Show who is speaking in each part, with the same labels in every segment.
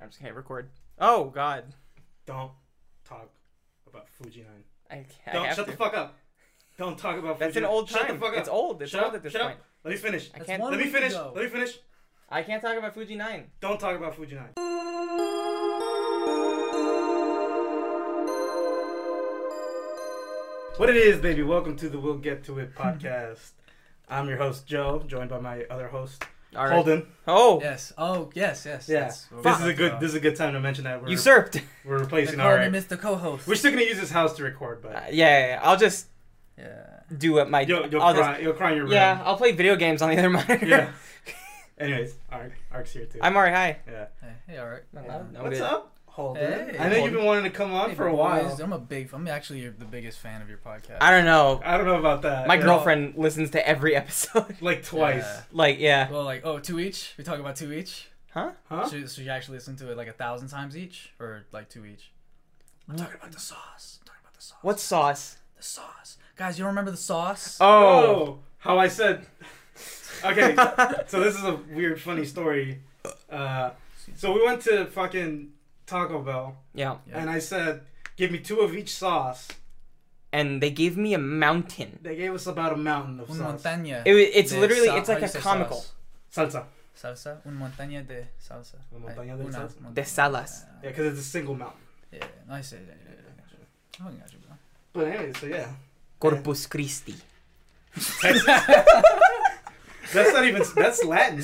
Speaker 1: I just can't record. Oh God,
Speaker 2: Don't talk about Fuji Nine.
Speaker 1: I can't.
Speaker 2: Don't
Speaker 1: I have
Speaker 2: shut
Speaker 1: to.
Speaker 2: the fuck up. Don't talk about
Speaker 1: That's
Speaker 2: Fuji
Speaker 1: an
Speaker 2: Nine.
Speaker 1: old
Speaker 2: shut
Speaker 1: time.
Speaker 2: The fuck up.
Speaker 1: It's old. It's
Speaker 2: shut
Speaker 1: old
Speaker 2: up.
Speaker 1: at this
Speaker 2: shut
Speaker 1: point.
Speaker 2: Up. Let me finish.
Speaker 1: I
Speaker 3: That's
Speaker 1: can't.
Speaker 3: one-
Speaker 2: Let me
Speaker 3: week
Speaker 2: finish.
Speaker 3: ago.
Speaker 2: Let me finish.
Speaker 1: I can't talk about Fuji Nine.
Speaker 2: Don't talk about Fuji Nine. What it is, baby. Welcome to the We'll Get to It podcast. I'm your host, Joe, joined by my other host,
Speaker 1: All right.
Speaker 2: Holden.
Speaker 1: Oh,
Speaker 3: Yes. Oh, yes, yes.
Speaker 2: Yeah.
Speaker 3: yes.
Speaker 2: This is a good this is a good time to mention that we're
Speaker 1: usurped.
Speaker 2: we're
Speaker 3: They
Speaker 2: replacing
Speaker 3: call
Speaker 2: our
Speaker 3: him Mr. Co-host.
Speaker 2: We're still gonna use his house to record,
Speaker 1: Uh,
Speaker 2: but
Speaker 1: yeah, yeah, yeah. I'll just
Speaker 3: yeah.
Speaker 1: do what my.
Speaker 2: you'll, you'll,
Speaker 1: I'll
Speaker 2: cry, you'll cry in your
Speaker 1: just,
Speaker 2: room.
Speaker 1: yeah, I'll play video games on the other monitor.
Speaker 2: Yeah. Anyways, Ark, Ark's here too.
Speaker 1: I'm alright. Hi.
Speaker 2: yeah.
Speaker 3: Hey, hey, all right.
Speaker 1: Not
Speaker 3: Yeah.
Speaker 1: loud? No, I'm
Speaker 2: What's
Speaker 1: good.
Speaker 2: up, Holden?
Speaker 3: Hey.
Speaker 2: I know you've been wanting to come on
Speaker 3: Hey,
Speaker 2: for a
Speaker 3: boys,
Speaker 2: while.
Speaker 3: I'm a big. I'm actually your, the biggest fan of your podcast.
Speaker 1: I don't know.
Speaker 2: I don't know about that.
Speaker 1: My
Speaker 2: Yeah.
Speaker 1: girlfriend listens to every episode.
Speaker 2: like twice,
Speaker 3: Yeah.
Speaker 1: like, yeah.
Speaker 3: Well, like, oh, two each. We talk about two each.
Speaker 1: Huh?
Speaker 2: huh?
Speaker 3: So, so you actually listen to it like a thousand times each, or like two each. I'm talking about the sauce. I'm talking about the sauce.
Speaker 1: What sauce?
Speaker 3: the sauce, guys? You don't remember the sauce?
Speaker 1: Oh.
Speaker 2: Oh, how I said. Okay, so this is a weird, funny story. Uh, so we went to fucking Taco Bell,
Speaker 1: Yeah.
Speaker 3: Yeah.
Speaker 2: and I said, "Give me two of each sauce."
Speaker 1: And they gave me a mountain.
Speaker 2: They gave us about a mountain of
Speaker 3: Un
Speaker 2: sauce.
Speaker 3: montaña.
Speaker 1: It, wa- it's
Speaker 3: de
Speaker 1: literally.
Speaker 3: sa-
Speaker 1: It's
Speaker 3: how
Speaker 1: like
Speaker 3: you
Speaker 1: a
Speaker 3: say
Speaker 1: comical.
Speaker 3: sauce?
Speaker 2: Salsa.
Speaker 3: Salsa, un montaña de salsa.
Speaker 2: Un
Speaker 3: Ay,
Speaker 2: montaña de
Speaker 3: una
Speaker 2: salsa.
Speaker 3: montaña. Ah.
Speaker 1: De salas.
Speaker 2: Yeah, because it's a single mountain.
Speaker 3: Yeah, no, I say that. Yeah, yeah, yeah. I fucking got you, bro.
Speaker 2: But anyway, so yeah.
Speaker 1: Corpus Christi.
Speaker 2: That's not even. That's Latin.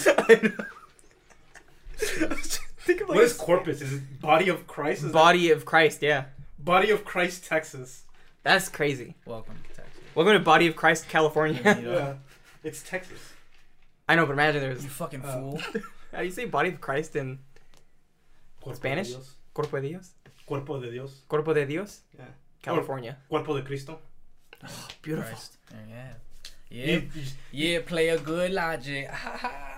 Speaker 1: Think of
Speaker 2: What is corpus? Is it body of Christ? Is
Speaker 1: Body of Christ. Yeah.
Speaker 2: it body of Christ, Texas.
Speaker 1: That's crazy.
Speaker 3: Welcome to Texas.
Speaker 1: Welcome to Body of Christ, California.
Speaker 2: Yeah, it's Texas.
Speaker 1: I know, but imagine there's.
Speaker 3: You fucking
Speaker 2: Uh,
Speaker 3: fool.
Speaker 1: How do you say Body of Christ in
Speaker 2: Cuerpo
Speaker 1: Spanish?
Speaker 2: De Dios.
Speaker 1: Cuerpo de Dios?
Speaker 2: Cuerpo de Dios.
Speaker 1: Cuerpo de Dios?
Speaker 2: Yeah.
Speaker 1: California.
Speaker 3: Oh.
Speaker 2: Cuerpo de Cristo.
Speaker 1: Beautiful.
Speaker 3: Christ. Yeah. Yeah.
Speaker 2: You- you-
Speaker 3: Yeah, play a good logic. Ha, ha.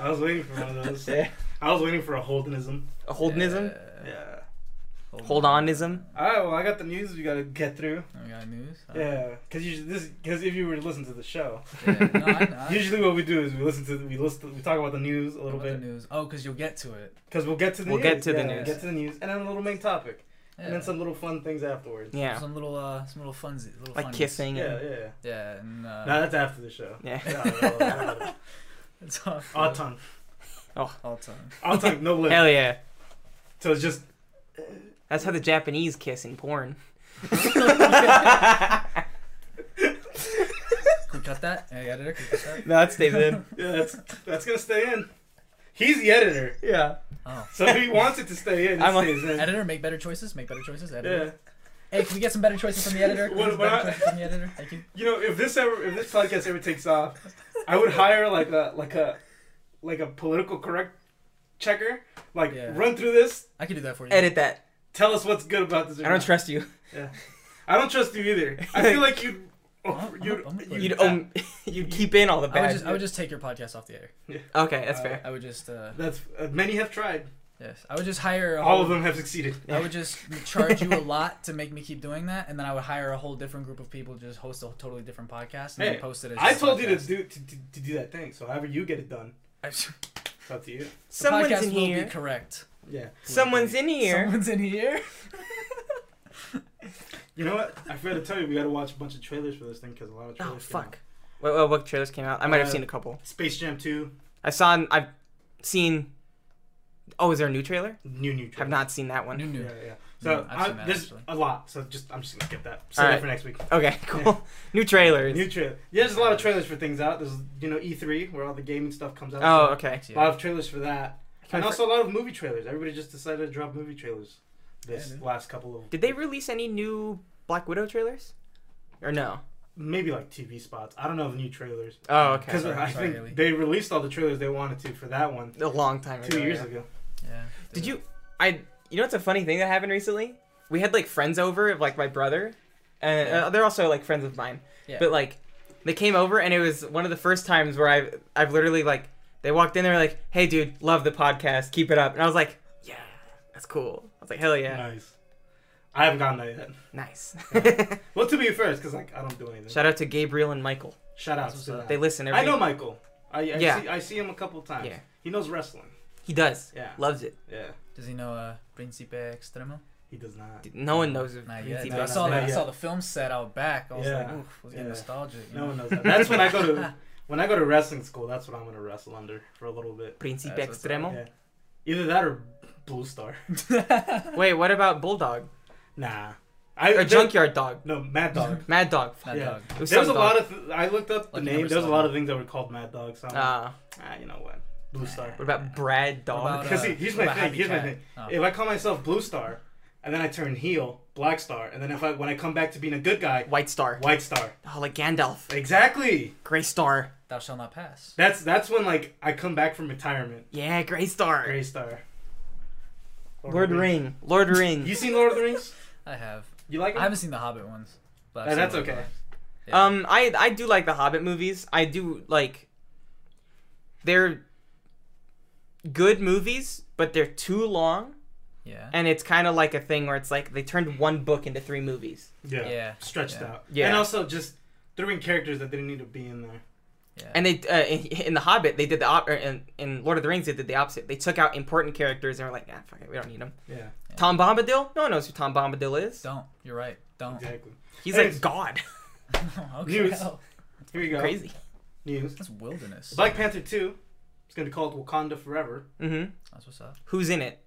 Speaker 2: I was waiting for one of those.
Speaker 1: Yeah.
Speaker 2: I was waiting for a Holdenism.
Speaker 1: A Holdenism?
Speaker 3: Yeah.
Speaker 2: Yeah.
Speaker 1: Hold onism?
Speaker 2: All right. Well, I got the news we gotta get through.
Speaker 3: We got news? Uh,
Speaker 2: Yeah. Cause you this because if you were to listen to the show,
Speaker 3: yeah. No, I, know. I,
Speaker 2: usually what we do is we listen to we listen we talk about the news a
Speaker 3: What
Speaker 2: little
Speaker 3: about the
Speaker 2: bit
Speaker 3: news. Oh, because you'll get to it.
Speaker 2: because we'll get to the
Speaker 1: We'll
Speaker 2: news.
Speaker 1: get to the
Speaker 2: Yeah,
Speaker 1: news.
Speaker 2: Get to the news and then a little main topic
Speaker 3: Yeah.
Speaker 2: and then some little fun things afterwards.
Speaker 1: Yeah.
Speaker 3: Some little, uh, some little funsies. Little
Speaker 1: Like
Speaker 3: funnies.
Speaker 1: kissing.
Speaker 2: Yeah.
Speaker 1: and-
Speaker 2: Yeah. yeah.
Speaker 3: Yeah. And, uh,
Speaker 2: No, that's after the show.
Speaker 1: Yeah.
Speaker 3: it's all.
Speaker 2: All tongue.
Speaker 3: All time.
Speaker 2: All tongue, no lip.
Speaker 1: Hell yeah.
Speaker 2: So it's just
Speaker 1: That's how the Japanese kiss in porn.
Speaker 3: Can we cut that? Hey, editor, can we cut that?
Speaker 1: No, that's David.
Speaker 2: yeah, that's that's gonna stay in. He's the editor,
Speaker 1: yeah.
Speaker 3: Oh.
Speaker 2: so if he wants it to stay in, it
Speaker 1: I'm a-
Speaker 2: stays in.
Speaker 3: Editor, make better choices. Make better choices. Editor.
Speaker 2: Yeah,
Speaker 3: Hey, can we get some better choices from the editor? Can we
Speaker 2: What-
Speaker 3: get some
Speaker 2: what
Speaker 3: better
Speaker 2: I-
Speaker 3: choices from the editor? Thank you.
Speaker 2: you know, if this ever, if this podcast ever takes off, I would hire like a like a like a political correct checker, like
Speaker 3: Yeah.
Speaker 2: run through this,
Speaker 3: I can do that for you.
Speaker 1: Edit that.
Speaker 2: tell us what's good about this. or
Speaker 1: I don't
Speaker 2: not.
Speaker 1: trust you.
Speaker 2: I don't trust you either. I feel like you.
Speaker 3: I'm-
Speaker 2: Oh, You,
Speaker 3: I'm gonna put
Speaker 1: You'd
Speaker 2: you,
Speaker 3: it.
Speaker 1: um, you'd keep in all the
Speaker 3: I would
Speaker 1: bad.
Speaker 3: just I would just take your podcast off the air.
Speaker 1: okay, that's
Speaker 2: Uh,
Speaker 1: fair.
Speaker 3: I would just uh
Speaker 2: that's uh, many have tried.
Speaker 3: yes. I would just hire a
Speaker 2: All
Speaker 3: whole,
Speaker 2: of them have succeeded.
Speaker 3: I would just charge you a lot to make me keep doing that, and then I would hire a whole different group of people to just host a totally different podcast and
Speaker 2: Hey,
Speaker 3: then post it as
Speaker 2: I
Speaker 3: just
Speaker 2: told you to
Speaker 3: podcast.
Speaker 2: do to, to, to do that thing. So however you get it done,
Speaker 3: I-
Speaker 2: it's up to you.
Speaker 3: the
Speaker 1: Someone's
Speaker 3: podcast
Speaker 1: in
Speaker 3: will
Speaker 1: here.
Speaker 3: be correct.
Speaker 2: Yeah.
Speaker 1: Someone's in here.
Speaker 3: Someone's in here.
Speaker 2: You know what? I forgot to tell you, we got to watch a bunch of trailers for this thing because a lot of
Speaker 1: Oh
Speaker 2: trailers. came out.
Speaker 1: fuck. Wait, wait, what trailers came out? I might have
Speaker 2: Uh, seen
Speaker 1: seen
Speaker 2: a
Speaker 1: a couple.
Speaker 2: Space Jam 2,
Speaker 1: I saw. I've seen. Oh, is there a new trailer?
Speaker 2: new new. Trailer.
Speaker 1: Have not seen that one.
Speaker 3: New
Speaker 2: Yeah,
Speaker 3: new.
Speaker 2: yeah. So
Speaker 3: No, I've
Speaker 2: I,
Speaker 3: seen that,
Speaker 2: there's
Speaker 3: actually.
Speaker 2: a lot. So just I'm just gonna get that. Save
Speaker 1: Alright.
Speaker 2: that for next week.
Speaker 1: Okay, cool. New trailers.
Speaker 2: New trailer. Yeah, there's a lot of trailers for things out. There's you know E3 where all the gaming stuff comes out.
Speaker 1: oh,
Speaker 2: So
Speaker 1: okay.
Speaker 2: A lot of trailers for that,
Speaker 1: Can
Speaker 2: and
Speaker 1: I-
Speaker 2: also a lot of movie trailers. Everybody just decided to drop movie trailers this
Speaker 3: Yeah, dude.
Speaker 2: last couple of.
Speaker 1: Did they release any new Black Widow trailers? Or no?
Speaker 2: Maybe like TV spots. I don't know the new trailers
Speaker 1: Oh, okay.
Speaker 2: because
Speaker 3: Sorry,
Speaker 2: I
Speaker 3: sorry,
Speaker 2: think
Speaker 3: Haley.
Speaker 2: they released all the trailers they wanted to for that one
Speaker 1: A long time ago.
Speaker 2: two years
Speaker 1: yeah.
Speaker 2: ago.
Speaker 3: Yeah.
Speaker 1: Did you? I. You know what's a funny thing that happened recently? We had like friends over of like my brother, and
Speaker 3: Yeah.
Speaker 1: uh, they're also like friends of mine.
Speaker 3: Yeah.
Speaker 1: But like, they came over and it was one of the first times where I've I've literally like they walked in they were like, "Hey, dude, love the podcast, keep it up," and I was like, "Yeah, that's cool." I was like, "Hell yeah,
Speaker 2: Nice. I haven't gotten that yet.
Speaker 1: nice."
Speaker 2: Well, to be fair, because like I don't do anything.
Speaker 1: Shout out to Gabriel and Michael.
Speaker 2: Shout out
Speaker 3: That's
Speaker 2: to
Speaker 3: what's
Speaker 2: that.
Speaker 3: up.
Speaker 1: They listen every.
Speaker 2: I know Michael. I, I
Speaker 1: Yeah.
Speaker 2: see I see him a couple times.
Speaker 1: Yeah.
Speaker 2: He knows wrestling.
Speaker 1: He does.
Speaker 2: Yeah.
Speaker 1: Loves it.
Speaker 2: Yeah.
Speaker 3: Does he know uh, Principe Extremo?
Speaker 2: He does not.
Speaker 1: Dude, No one knows if
Speaker 3: Not
Speaker 1: Prince
Speaker 3: yet.
Speaker 1: Ibrahim
Speaker 3: dude. I
Speaker 1: is
Speaker 3: saw
Speaker 1: there.
Speaker 3: that. I
Speaker 2: yet.
Speaker 3: saw the film set out back. I was like,
Speaker 2: Yeah.
Speaker 3: oof, I was getting
Speaker 2: Yeah.
Speaker 3: nostalgic. you
Speaker 2: No
Speaker 3: know?
Speaker 2: one knows that. That's when I go to when I go to wrestling school. That's what I'm gonna wrestle under for a little bit.
Speaker 1: Principe
Speaker 3: That's what's up.
Speaker 1: Extremo.
Speaker 2: Yeah. Either that or Blue Star.
Speaker 1: Wait, what about Bulldog?
Speaker 2: Nah. I
Speaker 1: Or
Speaker 2: there-
Speaker 1: Junkyard Dog?
Speaker 2: No, Mad Dog.
Speaker 1: Mad Dog.
Speaker 3: Mad
Speaker 2: Yeah.
Speaker 3: dog.
Speaker 1: It
Speaker 2: There's
Speaker 1: was
Speaker 2: there was a
Speaker 1: some
Speaker 2: lot
Speaker 1: dog.
Speaker 2: of th- I looked up the
Speaker 3: Lucky
Speaker 2: name.
Speaker 3: number
Speaker 2: There was a
Speaker 3: seven.
Speaker 2: lot of things that were called Mad Dog. So I'm like,
Speaker 1: Uh,
Speaker 2: ah, you know what? Blue Star.
Speaker 1: what about Brad Dog?
Speaker 3: What about,
Speaker 2: Because
Speaker 3: uh,
Speaker 2: see, here's
Speaker 3: what
Speaker 2: my
Speaker 3: about
Speaker 2: thing.
Speaker 3: Happy
Speaker 2: Here's my
Speaker 3: Cat?
Speaker 2: thing.
Speaker 3: Oh.
Speaker 2: If I call myself Blue Star, and then I turn heel, Black Star, and then if I when I come back to being a good
Speaker 3: uh,
Speaker 2: guy,
Speaker 1: White Star.
Speaker 2: White Star.
Speaker 1: Oh, like Gandalf.
Speaker 2: Exactly.
Speaker 1: Gray Star.
Speaker 3: Thou shall not pass.
Speaker 2: That's that's when like I come back from retirement.
Speaker 1: Yeah, Gray Star.
Speaker 2: Gray Star.
Speaker 1: Lord
Speaker 2: Ring.
Speaker 1: Ring. Lord Ring.
Speaker 2: You seen Lord of the Rings?
Speaker 3: I have.
Speaker 2: You like
Speaker 3: I
Speaker 2: it?
Speaker 3: haven't seen the Hobbit ones. But I've
Speaker 2: Uh,
Speaker 3: seen
Speaker 2: that's
Speaker 3: the-
Speaker 2: okay.
Speaker 3: Yeah.
Speaker 1: Um, I I do like the Hobbit movies. I do like. They're good movies, but they're too long,
Speaker 3: Yeah.
Speaker 1: and it's kind of like a thing where it's like they turned one book into three movies.
Speaker 2: Yeah.
Speaker 3: Yeah.
Speaker 2: Stretched
Speaker 3: Yeah.
Speaker 2: out.
Speaker 1: Yeah.
Speaker 2: And also just throwing characters that didn't need to be in there.
Speaker 3: Yeah.
Speaker 1: And they uh, in, in the Hobbit they did the op- or in, in Lord of the Rings they did the opposite. They took out important characters and were like, nah, fuck it, we don't need them.
Speaker 2: Yeah.
Speaker 1: Tom Bombadil, no one knows who Tom Bombadil is.
Speaker 3: don't. You're right. Don't.
Speaker 2: Exactly.
Speaker 1: He's
Speaker 2: Hey.
Speaker 1: like God.
Speaker 3: okay.
Speaker 2: News.
Speaker 3: well,
Speaker 2: Here we go.
Speaker 1: Crazy.
Speaker 2: News.
Speaker 3: That's wilderness.
Speaker 2: Black Panther 2 It's going to be called Wakanda Forever.
Speaker 1: Mm-hmm.
Speaker 3: That's what's up.
Speaker 1: Who's in it?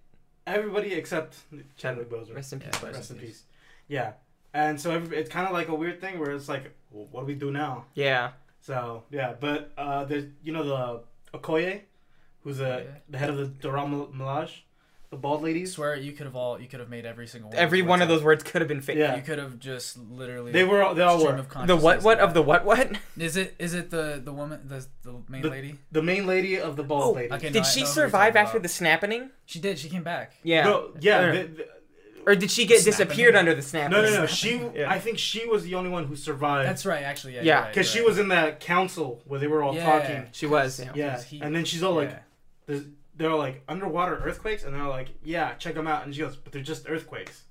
Speaker 2: Everybody except Chadwick Boseman.
Speaker 1: Rest
Speaker 2: Rest,
Speaker 1: in
Speaker 3: Yeah,
Speaker 1: peace.
Speaker 3: but-
Speaker 2: in peace. Yeah. And so every, it's kind of like a weird thing where it's like, well, what do we do now?
Speaker 1: Yeah.
Speaker 2: So, yeah. But uh, there's, you know, the Okoye, who's uh
Speaker 3: Okoye.
Speaker 2: the head of the Durham Milage, the bald ladies.
Speaker 3: swear you could have all. You could have made every single one.
Speaker 1: Every one of
Speaker 3: words
Speaker 1: those words could have been fake.
Speaker 2: Yeah.
Speaker 3: up. You could have just literally.
Speaker 2: They were all, they all
Speaker 3: stream
Speaker 2: were.
Speaker 3: of
Speaker 1: The
Speaker 3: consciousness
Speaker 1: what what
Speaker 3: guy.
Speaker 1: of the what what?
Speaker 3: Is it is it the the woman the the main
Speaker 2: The-
Speaker 3: lady?
Speaker 2: The main lady of the bald
Speaker 1: Oh,
Speaker 2: lady.
Speaker 3: Okay, no,
Speaker 1: Did
Speaker 3: I
Speaker 1: she
Speaker 3: know who you're
Speaker 1: survive
Speaker 3: talking
Speaker 1: after
Speaker 3: about.
Speaker 1: the snapping?
Speaker 3: She did. She came back.
Speaker 1: Yeah.
Speaker 2: No, yeah.
Speaker 1: Or-
Speaker 2: the- the-
Speaker 1: Or did she get
Speaker 3: Snapping.
Speaker 1: disappeared under the snap?
Speaker 2: no, no, no. She.
Speaker 1: Yeah.
Speaker 2: I think she was the only one who survived
Speaker 3: That's right. Actually, yeah.
Speaker 1: Yeah,
Speaker 3: you're right,
Speaker 2: because she
Speaker 3: you're
Speaker 2: was in that council where they were all
Speaker 3: Yeah.
Speaker 2: talking.
Speaker 1: She was. Yeah.
Speaker 2: Yeah,
Speaker 3: 'Cause he-
Speaker 2: and then she's all
Speaker 3: yeah.
Speaker 2: like, there's, "They're all like underwater earthquakes," and they're all like, "Yeah, check them out." And she goes, "But they're just earthquakes,"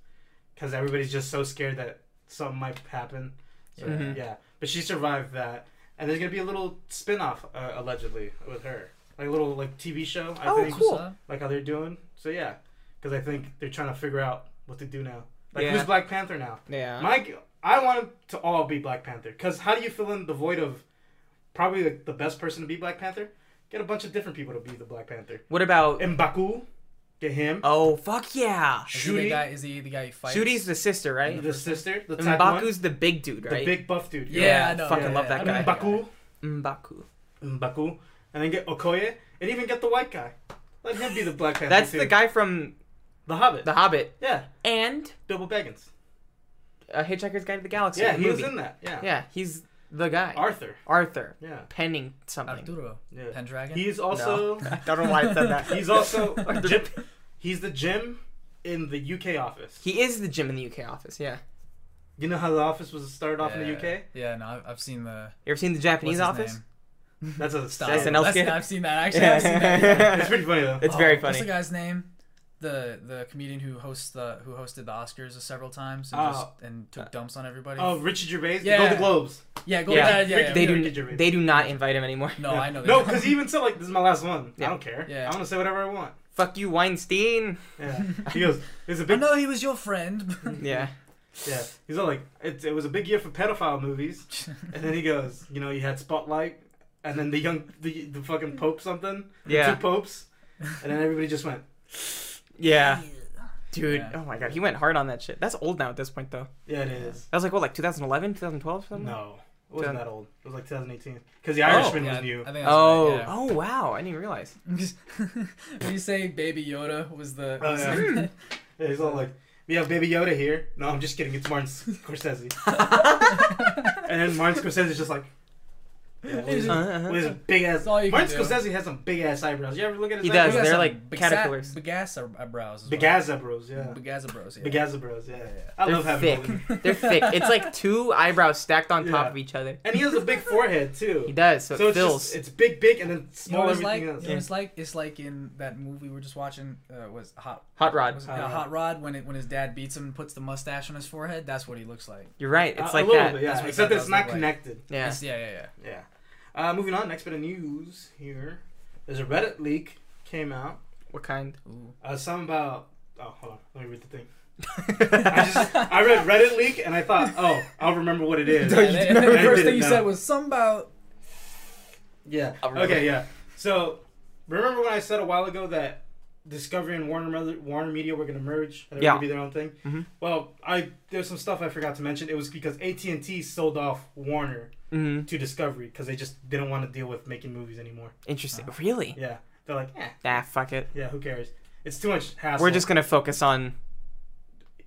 Speaker 2: because everybody's just so scared that something might happen. So,
Speaker 1: Mhm.
Speaker 2: Yeah, but she survived that, and there's gonna be a little spin-off uh, allegedly with her, like a little like TV show. I
Speaker 1: Oh,
Speaker 2: think.
Speaker 1: cool.
Speaker 2: like how they're doing. So yeah, because I think they're trying to figure out what to do now. Like
Speaker 1: Yeah.
Speaker 2: who's Black Panther now?
Speaker 1: Yeah.
Speaker 2: Mike, I want 'em to all be Black Panther. Because how do you fill in the void of probably the, the best person to be Black Panther? Get a bunch of different people to be the Black Panther.
Speaker 1: what about?
Speaker 2: Mbaku, get him.
Speaker 1: Oh fuck yeah!
Speaker 3: Is he the
Speaker 2: Shuri,
Speaker 3: guy? Is he the guy who fights?
Speaker 1: Shooty's the sister, right?
Speaker 2: the sister, the
Speaker 1: And
Speaker 2: top one,
Speaker 1: Mbaku's the big dude,
Speaker 2: the
Speaker 1: right?
Speaker 2: big buff dude.
Speaker 3: Yeah, I know.
Speaker 1: Fucking
Speaker 3: yeah,
Speaker 1: love
Speaker 3: yeah,
Speaker 1: that
Speaker 3: I
Speaker 1: guy.
Speaker 3: know
Speaker 2: Mbaku,
Speaker 1: Mbaku.
Speaker 2: Mbaku, and then get Okoye, and even get the white guy. Let him be the Black Panther.
Speaker 1: That's
Speaker 2: too.
Speaker 1: the guy from
Speaker 2: the Hobbit.
Speaker 1: The Hobbit
Speaker 2: yeah,
Speaker 1: and
Speaker 2: Bilbo Baggins.
Speaker 1: uh, Hitchhiker's Guide to the Galaxy.
Speaker 2: Yeah,
Speaker 1: the
Speaker 2: he was
Speaker 1: movie.
Speaker 2: in that. Yeah.
Speaker 1: Yeah, he's the guy.
Speaker 2: Arthur.
Speaker 1: Arthur
Speaker 2: Yeah.
Speaker 1: penning something.
Speaker 3: Arturo
Speaker 2: Yeah.
Speaker 3: Pendragon.
Speaker 2: He's also
Speaker 1: No. I don't know why I said that.
Speaker 2: he's also Jim, he's the gym in the UK office.
Speaker 1: He is the gym in the UK office. Yeah.
Speaker 2: You know how the office was started off in the
Speaker 3: Yeah.
Speaker 2: UK?
Speaker 3: Yeah, no, I've, I've seen the.
Speaker 1: You ever seen the
Speaker 3: What's
Speaker 1: Japanese
Speaker 3: his
Speaker 1: office?
Speaker 3: name?
Speaker 2: That's a
Speaker 3: Stop.
Speaker 1: That's
Speaker 2: style.
Speaker 1: an SNL
Speaker 3: That's-
Speaker 1: skit?
Speaker 3: I've seen that. Actually, I've seen that.
Speaker 2: It's pretty funny though.
Speaker 1: It's
Speaker 3: Oh,
Speaker 1: very
Speaker 3: What's
Speaker 1: funny.
Speaker 3: the guy's name? The the comedian who hosts the who hosted the Oscars several times and,
Speaker 2: Oh.
Speaker 3: just, and took dumps on everybody.
Speaker 2: Oh, Richard Gervais,
Speaker 3: Yeah.
Speaker 2: the Golden Globes.
Speaker 3: yeah, go
Speaker 1: yeah.
Speaker 3: yeah, yeah, yeah,
Speaker 1: they
Speaker 3: yeah.
Speaker 1: do.
Speaker 2: Richard Gervais.
Speaker 1: They do not invite him anymore.
Speaker 3: No, Oh, I know.
Speaker 2: No,
Speaker 3: that.
Speaker 2: because he even said like, "This is my last one.
Speaker 1: Yeah.
Speaker 2: I don't care.
Speaker 3: Yeah.
Speaker 2: I want to say whatever I want."
Speaker 1: Fuck you, Weinstein.
Speaker 2: Yeah. He goes, "It's a
Speaker 3: I
Speaker 2: big."
Speaker 3: know he was your friend.
Speaker 1: Yeah.
Speaker 2: Yeah. He's all like, it, "It was a big year for pedophile movies," and then he goes, "You know, you had Spotlight, and then the young, the, the fucking Pope something, the
Speaker 1: Yeah.
Speaker 2: two popes, and then everybody just went,
Speaker 1: Yeah. Dude,
Speaker 3: Yeah.
Speaker 1: oh my god, he went hard on that shit. That's old now at this point, though.
Speaker 2: yeah, it is."
Speaker 1: That was like, what, like 2011, 2012? Something?
Speaker 2: No, it wasn't
Speaker 1: Ten-
Speaker 2: that old. It was like 2018. Because the
Speaker 1: Oh.
Speaker 2: Irishman
Speaker 3: Yeah,
Speaker 2: was new.
Speaker 3: I think that's
Speaker 1: Oh,
Speaker 3: right, yeah.
Speaker 1: oh wow! I didn't realize.
Speaker 3: when you say Baby Yoda was the. Hmm.
Speaker 2: Oh,
Speaker 3: was
Speaker 2: yeah.
Speaker 3: the-
Speaker 2: Yeah, he's all like, "We have Baby Yoda here." No, I'm just kidding. It's Martin Scorsese. and then Martin Scorsese is just like, yeah, with his-
Speaker 1: Uh, uh, uh.
Speaker 2: with his big ass.
Speaker 3: That's all you
Speaker 2: Martin
Speaker 3: can do.
Speaker 2: Scorsese has some big ass eyebrows. You ever look at his?
Speaker 1: He
Speaker 3: We
Speaker 1: does.
Speaker 3: got
Speaker 2: eyebrows?
Speaker 1: They're
Speaker 3: some
Speaker 1: like
Speaker 3: big
Speaker 1: caterpillars.
Speaker 3: Sa- Bagasse eyebrows. as
Speaker 2: Big
Speaker 3: well.
Speaker 2: ass eyebrows. Yeah.
Speaker 3: Bagasse bros. Yeah.
Speaker 2: Big ass eyebrows. Yeah.
Speaker 3: Yeah.
Speaker 2: I
Speaker 1: They're
Speaker 2: love having.
Speaker 1: thick.
Speaker 2: Golden-
Speaker 1: They're thick. It's like two eyebrows stacked on top
Speaker 2: Yeah.
Speaker 1: of each other.
Speaker 2: And he has a big forehead too.
Speaker 1: He does, so, it
Speaker 2: it's
Speaker 1: fills.
Speaker 2: just, it's big, big, and then
Speaker 3: You know
Speaker 2: small
Speaker 3: what it's like?
Speaker 2: everything
Speaker 3: You know
Speaker 2: else.
Speaker 3: what it's like? It's like in that movie we were just watching. Uh, was hot.
Speaker 1: Hot Rod.
Speaker 3: Was it-
Speaker 2: Hot
Speaker 3: yeah,
Speaker 2: Rod.
Speaker 3: hot rod. When it when his dad beats him and puts the mustache on his forehead. That's what he looks like.
Speaker 1: You're right. It's
Speaker 2: Uh,
Speaker 1: like
Speaker 2: a little
Speaker 1: that.
Speaker 2: bit,
Speaker 3: That's
Speaker 2: yeah.
Speaker 3: what
Speaker 2: Except
Speaker 3: that
Speaker 2: it's
Speaker 3: does
Speaker 2: not
Speaker 3: look like.
Speaker 2: connected.
Speaker 1: Yeah.
Speaker 3: It's- yeah, yeah, yeah.
Speaker 2: Yeah. Uh, moving on, next bit of news here. There's a Reddit leak came out
Speaker 1: What kind?
Speaker 3: Ooh.
Speaker 2: Uh, some about. Oh, hold on. Let me read the thing. I just I read Reddit leak and I thought, oh, I'll remember what it is.
Speaker 1: No, you
Speaker 3: and
Speaker 1: did
Speaker 3: then- and
Speaker 1: not.
Speaker 3: then the
Speaker 2: I
Speaker 3: first
Speaker 2: didn't
Speaker 3: thing you
Speaker 2: know.
Speaker 3: said was some about.
Speaker 2: Yeah.
Speaker 1: I'll remember.
Speaker 2: Okay. Yeah. So remember when I said a while ago that Discovery and Warner Mother- Warner Media were going to merge and they
Speaker 1: Yeah.
Speaker 2: were going to be their own thing?
Speaker 1: Mhm.
Speaker 2: Well, I there's some stuff I forgot to mention. It was because AT and T sold off Warner
Speaker 1: hmm
Speaker 2: to Discovery because they just didn't want to deal with making movies anymore.
Speaker 1: Interesting. Really?
Speaker 2: Yeah. They're like, eh,
Speaker 1: Nah, fuck it.
Speaker 2: yeah, who cares? It's too much hassle.
Speaker 1: We're just gonna focus on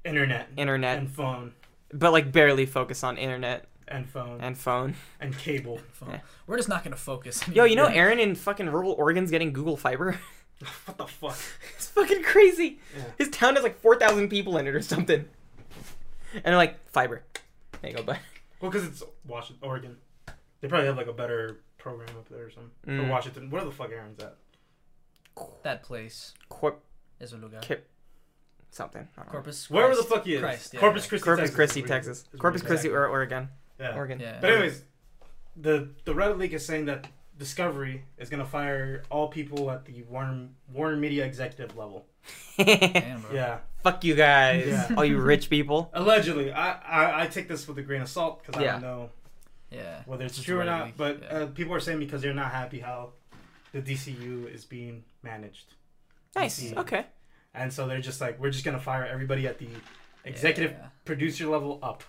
Speaker 2: internet
Speaker 1: internet,
Speaker 2: and phone
Speaker 1: but like barely focus on internet
Speaker 2: and phone
Speaker 1: and phone.
Speaker 2: and cable.
Speaker 1: Yeah.
Speaker 3: We're just not gonna focus.
Speaker 1: Yo, you know
Speaker 3: anymore.
Speaker 1: Aaron in fucking rural Oregon's getting Google Fiber.
Speaker 2: what the fuck?
Speaker 1: it's fucking crazy.
Speaker 2: Yeah.
Speaker 1: His town has like four thousand people in it or something. And they're like fiber. There you go, bud.
Speaker 2: Well, because it's Washington, Oregon. They probably have like a better program up there or something.
Speaker 1: Mm.
Speaker 2: Or Washington. Where the fuck Aaron's at?
Speaker 3: that place
Speaker 1: Corp
Speaker 3: is a lugar.
Speaker 1: Ki- something. I don't know.
Speaker 3: Corpus. Christ.
Speaker 2: Wherever the fuck he is.
Speaker 3: Christ, yeah,
Speaker 2: Corpus
Speaker 3: yeah.
Speaker 2: Christi,
Speaker 1: Corpus
Speaker 2: Texas.
Speaker 1: Christi,
Speaker 2: is where he-
Speaker 1: Texas.
Speaker 2: is where
Speaker 1: Corpus
Speaker 2: he's
Speaker 1: Christi
Speaker 3: at.
Speaker 1: or Oregon.
Speaker 2: at. Yeah.
Speaker 1: Oregon.
Speaker 3: Yeah.
Speaker 2: But anyways, the the Reddit leak is saying that Discovery is gonna fire all people at the Warner Warner Media executive level.
Speaker 3: Damn, bro.
Speaker 2: Yeah.
Speaker 1: Fuck you guys.
Speaker 2: Yeah.
Speaker 1: All you rich people.
Speaker 2: Allegedly, I I, I take this with a grain of salt because I
Speaker 1: Yeah.
Speaker 2: don't know
Speaker 3: Yeah.
Speaker 2: whether it's
Speaker 3: Just
Speaker 2: true or
Speaker 3: Reddit
Speaker 2: not.
Speaker 3: leak,
Speaker 2: But
Speaker 3: yeah.
Speaker 2: uh, people are saying because they're not happy how the DCU is being managed.
Speaker 1: Nice.
Speaker 2: Yeah.
Speaker 1: Okay.
Speaker 2: And so they're just like, we're just gonna fire everybody at the executive
Speaker 3: Yeah.
Speaker 2: producer level up.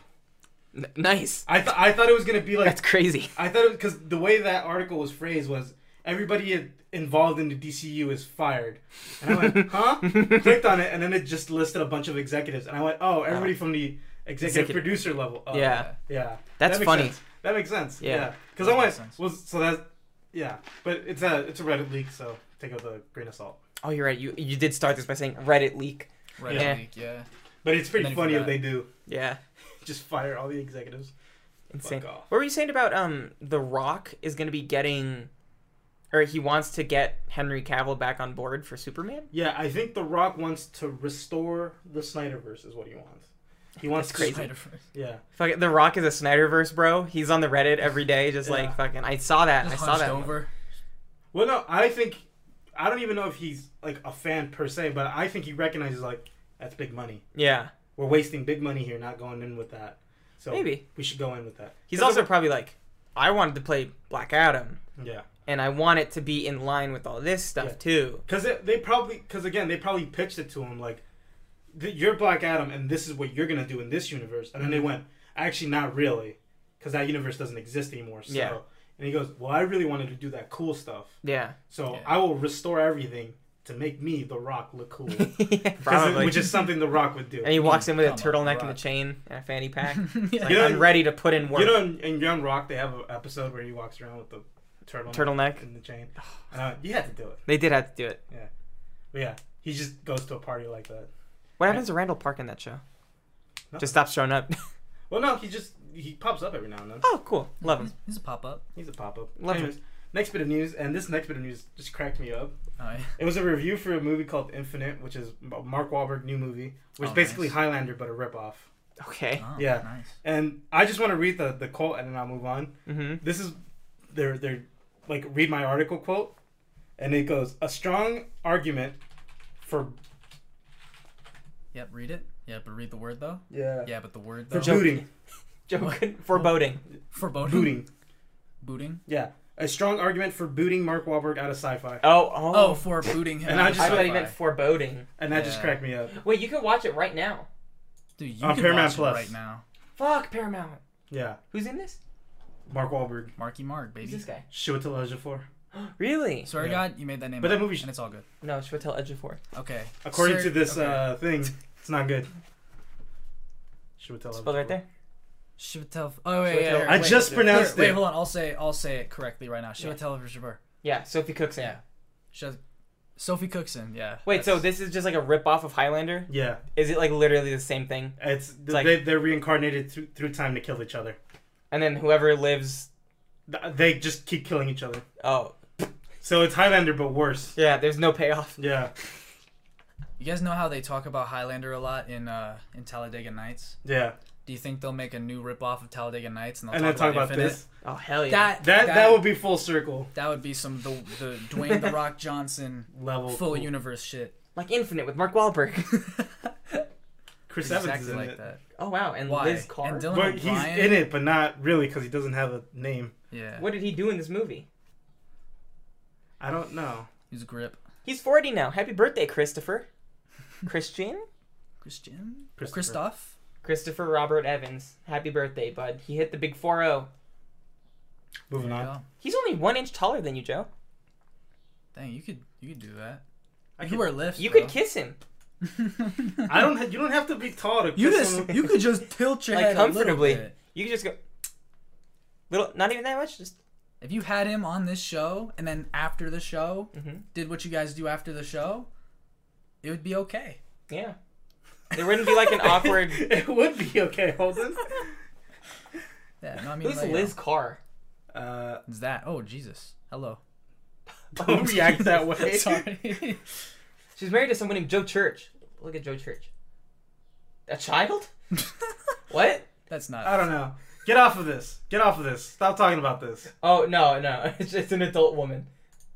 Speaker 1: N- nice.
Speaker 2: I th- I thought it was gonna be like
Speaker 1: That's crazy.
Speaker 2: I thought it because the way that article was phrased was everybody in- involved in the DCU is fired, and I went huh? Clicked on it, and then it just listed a bunch of executives, and I went oh everybody from the executive
Speaker 1: Uh-huh. Executive.
Speaker 2: producer level. Up.
Speaker 1: Yeah.
Speaker 2: yeah,
Speaker 1: That's
Speaker 2: That makes
Speaker 1: funny.
Speaker 2: sense. That makes sense.
Speaker 1: Yeah.
Speaker 2: Yeah, because
Speaker 3: That
Speaker 2: I
Speaker 3: makes
Speaker 2: went
Speaker 3: sense.
Speaker 2: was so that yeah, but it's a it's a Reddit leak, so take it with a grain of salt.
Speaker 1: Oh, you're right. You you did start this by saying Reddit leak.
Speaker 3: Right.
Speaker 1: Yeah.
Speaker 3: Yeah. yeah.
Speaker 2: But it's pretty
Speaker 3: Then you
Speaker 2: funny if
Speaker 3: forgot.
Speaker 2: they do
Speaker 1: Yeah.
Speaker 2: just fire all the executives.
Speaker 1: Insane.
Speaker 2: Fuck off.
Speaker 1: What were you saying about um The Rock is gonna be getting, or he wants to get Henry Cavill back on board for Superman?
Speaker 2: Yeah, I think The Rock wants to restore the Snyderverse is what he wants. He wants
Speaker 1: That's crazy.
Speaker 2: To,
Speaker 3: Spider-Verse.
Speaker 2: yeah.
Speaker 1: Fuck, it, The Rock is a Snyderverse, bro. He's on the Reddit every day, just
Speaker 2: Yeah.
Speaker 1: like fucking. I saw that.
Speaker 3: Just
Speaker 1: I saw
Speaker 3: hunched
Speaker 1: that.
Speaker 3: over.
Speaker 2: Well, no, I think I don't even know if he's like a fan per se, but I think he recognizes like that's big money.
Speaker 1: Yeah.
Speaker 2: We're wasting big money here, not going in with that. So
Speaker 1: Maybe.
Speaker 2: we should go in with that.
Speaker 1: He's
Speaker 2: 'Cause
Speaker 1: also probably like, I wanted to play Black Adam,
Speaker 2: of- yeah,
Speaker 1: and I want it to be in line with all this stuff
Speaker 2: Yeah.
Speaker 1: too.
Speaker 2: because they probably because again they probably pitched it to him like th- you're Black Adam and this is what you're gonna do in this universe, and then they went actually not really because that universe doesn't exist anymore. So.
Speaker 1: Yeah.
Speaker 2: And he goes, well, I really wanted to do that cool stuff.
Speaker 1: Yeah.
Speaker 2: So
Speaker 3: Yeah.
Speaker 2: I will restore everything to make me The Rock look cool, 'Cause
Speaker 1: probably.
Speaker 2: it, which is something The Rock would do.
Speaker 1: and he walks in with a
Speaker 3: Come on,
Speaker 1: turtleneck and a
Speaker 3: Rock.
Speaker 1: chain and a fanny pack.
Speaker 3: yeah.
Speaker 1: Like,
Speaker 2: You know-
Speaker 1: I'm ready to put in work.
Speaker 2: You know, in, in Young Rock, they have an episode where he walks around with the turtle
Speaker 1: Turtleneck.
Speaker 2: and the chain. Uh, you had to do it,
Speaker 1: They did have to do it.
Speaker 2: but yeah, he just goes to a party like that.
Speaker 1: What happens to Randall Park in that show?
Speaker 2: Nothing.
Speaker 1: Just stops showing up.
Speaker 2: Well, no, he just he pops up every now and then.
Speaker 1: oh, cool.
Speaker 2: Um,
Speaker 1: Love him.
Speaker 3: He's a pop-up.
Speaker 2: He's a pop up.
Speaker 1: Love him.
Speaker 2: Anyways, next bit of news, and this next bit of news just cracked me up.
Speaker 3: Oh, yeah.
Speaker 2: It was a review for a movie called Infinite, which is M- Mark Wahlberg new movie, which
Speaker 3: Oh,
Speaker 2: basically
Speaker 3: nice.
Speaker 2: Highlander but a ripoff.
Speaker 1: Okay.
Speaker 3: Oh,
Speaker 2: Yeah.
Speaker 3: Nice.
Speaker 2: And I just want to read the the quote and then I'll move on.
Speaker 1: Mm-hmm.
Speaker 2: this is their their like read my article quote and it goes a strong argument for
Speaker 3: Yep. Read it. Yeah, but read the word though.
Speaker 2: yeah,
Speaker 3: Yeah, but the word
Speaker 2: for
Speaker 3: though.
Speaker 1: Joe-
Speaker 2: booting
Speaker 1: Joking. Foreboding.
Speaker 3: Foreboding.
Speaker 2: booting
Speaker 3: Booting.
Speaker 2: yeah a strong argument for booting Mark Wahlberg out of sci-fi
Speaker 1: Oh,
Speaker 3: Oh,
Speaker 1: oh.
Speaker 3: for booting him.
Speaker 2: And I just-
Speaker 1: I thought
Speaker 3: thought
Speaker 1: he meant foreboding.
Speaker 2: and that just
Speaker 3: Yeah.
Speaker 2: cracked me up
Speaker 1: Wait, you can watch it right now.
Speaker 3: Dude, you
Speaker 2: On
Speaker 3: can
Speaker 2: Paramount
Speaker 3: watch
Speaker 2: Plus.
Speaker 3: it right now.
Speaker 1: Fuck Paramount.
Speaker 2: yeah
Speaker 1: Who's in this?
Speaker 2: Mark Wahlberg
Speaker 3: Marky Mark,
Speaker 1: Who's
Speaker 3: baby.
Speaker 1: this guy?
Speaker 2: Shoot Elijah for
Speaker 1: Really?
Speaker 3: Swear to
Speaker 2: Yeah.
Speaker 3: God, you made that name.
Speaker 2: But that
Speaker 3: up,
Speaker 2: movie sh-
Speaker 3: and it's all good.
Speaker 1: No, Shvatel Ejiofor.
Speaker 3: Okay.
Speaker 2: according
Speaker 3: Sir-
Speaker 2: to this
Speaker 3: okay.
Speaker 2: uh thing it's not good Shoot
Speaker 1: Spelled right there.
Speaker 3: Chiwetel. Oh wait, yeah,
Speaker 1: Chiwetel-
Speaker 3: yeah,
Speaker 2: I
Speaker 3: wait.
Speaker 2: just pronounced
Speaker 3: wait,
Speaker 2: it
Speaker 3: hold on. I'll say I'll say it correctly right now. Chiwetel Ejiofor.
Speaker 1: Yeah, Sophie Cook's in. it.
Speaker 3: Yeah. Chiwetel- Sophie Cookson. Yeah.
Speaker 1: Wait, so
Speaker 3: that's-
Speaker 1: this is just like a ripoff of Highlander?
Speaker 2: yeah
Speaker 1: Is it like literally the same thing?
Speaker 2: it's,
Speaker 1: like-
Speaker 2: they, they're reincarnated through, through time to kill each other
Speaker 1: And then whoever lives.
Speaker 2: Th- they just keep killing each other
Speaker 1: Oh,
Speaker 2: so it's Highlander but worse
Speaker 1: yeah, there's no payoff.
Speaker 2: yeah
Speaker 3: you guys know how they talk about Highlander a lot in uh in Talladega Nights.
Speaker 2: yeah
Speaker 3: Do Do you think they'll make a new ripoff of Talladega Nights and they'll
Speaker 2: and then
Speaker 3: talk,
Speaker 2: talk
Speaker 3: about,
Speaker 2: about
Speaker 3: Infinite?
Speaker 2: this.
Speaker 1: Oh hell yeah!
Speaker 3: That
Speaker 2: That that would be full circle
Speaker 3: that would be some the the Dwayne the Rock Johnson
Speaker 2: level.
Speaker 3: full
Speaker 2: cool.
Speaker 3: universe shit.
Speaker 1: like Infinite with Mark Wahlberg.
Speaker 2: Chris Evans is
Speaker 3: exactly
Speaker 2: in
Speaker 3: like
Speaker 2: it.
Speaker 3: that.
Speaker 1: Oh wow, and
Speaker 3: Why?
Speaker 1: Liz Carr.
Speaker 3: And Dylan
Speaker 2: But he's
Speaker 3: O'Brien.
Speaker 2: in it, but not really because he doesn't have a name.
Speaker 3: Yeah.
Speaker 1: what did he do in this movie?
Speaker 2: I don't know.
Speaker 3: He's grip.
Speaker 1: He's forty now. Happy birthday, Christopher. Christian.
Speaker 3: Christian.
Speaker 2: Christopher.
Speaker 3: Christoph.
Speaker 1: Christopher Robert Evans. Happy birthday, bud. He hit the big four zero.
Speaker 2: Moving on.
Speaker 3: Yeah.
Speaker 1: He's only one inch taller than you, Joe.
Speaker 3: Dang, you could you could do that.
Speaker 2: I
Speaker 3: You
Speaker 2: could-
Speaker 3: could wear lifts.
Speaker 1: You
Speaker 3: bro.
Speaker 1: could kiss him.
Speaker 2: I don't. ha- You don't have to be tall to.
Speaker 3: You
Speaker 2: kiss
Speaker 3: just
Speaker 2: someone.
Speaker 3: you could just tilt your
Speaker 1: Like,
Speaker 3: head a little
Speaker 1: comfortably.
Speaker 3: bit.
Speaker 1: You could just go. Little, not even that much. Just
Speaker 3: If you had him on this show and then after the show
Speaker 1: Mm-hmm.
Speaker 3: did what you guys do after the show, it would be okay.
Speaker 1: yeah. There wouldn't be like an awkward.
Speaker 2: it would be okay, Holden.
Speaker 3: Yeah, no, I mean,
Speaker 1: Who's
Speaker 3: like, you
Speaker 1: Liz
Speaker 3: know,
Speaker 1: Carr?
Speaker 2: Uh,
Speaker 3: it's that. Oh Jesus, hello.
Speaker 2: don't react that way.
Speaker 3: Sorry.
Speaker 1: She's married to someone named Joe Church. Look at Joe Church. A child? what?
Speaker 3: That's not.
Speaker 2: I don't know. Get off of this. Get off of this. Stop talking about this.
Speaker 1: Oh no, no. It's just an adult woman.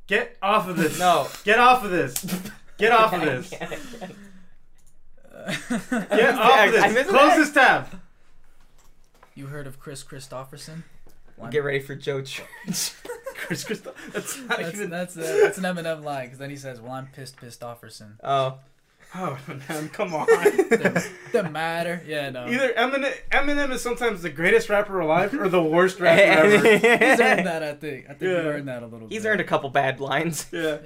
Speaker 2: Get off of this.
Speaker 1: No.
Speaker 2: Get off of this. Get off of this.
Speaker 1: I can't, I can't.
Speaker 2: Get
Speaker 3: uh,
Speaker 1: missed
Speaker 2: off of
Speaker 1: the- I
Speaker 2: this.
Speaker 1: missed
Speaker 2: Close
Speaker 1: the-
Speaker 2: this tab.
Speaker 3: you heard of Chris Christopherson?
Speaker 1: Get ready for Joe Church.
Speaker 2: Chris Christoph. That's not
Speaker 3: That's
Speaker 2: even.
Speaker 3: that's, a, that's an Eminem line because then he says, "Well, I'm pissed, pissed offerson."
Speaker 1: Oh,
Speaker 2: Oh man, come on.
Speaker 3: The matter, yeah, no.
Speaker 2: Either Eminem, Eminem is sometimes the greatest rapper alive or the worst rapper ever.
Speaker 3: He's earned that, I think. I think
Speaker 2: Yeah.
Speaker 3: you earned that a little
Speaker 1: He's
Speaker 3: bit.
Speaker 1: earned a couple bad lines.
Speaker 2: Yeah.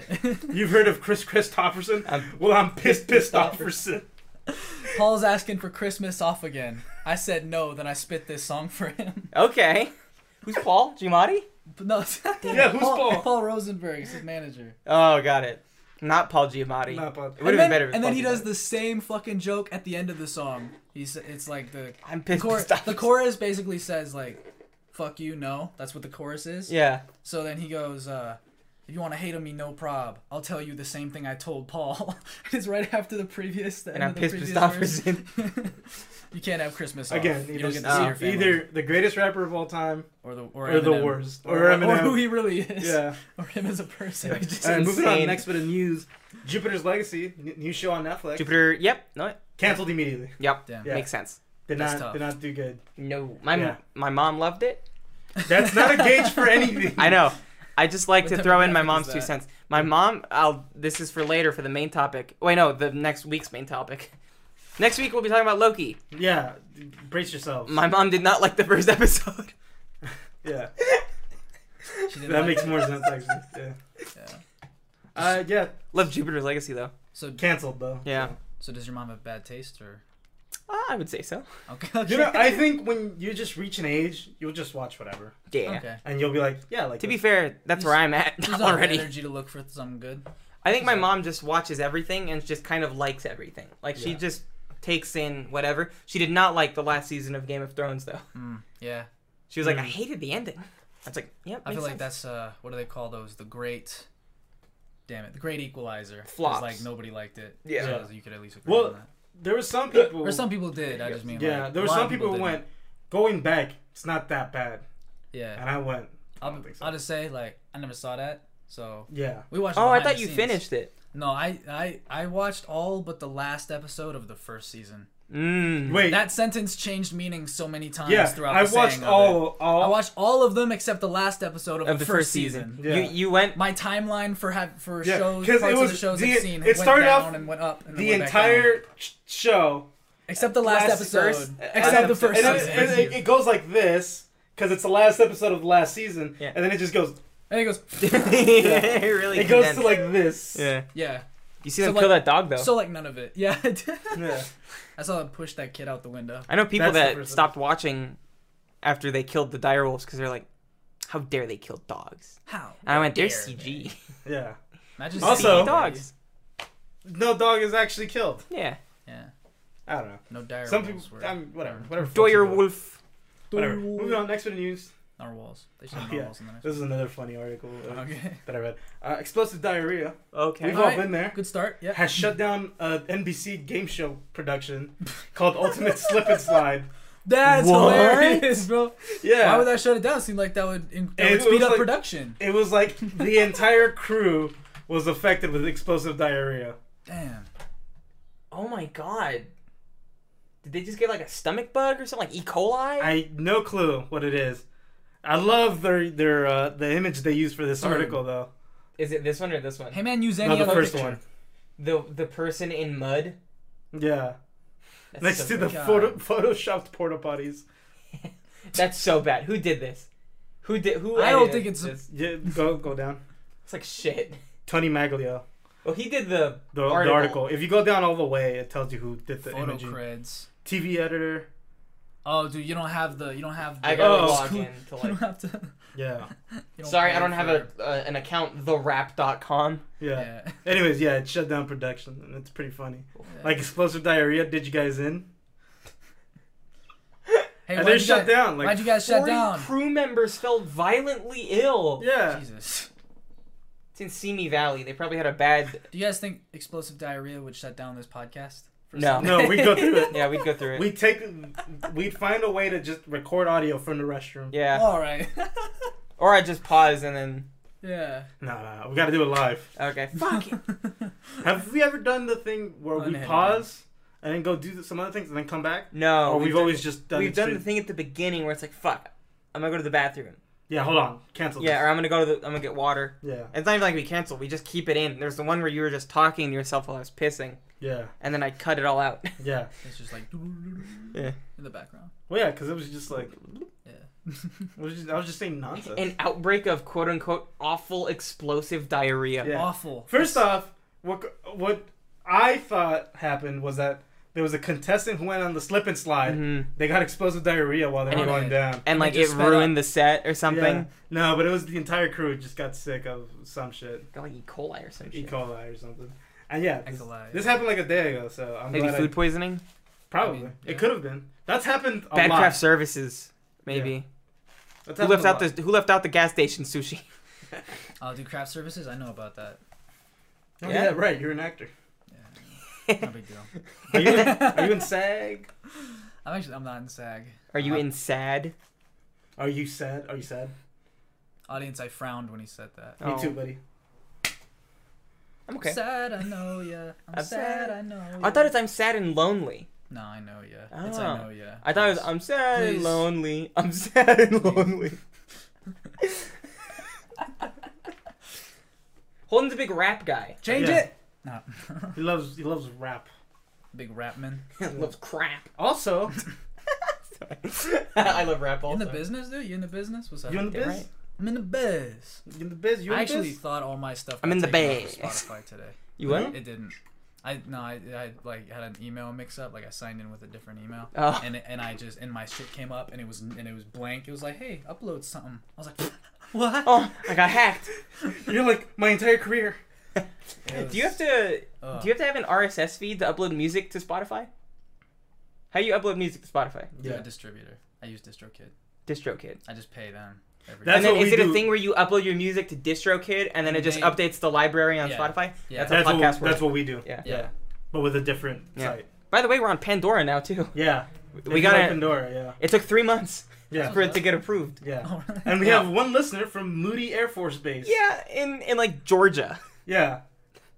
Speaker 2: You've heard of Chris Christopherson?
Speaker 1: I'm-
Speaker 2: well, I'm pissed, pissed
Speaker 1: Christopherson.
Speaker 2: Offerson.
Speaker 3: Paul's asking for Christmas off again. I said no, then I spit this song for him.
Speaker 1: Okay. Who's Paul? Giamatti?
Speaker 3: But no,
Speaker 2: Yeah, who's Paul?
Speaker 3: Paul Rosenberg is his manager.
Speaker 1: Oh, got it. Not Paul Giamatti.
Speaker 2: Not bad.
Speaker 1: It would have
Speaker 3: and then,
Speaker 1: been better. if
Speaker 3: and then
Speaker 1: Paul
Speaker 3: he does
Speaker 1: Giamatti-
Speaker 3: the same fucking joke at the end of the song. He's it's like the
Speaker 1: I'm pissed.
Speaker 3: chor-
Speaker 1: pissed off.
Speaker 3: the chorus basically says like fuck you no that's what the chorus is
Speaker 1: Yeah.
Speaker 3: so then he goes uh if you want to hate on me no prob i'll tell you the same thing i told paul it's right after the previous the
Speaker 1: And
Speaker 3: end
Speaker 1: I'm
Speaker 3: of the
Speaker 1: pissed
Speaker 3: previous
Speaker 1: Christopherson.
Speaker 3: verse. you can't have christmas off.
Speaker 2: Again,
Speaker 3: you don't get
Speaker 2: either, uh,
Speaker 3: to see your family.
Speaker 2: either the greatest rapper of all time
Speaker 3: or the or,
Speaker 2: or, the
Speaker 3: Eminem.
Speaker 2: worst. Or,
Speaker 3: or, or
Speaker 2: Eminem.
Speaker 3: who he really is
Speaker 2: yeah.
Speaker 3: or him as a person
Speaker 1: Just
Speaker 2: All right, moving on.
Speaker 1: insane.
Speaker 2: Next bit of news: Jupiter's Legacy, n- new show on Netflix,
Speaker 1: Jupiter. Yep. No.
Speaker 2: canceled immediately.
Speaker 1: Yep.
Speaker 3: Damn.
Speaker 2: Yeah.
Speaker 1: Makes sense.
Speaker 2: Did not,
Speaker 3: That's tough.
Speaker 2: did not do good.
Speaker 1: No, my
Speaker 2: Yeah.
Speaker 1: my mom loved it.
Speaker 2: That's not a gauge for anything.
Speaker 1: I know. I just like
Speaker 3: What
Speaker 1: to throw in
Speaker 3: demographic
Speaker 1: my
Speaker 3: is
Speaker 1: mom's two
Speaker 3: that?
Speaker 1: cents. My mom, I'll. This is for later for the main topic. Wait, no, the next week's main topic. Next week we'll be talking about Loki.
Speaker 2: Yeah, brace yourselves.
Speaker 1: My mom did not like the first episode.
Speaker 2: yeah,
Speaker 3: She didn't
Speaker 2: that
Speaker 3: like
Speaker 2: makes
Speaker 3: it.
Speaker 2: more sense actually. Yeah.
Speaker 3: Yeah.
Speaker 2: Uh, yeah,
Speaker 1: Love Jupiter's Legacy though.
Speaker 3: so
Speaker 2: canceled though.
Speaker 1: Yeah,
Speaker 3: so does your mom have bad taste or
Speaker 1: Uh, I would say so.
Speaker 3: okay
Speaker 2: You know, I think when you just reach an age, you'll just watch whatever,
Speaker 1: Yeah.
Speaker 3: okay
Speaker 2: and you'll be like, yeah, like. uh,
Speaker 1: To be
Speaker 2: this.
Speaker 1: fair, that's where I'm at
Speaker 3: She's not
Speaker 1: already.
Speaker 3: energy to look for something good
Speaker 1: I think my
Speaker 3: Sorry.
Speaker 1: mom just watches everything and just kind of likes everything. Like she
Speaker 2: Yeah.
Speaker 1: just takes in whatever. She did not like the last season of Game of Thrones though.
Speaker 3: mm, yeah
Speaker 1: She was like,
Speaker 2: Mm.
Speaker 1: I hated the ending. I was like, yep.
Speaker 3: I
Speaker 1: makes
Speaker 3: feel like
Speaker 1: sense.
Speaker 3: that's uh, what do they call those? The great, damn it, the great equalizer. 'Cause,
Speaker 1: Flops.
Speaker 3: Like nobody liked it.
Speaker 1: Yeah.
Speaker 3: So you could at least agree
Speaker 2: Well,
Speaker 3: on that.
Speaker 2: there were some people.
Speaker 3: Or some people did. I just mean.
Speaker 2: yeah,
Speaker 3: like,
Speaker 2: there
Speaker 3: a
Speaker 2: were
Speaker 3: lot
Speaker 2: some
Speaker 3: of
Speaker 2: people who
Speaker 3: didn't.
Speaker 2: went going back. It's not that bad,
Speaker 3: Yeah.
Speaker 2: and I went. I
Speaker 3: I'll,
Speaker 2: don't think so.
Speaker 3: I'll just say like I never saw that. So
Speaker 2: Yeah,
Speaker 3: we watched.
Speaker 1: Oh, I
Speaker 3: behind
Speaker 1: thought
Speaker 3: the
Speaker 1: you
Speaker 3: scenes.
Speaker 1: finished it.
Speaker 3: No, I, I I watched all but the last episode of the first season.
Speaker 1: Mm.
Speaker 2: wait.
Speaker 3: That sentence changed meaning so many times
Speaker 2: yeah,
Speaker 3: throughout.
Speaker 2: I
Speaker 3: the
Speaker 2: watched
Speaker 3: saying of it.
Speaker 2: all. all
Speaker 3: I watched all of them except the last episode of,
Speaker 1: of the first, season.
Speaker 2: Yeah.
Speaker 1: You you went.
Speaker 3: My timeline for have for
Speaker 2: Yeah,
Speaker 3: shows
Speaker 2: 'cause
Speaker 3: parts
Speaker 2: it
Speaker 3: of the
Speaker 2: was
Speaker 3: shows
Speaker 2: the-
Speaker 3: I've seen
Speaker 2: it
Speaker 3: went
Speaker 2: started
Speaker 3: down
Speaker 2: off
Speaker 3: and went up and then
Speaker 2: the
Speaker 3: went back down.
Speaker 2: entire sh- show
Speaker 3: Except the last,
Speaker 2: Last-
Speaker 3: episode.
Speaker 1: first-
Speaker 3: Except the
Speaker 1: episode.
Speaker 3: first
Speaker 2: and then-
Speaker 3: season.
Speaker 2: and it, it goes like this because it's the last episode of the last season,
Speaker 1: Yeah.
Speaker 2: and then it just goes.
Speaker 3: and it goes,
Speaker 1: it really
Speaker 2: It goes to
Speaker 1: condensed.
Speaker 2: like this.
Speaker 1: yeah.
Speaker 3: yeah.
Speaker 1: You see
Speaker 3: So,
Speaker 1: them kill
Speaker 3: like-
Speaker 1: that dog though.
Speaker 3: So, like, none of it. Yeah. I did.
Speaker 2: Yeah.
Speaker 3: I saw them push that kid out the window.
Speaker 1: I know people
Speaker 2: That's
Speaker 1: that
Speaker 2: the first
Speaker 1: stopped watching after they killed the direwolves because they're like, how dare they kill dogs?
Speaker 3: How?
Speaker 1: And I went, they're
Speaker 3: dare
Speaker 1: CG.
Speaker 2: Yeah.
Speaker 3: Imagine
Speaker 2: Also-
Speaker 1: CG dogs.
Speaker 2: No dog is actually killed.
Speaker 1: Yeah.
Speaker 3: Yeah.
Speaker 2: I don't know.
Speaker 3: No dire
Speaker 2: Some people.
Speaker 3: wolves were.
Speaker 2: I mean, whatever. Whatever. floats
Speaker 1: Doyer
Speaker 2: your boat.
Speaker 1: Wolf.
Speaker 2: Whatever. Moving on. Next bit of news.
Speaker 3: Narwhals. They should have
Speaker 2: Oh, yeah.
Speaker 3: narwhals in the
Speaker 2: This is another funny article uh,
Speaker 3: next Okay.
Speaker 2: that I read. Uh, explosive diarrhea
Speaker 1: Okay.
Speaker 2: We've
Speaker 3: All
Speaker 2: all
Speaker 3: right.
Speaker 2: been there.
Speaker 3: Good start. Yeah.
Speaker 2: uh, has shut down a NBC game show production called Ultimate Slip and Slide
Speaker 3: That's
Speaker 1: What?
Speaker 3: hilarious, bro.
Speaker 2: Yeah.
Speaker 3: Why would I shut it down? Seemed like that would, in, that
Speaker 2: It
Speaker 3: would speed
Speaker 2: was
Speaker 3: up
Speaker 2: like-
Speaker 3: production.
Speaker 2: It was like the entire crew was affected with explosive diarrhea.
Speaker 3: Damn.
Speaker 1: Oh my god. Did they just get like a stomach bug or something like E. coli?
Speaker 2: I no clue what it is. I love their their uh, the image they use for this
Speaker 3: Mm.
Speaker 2: article though.
Speaker 1: Is it this one or this one?
Speaker 3: Hey man, use any
Speaker 2: No, the
Speaker 3: other
Speaker 2: first
Speaker 3: picture.
Speaker 2: one.
Speaker 1: The the person in mud.
Speaker 2: Yeah,
Speaker 1: That's
Speaker 2: next
Speaker 1: so
Speaker 2: to the
Speaker 1: bad.
Speaker 3: God.
Speaker 2: photo, photoshopped porta potties.
Speaker 1: That's so bad. Who did this? Who did who?
Speaker 3: I don't
Speaker 1: edited
Speaker 3: think it's a-
Speaker 1: this?
Speaker 2: Yeah, go go down.
Speaker 1: It's like shit.
Speaker 2: Tony Maglio,
Speaker 1: Well, he did the,
Speaker 2: the the
Speaker 1: article.
Speaker 2: article. If you go down all the way, it tells you who did the
Speaker 3: Photo
Speaker 2: imaging.
Speaker 3: creds.
Speaker 2: TV editor.
Speaker 3: Oh, dude, you don't have the. You don't have. The,
Speaker 1: I gotta
Speaker 2: Oh,
Speaker 1: log
Speaker 3: cool.
Speaker 1: in to
Speaker 3: You don't
Speaker 1: like.
Speaker 3: have to.
Speaker 2: Yeah,
Speaker 3: you
Speaker 1: Sorry,
Speaker 3: pay
Speaker 1: I don't have
Speaker 3: for-
Speaker 1: a uh, an account. Therap.com.
Speaker 2: yeah.
Speaker 3: Yeah.
Speaker 2: Anyways, yeah, it shut down production, and it's pretty funny. Like explosive diarrhea did you guys in?
Speaker 3: Hey,
Speaker 2: and
Speaker 3: why'd
Speaker 2: they
Speaker 3: you
Speaker 2: shut
Speaker 3: guys-
Speaker 2: down. Like
Speaker 3: why'd you guys shut
Speaker 1: Forty
Speaker 3: down?
Speaker 1: crew members fell violently ill.
Speaker 2: Yeah.
Speaker 3: Jesus.
Speaker 1: It's in Simi Valley. They probably had a bad.
Speaker 3: Do you guys think explosive diarrhea would shut down this podcast? For
Speaker 1: No.
Speaker 3: some-
Speaker 2: No, we go through it.
Speaker 1: Yeah, we'd go through it.
Speaker 2: We take, we find a way to just record audio from the restroom.
Speaker 1: yeah.
Speaker 3: All right.
Speaker 1: Or I just pause and then.
Speaker 3: yeah.
Speaker 2: No, no, no, we gotta do it live.
Speaker 1: Okay. Fuck it.
Speaker 2: Have we ever done the thing where we
Speaker 3: Unedited.
Speaker 2: pause and then go do some other things and then come back?
Speaker 1: No.
Speaker 2: or Oh, we've,
Speaker 1: done-
Speaker 2: always just done.
Speaker 1: we've
Speaker 2: it
Speaker 1: done the
Speaker 2: straight-
Speaker 1: thing at the beginning where it's like, fuck, I'm gonna go to the bathroom.
Speaker 2: Yeah, hold on, cancel.
Speaker 1: Yeah, or I'm gonna go to the, I'm gonna get water.
Speaker 2: This. Yeah,
Speaker 1: It's not even like we cancel. We just keep it in. There's the one where you were just talking to yourself while I was pissing,
Speaker 2: yeah,
Speaker 1: and then I cut it all out.
Speaker 2: yeah.
Speaker 3: It's just like. In the background.
Speaker 2: Well, yeah, because it was just like
Speaker 3: Yeah.
Speaker 2: it was just, I was just saying nonsense.
Speaker 1: An outbreak of quote unquote awful explosive diarrhea.
Speaker 2: Yeah.
Speaker 3: Awful.
Speaker 2: First off, what what I thought happened was that there was a contestant who went on the slip and slide.
Speaker 1: Mhm.
Speaker 2: They got exposed with diarrhea while they
Speaker 1: And
Speaker 2: were
Speaker 3: it-
Speaker 2: going down.
Speaker 1: And like
Speaker 3: They
Speaker 1: it
Speaker 3: just fed
Speaker 1: ruined the set or
Speaker 2: Yeah.
Speaker 1: something.
Speaker 2: No, but it was the entire crew just got sick of some shit,
Speaker 1: Got like E. coli or some
Speaker 2: E.
Speaker 1: shit.
Speaker 2: coli or something. And yeah,
Speaker 3: E.
Speaker 2: this,
Speaker 3: coli,
Speaker 2: this
Speaker 3: yeah.
Speaker 2: happened like a day ago, so I'm
Speaker 1: Maybe
Speaker 2: glad I-
Speaker 1: food poisoning.
Speaker 2: probably
Speaker 3: I mean, yeah.
Speaker 2: it could have been. That's happened a
Speaker 1: Bad
Speaker 2: lot.
Speaker 1: craft services. Maybe.
Speaker 2: That's
Speaker 1: Who
Speaker 2: happened
Speaker 1: left
Speaker 2: a
Speaker 1: out
Speaker 2: lot.
Speaker 1: the Who left out the gas station sushi?
Speaker 3: I'll do craft services. I know about that.
Speaker 2: Oh,
Speaker 1: Yeah.
Speaker 2: yeah. right. You're an actor.
Speaker 3: No big deal.
Speaker 2: Are you, are you in SAG?
Speaker 3: I'm actually. I'm not in SAG.
Speaker 1: Are you
Speaker 2: Uh-huh.
Speaker 1: in sad?
Speaker 2: Are Oh, you sad? Are you sad?
Speaker 3: Audience, I frowned when he said that.
Speaker 1: Oh,
Speaker 2: Me too, buddy.
Speaker 1: I'm okay.
Speaker 3: Sad, I know ya. I'm,
Speaker 1: I'm
Speaker 3: sad,
Speaker 1: sad.
Speaker 3: I know. Ya.
Speaker 1: I thought it's I'm sad and lonely.
Speaker 3: No, I know ya. It's I
Speaker 1: Oh.
Speaker 3: know ya.
Speaker 1: I thought it was
Speaker 3: Please.
Speaker 1: I'm sad and
Speaker 3: Please.
Speaker 1: lonely. I'm sad and
Speaker 3: Please.
Speaker 1: lonely. Holden's a big rap guy.
Speaker 3: Change
Speaker 2: Yeah.
Speaker 3: it. No.
Speaker 2: He loves he loves rap.
Speaker 3: Big rap man.
Speaker 1: Loves crap.
Speaker 2: Also,
Speaker 1: I love rap
Speaker 3: You in
Speaker 1: also.
Speaker 3: the business, dude? You in the business? What's up?
Speaker 2: you in the biz?
Speaker 1: Damn right.
Speaker 3: I'm in the biz.
Speaker 2: You in the biz? You in
Speaker 3: I
Speaker 2: the
Speaker 3: actually
Speaker 2: biz?
Speaker 3: thought all my stuff.
Speaker 1: I'm
Speaker 3: got
Speaker 1: in the
Speaker 3: taken off of
Speaker 1: biz.
Speaker 3: Spotify today.
Speaker 1: you what?
Speaker 3: It didn't. I no, I, I like had an email mix up. Like I signed in with a different email,
Speaker 1: Oh.
Speaker 3: and it, and I just and my shit came up, and it was and it was blank. It was like, hey, upload something. I was like, what?
Speaker 1: Oh, I got hacked.
Speaker 2: You're like my entire career.
Speaker 1: Do you have to?
Speaker 3: Ugh.
Speaker 1: Do you have to have an RSS feed to upload music to Spotify? How do you upload music to Spotify?
Speaker 3: Do
Speaker 2: Yeah.
Speaker 3: a distributor. I use DistroKid.
Speaker 1: DistroKid.
Speaker 3: I just pay them. Every
Speaker 2: That's
Speaker 1: and then
Speaker 2: what
Speaker 1: is
Speaker 2: we
Speaker 1: it a
Speaker 2: do.
Speaker 1: thing where you upload your music to DistroKid and then it just
Speaker 3: They-
Speaker 1: updates the library on
Speaker 3: Yeah.
Speaker 1: Spotify?
Speaker 3: Yeah.
Speaker 1: That's a
Speaker 2: That's what,
Speaker 1: podcast word.
Speaker 2: that's what we do.
Speaker 1: Yeah.
Speaker 3: yeah.
Speaker 2: But with a different
Speaker 1: Yeah.
Speaker 2: site.
Speaker 1: By the way, we're on Pandora now too.
Speaker 2: Yeah.
Speaker 1: We
Speaker 2: If
Speaker 1: got
Speaker 2: you like
Speaker 1: it.
Speaker 2: Pandora. Yeah.
Speaker 1: It took three months
Speaker 2: Yeah.
Speaker 1: for it to get approved.
Speaker 2: Yeah.
Speaker 3: Oh, really?
Speaker 2: And we
Speaker 1: Yeah.
Speaker 2: have one listener from Moody Air Force Base.
Speaker 1: Yeah, in in like Georgia.
Speaker 2: Yeah.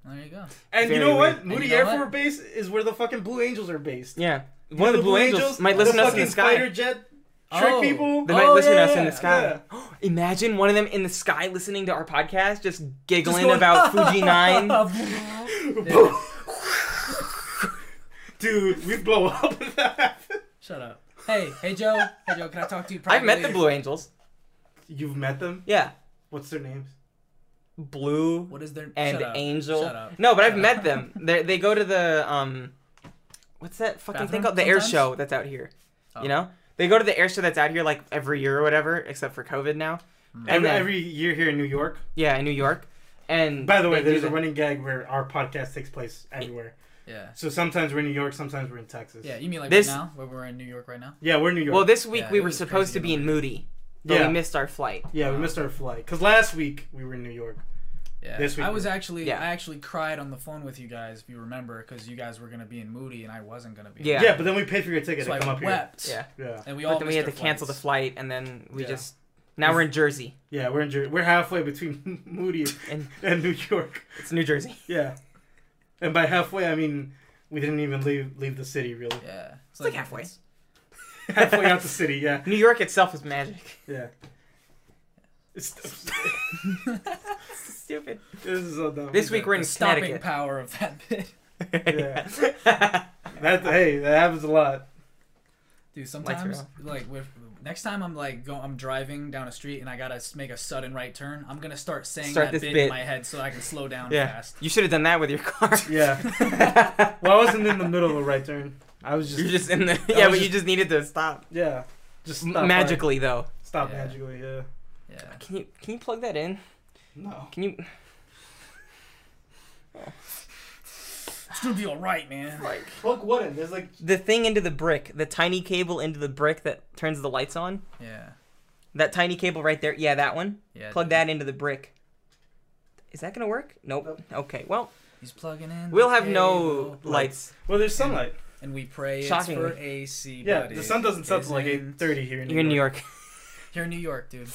Speaker 3: There you go.
Speaker 2: And
Speaker 1: Very
Speaker 2: you know
Speaker 1: weird.
Speaker 2: what?
Speaker 1: And
Speaker 2: Moody
Speaker 3: you know
Speaker 2: Air
Speaker 3: what?
Speaker 2: Force Base is where the fucking Blue Angels are based.
Speaker 1: Yeah. One of the Blue, Angels, might listen
Speaker 2: the
Speaker 1: to us in
Speaker 2: fucking
Speaker 1: the sky.
Speaker 2: Spider jet trick
Speaker 3: Oh.
Speaker 2: people.
Speaker 1: They might
Speaker 3: Oh,
Speaker 1: listen to
Speaker 3: yeah,
Speaker 1: us in
Speaker 3: yeah,
Speaker 1: the sky. Imagine one of them in the sky listening to our podcast, just giggling
Speaker 2: going,
Speaker 1: about Fuji Nine.
Speaker 3: Yeah.
Speaker 2: Dude, we blow up if that happened.
Speaker 3: Shut up. Hey, hey Joe. Hey Joe, can I talk to you
Speaker 1: I've
Speaker 3: privately?
Speaker 1: met the Blue Angels.
Speaker 2: You've met them?
Speaker 1: Yeah,
Speaker 2: What's their names?
Speaker 1: Blue
Speaker 3: What is their
Speaker 1: and
Speaker 3: Shut up.
Speaker 1: Angel.
Speaker 3: Shut up.
Speaker 1: No, but I've
Speaker 3: Shut
Speaker 1: met
Speaker 3: up.
Speaker 1: them. They they go to the um, what's that fucking thing
Speaker 3: Bathroom
Speaker 1: called? The air
Speaker 3: sometimes?
Speaker 1: show that's out here.
Speaker 3: Oh.
Speaker 1: You know, they go to the air show that's out here like every year or whatever, except for COVID now.
Speaker 3: Mm.
Speaker 2: Every,
Speaker 1: then-
Speaker 2: every year here in New York.
Speaker 1: Yeah, in New York. And
Speaker 2: By the way,
Speaker 1: they do
Speaker 2: there's a
Speaker 1: the-
Speaker 2: running gag where our podcast takes place everywhere.
Speaker 3: Yeah.
Speaker 2: So sometimes we're in New York, sometimes we're in Texas.
Speaker 3: Yeah, you mean like
Speaker 1: This-
Speaker 3: right now? Where we're in New York right now?
Speaker 2: Yeah, we're in New York.
Speaker 1: Well, this week
Speaker 3: Yeah,
Speaker 1: we
Speaker 3: it
Speaker 1: were
Speaker 3: was
Speaker 1: supposed to
Speaker 3: crazy
Speaker 1: be in Moody, but
Speaker 2: yeah.
Speaker 1: we missed our flight.
Speaker 2: yeah, we missed our flight. Because last week we were in New York.
Speaker 3: Yeah.
Speaker 2: This week
Speaker 3: I was
Speaker 2: was-
Speaker 3: actually
Speaker 1: Yeah.
Speaker 3: I actually cried on the phone with you guys if you remember because you guys were gonna be in Moody and I wasn't gonna be.
Speaker 1: Yeah.
Speaker 2: Yeah. but then we paid for your ticket
Speaker 3: So
Speaker 2: to
Speaker 3: I
Speaker 2: come up
Speaker 3: wept.
Speaker 1: Yeah.
Speaker 2: here. Yeah,
Speaker 3: And we all.
Speaker 1: But then we
Speaker 3: missed
Speaker 1: had to
Speaker 3: our
Speaker 1: cancel the
Speaker 3: flights.
Speaker 1: flight, and then we
Speaker 2: Yeah.
Speaker 1: just now we're in Jersey.
Speaker 2: yeah, we're in Jer- we're halfway between Moody
Speaker 1: And-
Speaker 2: and, and New York.
Speaker 1: It's New Jersey.
Speaker 2: Yeah, and by halfway I mean we didn't even leave leave the city really.
Speaker 3: Yeah. It's
Speaker 1: like halfway.
Speaker 3: it's-
Speaker 2: halfway out the city. Yeah,
Speaker 1: New York itself is magic.
Speaker 2: yeah. It's,
Speaker 1: Stupid.
Speaker 2: this is so dumb.
Speaker 1: This week we're in
Speaker 3: the stopping
Speaker 1: Connecticut.
Speaker 3: power of that bit.
Speaker 1: yeah.
Speaker 2: That hey, that happens a lot.
Speaker 3: Dude,
Speaker 1: are
Speaker 3: sometimes
Speaker 1: off.
Speaker 3: like with next time I'm like go I'm driving down a street and I gotta s- make a sudden right turn. I'm gonna start saying
Speaker 1: Start
Speaker 3: that
Speaker 1: this
Speaker 3: bit,
Speaker 1: bit.
Speaker 3: in my head so I can slow down
Speaker 1: Yeah.
Speaker 3: fast.
Speaker 1: You should have done that with your car.
Speaker 2: Yeah. Well, I wasn't in the middle of a right turn. I was just
Speaker 1: You're just in the yeah, but
Speaker 2: was
Speaker 1: you just needed to stop
Speaker 2: yeah, just stop
Speaker 1: magically though.
Speaker 2: right. Stop
Speaker 3: Yeah.
Speaker 2: magically. Yeah.
Speaker 3: Yeah.
Speaker 1: Can you can you plug that in?
Speaker 2: No.
Speaker 1: Can you
Speaker 3: It's gonna be alright, man.
Speaker 2: Like plug what in? There's like
Speaker 1: the thing into the brick, the tiny cable into the brick that turns the lights on?
Speaker 3: Yeah.
Speaker 1: That tiny cable right there. Yeah, that one.
Speaker 3: Yeah.
Speaker 1: Plug
Speaker 3: dude.
Speaker 1: that into the brick. Is that gonna work? Nope.
Speaker 2: Nope.
Speaker 1: Okay. Well,
Speaker 3: He's plugging in.
Speaker 1: we'll
Speaker 3: the
Speaker 1: have no
Speaker 3: cable.
Speaker 1: lights.
Speaker 2: well, there's sunlight.
Speaker 3: And we pray
Speaker 1: Shockingly.
Speaker 3: it's for AC.
Speaker 2: Yeah,
Speaker 3: buddy.
Speaker 2: the sun doesn't set till like eight
Speaker 3: Isn't-
Speaker 2: thirty here in New
Speaker 1: You're in New York.
Speaker 3: Here in New York, dude.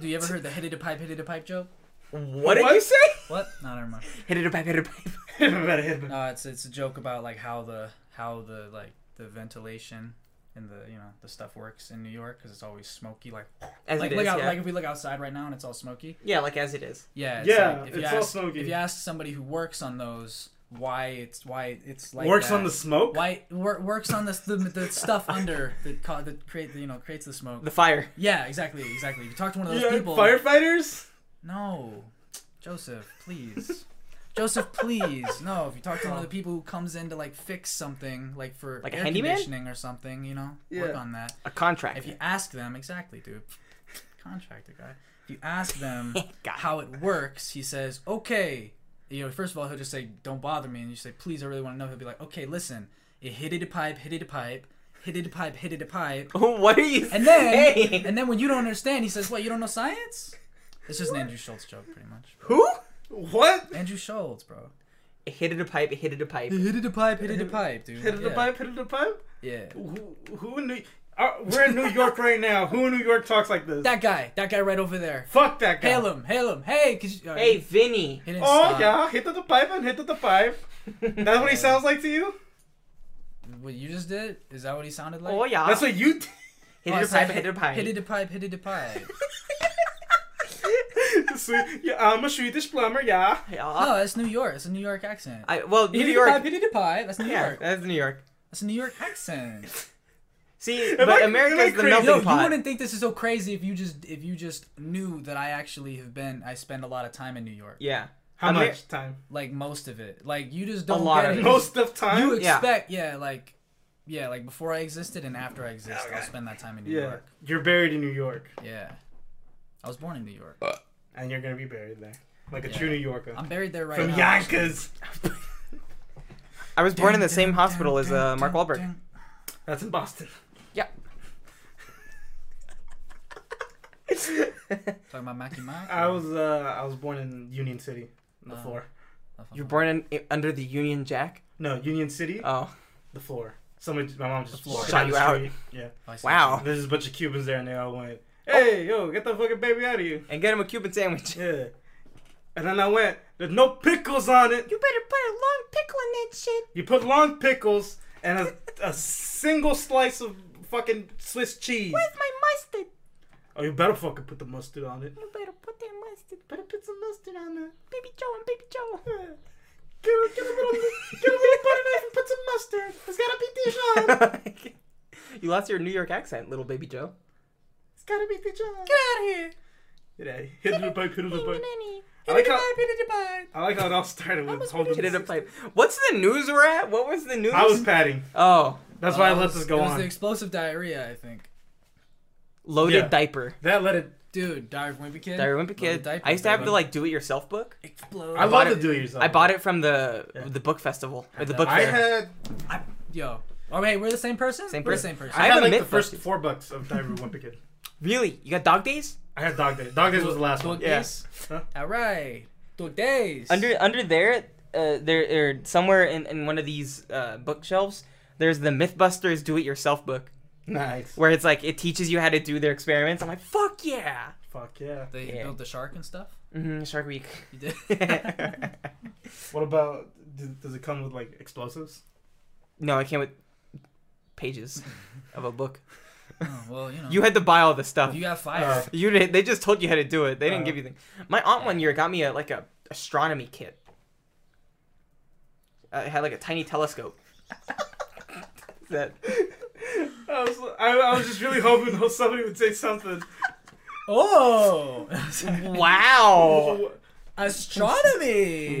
Speaker 3: Do you ever heard the hit it a pipe, hit it a pipe joke?
Speaker 1: What did
Speaker 2: What?
Speaker 1: you say?
Speaker 3: What? No, never mind.
Speaker 1: Hit it a pipe. Hit it a pipe.
Speaker 2: About to hit the-
Speaker 3: No, it's it's a joke about like how the how the like the ventilation and the you know the stuff works in New York because it's always smoky. Like
Speaker 1: As
Speaker 3: like
Speaker 1: it
Speaker 3: look
Speaker 1: is.
Speaker 3: out,
Speaker 1: yeah.
Speaker 3: like if we look outside right now and it's all smoky.
Speaker 1: yeah, like as it is.
Speaker 3: Yeah. It's
Speaker 2: Yeah,
Speaker 3: Like, if you
Speaker 2: it's
Speaker 3: ask,
Speaker 2: all smoky.
Speaker 3: If you ask somebody who works on those why it's why it's like
Speaker 2: Works
Speaker 3: that,
Speaker 2: on the smoke.
Speaker 3: why wor- works on this the, the stuff under that ca- that create you know creates the smoke.
Speaker 1: The fire.
Speaker 3: Yeah, exactly, exactly. If you talk to one of those
Speaker 2: Yeah,
Speaker 3: people.
Speaker 2: firefighters.
Speaker 3: No, Joseph, please. Joseph, please. No, if you talk to one of the people who comes in to like fix something, like for
Speaker 1: Like a
Speaker 3: air
Speaker 1: handyman?
Speaker 3: conditioning or something, you know, work
Speaker 2: Yeah.
Speaker 3: on that.
Speaker 1: A contract.
Speaker 3: If you ask them, exactly, dude, contractor guy. If you ask them
Speaker 1: Guy.
Speaker 3: how it works, he says, okay. You know, first of all, he'll just say, "Don't bother me," and you say, "Please, I really want to know." He'll be like, "Okay, listen, it hit it a pipe, hit it a pipe, hit it a pipe, hit it a pipe."
Speaker 1: what are you?
Speaker 3: And then,
Speaker 1: saying?
Speaker 3: and then when you don't understand, he says, "What? You don't know science?" It's just an Andrew Schultz joke, pretty much.
Speaker 1: who?
Speaker 2: What?
Speaker 3: Andrew Schultz, bro.
Speaker 1: It hit it a pipe. It hit it a pipe.
Speaker 3: Hit it a pipe, hit it a pipe, dude.
Speaker 2: Hit it
Speaker 3: yeah.
Speaker 2: a pipe. Hit it a pipe.
Speaker 3: Yeah.
Speaker 2: Who? Who in New? Uh, we're in New York right now. Who in New York talks like this?
Speaker 3: That guy, that guy right over there.
Speaker 2: Fuck that guy.
Speaker 3: Hail him, hail him. Hey, could you, uh,
Speaker 1: Hey,
Speaker 3: he
Speaker 1: Vinny.
Speaker 3: didn't
Speaker 2: Oh
Speaker 3: stop.
Speaker 2: yeah, hit the pipe and hit the pipe. That's what he sounds like to you.
Speaker 3: What you just did? Is that what he sounded like?
Speaker 1: Oh yeah.
Speaker 2: That's what you.
Speaker 1: hit
Speaker 3: Oh, I
Speaker 1: it a
Speaker 3: said,
Speaker 1: pipe. Hit it a pipe.
Speaker 3: Hit it a pipe, hit it a pipe.
Speaker 2: so, yeah, I'm a Swedish plumber. Yeah.
Speaker 1: Yeah.
Speaker 3: no, that's New York. It's a New York accent.
Speaker 1: Uh, I, well, New
Speaker 3: hit it a pipe,
Speaker 1: York.
Speaker 3: hit it a pipe. That's New
Speaker 1: Yeah,
Speaker 3: York.
Speaker 1: that's New York.
Speaker 3: That's a New York accent.
Speaker 1: See,
Speaker 2: I-
Speaker 1: but
Speaker 2: am I
Speaker 1: America's the
Speaker 2: crazy?
Speaker 1: melting
Speaker 3: Yo, you
Speaker 1: pot.
Speaker 3: wouldn't think this is so crazy if you just if you just knew that I actually have been I spend a lot of time in New York.
Speaker 1: Yeah.
Speaker 2: How
Speaker 1: Amer-
Speaker 2: much time?
Speaker 3: Like most of it. Like you just don't
Speaker 1: lot
Speaker 3: get
Speaker 1: of
Speaker 3: it.
Speaker 1: it.
Speaker 2: Most of time.
Speaker 3: you
Speaker 1: Yeah.
Speaker 3: expect yeah. like yeah, like before I existed and after I exist, I'll
Speaker 2: Okay.
Speaker 3: spend that time in New
Speaker 2: yeah.
Speaker 3: York.
Speaker 2: You're buried in New York,
Speaker 3: Yeah. I was born in New York.
Speaker 2: and you're gonna be buried there, like a
Speaker 3: Yeah.
Speaker 2: true New Yorker.
Speaker 3: I'm buried there right
Speaker 2: From
Speaker 3: now.
Speaker 2: Yonkers.
Speaker 1: I was born in the same hospital as uh, Mark Wahlberg.
Speaker 2: That's in Boston.
Speaker 1: Yeah.
Speaker 3: Talking about Mackie Mac.
Speaker 2: I was uh, I was born in Union City, the
Speaker 3: Oh.
Speaker 2: floor.
Speaker 1: You're born in, i- under the Union Jack.
Speaker 2: No, Union City,
Speaker 1: Oh,
Speaker 2: the floor. Somebody, my mom just
Speaker 3: Uh. The floor.
Speaker 2: walked
Speaker 1: Shot
Speaker 2: down
Speaker 1: you
Speaker 2: the
Speaker 1: out.
Speaker 2: street. Yeah.
Speaker 1: wow.
Speaker 2: There's just a bunch of Cubans there, and they all went, "Hey, yo, get the fucking baby out of you."
Speaker 1: And get him a Cuban sandwich.
Speaker 2: Yeah. And then I went, "There's no pickles on it."
Speaker 1: You better put a long pickle in that shit.
Speaker 2: You put long pickles and a, a single slice of fucking Swiss cheese.
Speaker 1: Where's my mustard?
Speaker 2: Oh, you better fucking put the mustard on it.
Speaker 1: You better put that mustard.
Speaker 2: Better put some mustard on it.
Speaker 1: Baby Joe and Baby Joe.
Speaker 2: Get a, get a little, get a little butter knife and put some mustard. It's gotta be Dijon.
Speaker 1: you lost your New York accent, little Baby Joe.
Speaker 2: It's gotta be Dijon.
Speaker 1: Get out of here.
Speaker 2: Yeah, hit the pipe, hit the pipe.
Speaker 1: Hit
Speaker 2: I like
Speaker 1: it a
Speaker 2: how-
Speaker 1: pipe, hit it a pipe.
Speaker 2: I like how it all started with holding.
Speaker 1: Hit it a pipe. What's the news we're at? What was the news?
Speaker 2: I was padding.
Speaker 1: oh,
Speaker 2: That's why I
Speaker 3: Uh,
Speaker 2: let this go
Speaker 3: it was the
Speaker 2: on.
Speaker 3: explosive diarrhea, I think.
Speaker 1: loaded
Speaker 2: Yeah.
Speaker 1: diaper.
Speaker 2: That let it.
Speaker 3: Dude, Diary of a Wimpy Kid.
Speaker 1: Diary of a Wimpy
Speaker 3: Loaded
Speaker 1: Kid.
Speaker 3: diapers,
Speaker 1: I used to have
Speaker 3: baby.
Speaker 1: the like do-it-yourself book.
Speaker 3: Explode.
Speaker 2: I
Speaker 1: bought
Speaker 2: love
Speaker 1: it-
Speaker 2: to do yourself.
Speaker 1: I bought it from the
Speaker 2: Oh. Yeah.
Speaker 1: the book festival or the book
Speaker 2: I
Speaker 1: fair.
Speaker 2: had.
Speaker 3: I, yo. Oh wait, we're the same person.
Speaker 1: Same
Speaker 3: We're
Speaker 1: person.
Speaker 3: The same person.
Speaker 1: I
Speaker 2: I
Speaker 1: have a
Speaker 2: had like the
Speaker 1: myth
Speaker 2: first
Speaker 1: busted.
Speaker 2: four bucks of Diary of Wimpy Kid.
Speaker 1: really? You got dog days?
Speaker 2: I had Dog Days. Dog Days was the last
Speaker 3: Dog
Speaker 2: one.
Speaker 3: days?
Speaker 2: Huh?
Speaker 3: All right. two days.
Speaker 1: Under under there, uh, there or somewhere in, in one of these uh, bookshelves, there's the MythBusters do-it-yourself book,
Speaker 2: Nice.
Speaker 1: where it's like it teaches you how to do their experiments. I'm like, fuck yeah!
Speaker 2: Fuck yeah.
Speaker 3: they
Speaker 1: Yeah.
Speaker 3: built the shark and stuff.
Speaker 1: hmm Shark Week.
Speaker 3: You did.
Speaker 2: What about? d does it come with like explosives?
Speaker 1: no, I came with pages of a book.
Speaker 3: oh, well, you know.
Speaker 1: You had to buy all the stuff.
Speaker 3: You got Uh, fired.
Speaker 2: Uh,
Speaker 1: You did, they just told you how to do it. They didn't
Speaker 2: Oh.
Speaker 1: give you anything. My aunt one year got me a like a astronomy kit. Uh, it had like a tiny telescope. that
Speaker 2: I was, I, I was just really hoping somebody would say something.
Speaker 3: oh,
Speaker 1: wow.
Speaker 3: astronomy.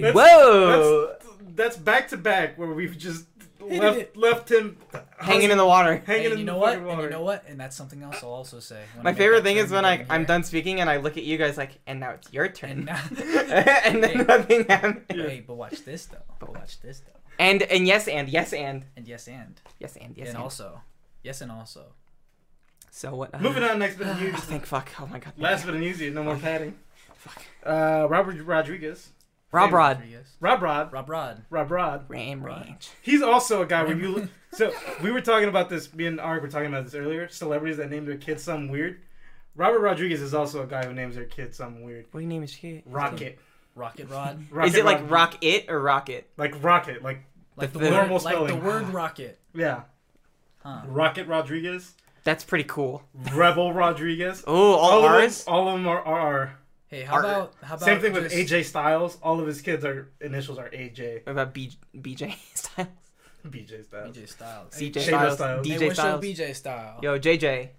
Speaker 2: That's-
Speaker 1: Whoa.
Speaker 2: That's, that's back to back where we've just
Speaker 3: did
Speaker 2: left
Speaker 3: it.
Speaker 2: left him
Speaker 1: Hanging in the water.
Speaker 2: hanging
Speaker 3: and
Speaker 2: in
Speaker 3: you
Speaker 2: the
Speaker 3: know what?
Speaker 2: fucking
Speaker 3: And you
Speaker 2: water.
Speaker 3: know what? And that's something else I'll also say. when I
Speaker 1: My
Speaker 3: make
Speaker 1: favorite
Speaker 3: that
Speaker 1: thing is
Speaker 3: turn
Speaker 1: when I
Speaker 3: down
Speaker 1: I'm
Speaker 3: here.
Speaker 1: done speaking and I look at you guys like, and now it's your
Speaker 3: And
Speaker 1: turn.
Speaker 3: now-
Speaker 1: and then
Speaker 3: Hey.
Speaker 1: nothing happened.
Speaker 2: Yeah.
Speaker 3: Wait, but watch this though. But watch this though.
Speaker 1: And and yes and yes and
Speaker 3: And yes, and
Speaker 1: yes and yes
Speaker 3: and
Speaker 1: and.
Speaker 3: also, yes, and also.
Speaker 1: So what? Uh,
Speaker 2: Moving on, next bit of news.
Speaker 1: Oh, thank fuck. Oh my god.
Speaker 2: Last bit of news, no more padding. Uh, Robert Rodriguez.
Speaker 1: Rob Rod.
Speaker 3: Rodriguez.
Speaker 2: Rob Rod.
Speaker 3: Rob Rod.
Speaker 2: Rob Rod.
Speaker 1: Ram Ranch.
Speaker 2: He's also a guy where you. So we were talking about this. Me and Arik were talking about this earlier. Celebrities that name their kids something weird. Robert Rodriguez is also a guy who names their kid something weird.
Speaker 1: What do you name his kid?
Speaker 2: Rocket.
Speaker 3: Rocket Rod.
Speaker 2: Rocket
Speaker 1: Is it like
Speaker 2: Rod-
Speaker 1: rock it or rocket?
Speaker 2: Like rocket. Like
Speaker 3: Like the,
Speaker 1: The
Speaker 3: word,
Speaker 2: normal
Speaker 3: like the
Speaker 2: spelling.
Speaker 3: word rocket.
Speaker 2: yeah.
Speaker 3: Huh.
Speaker 2: Rocket Rodriguez.
Speaker 1: That's pretty cool.
Speaker 2: Rebel Rodriguez.
Speaker 1: Oh, all,
Speaker 2: of them-
Speaker 1: R's.
Speaker 2: all of them are R.
Speaker 3: Hey, how
Speaker 1: Art.
Speaker 3: about how about
Speaker 2: Same thing with
Speaker 3: just-
Speaker 2: AJ Styles. All of his kids are initials are AJ,
Speaker 1: What about B- BJ Styles?
Speaker 2: BJ Styles.
Speaker 3: BJ Styles.
Speaker 1: CJ
Speaker 2: Shayla
Speaker 1: Styles.
Speaker 2: Styles.
Speaker 1: DJ
Speaker 3: Hey, what's your
Speaker 1: Styles.
Speaker 3: BJ style?
Speaker 1: Yo, JJ.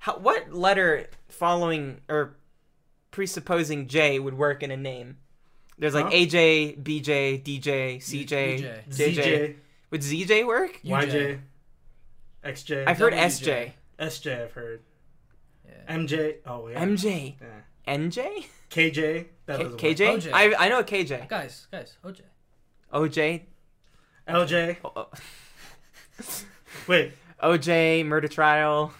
Speaker 1: How, what letter following or presupposing J would work in a name? There's like
Speaker 2: Huh?
Speaker 1: AJ, BJ, DJ, CJ,
Speaker 3: DJ.
Speaker 1: JJ. Would ZJ work?
Speaker 3: UJ.
Speaker 2: YJ, XJ,
Speaker 1: I've heard
Speaker 3: WJ.
Speaker 1: SJ.
Speaker 2: SJ. I've heard
Speaker 3: Yeah.
Speaker 2: MJ. Oh yeah.
Speaker 1: MJ.
Speaker 2: Yeah.
Speaker 1: NJ?
Speaker 2: KJ. That
Speaker 1: K-
Speaker 2: doesn't
Speaker 1: KJ?
Speaker 3: OJ.
Speaker 1: I, I know a KJ.
Speaker 3: Guys, guys, OJ.
Speaker 1: OJ.
Speaker 2: Work. LJ.
Speaker 1: Oh, oh.
Speaker 2: Wait.
Speaker 1: OJ, murder trial.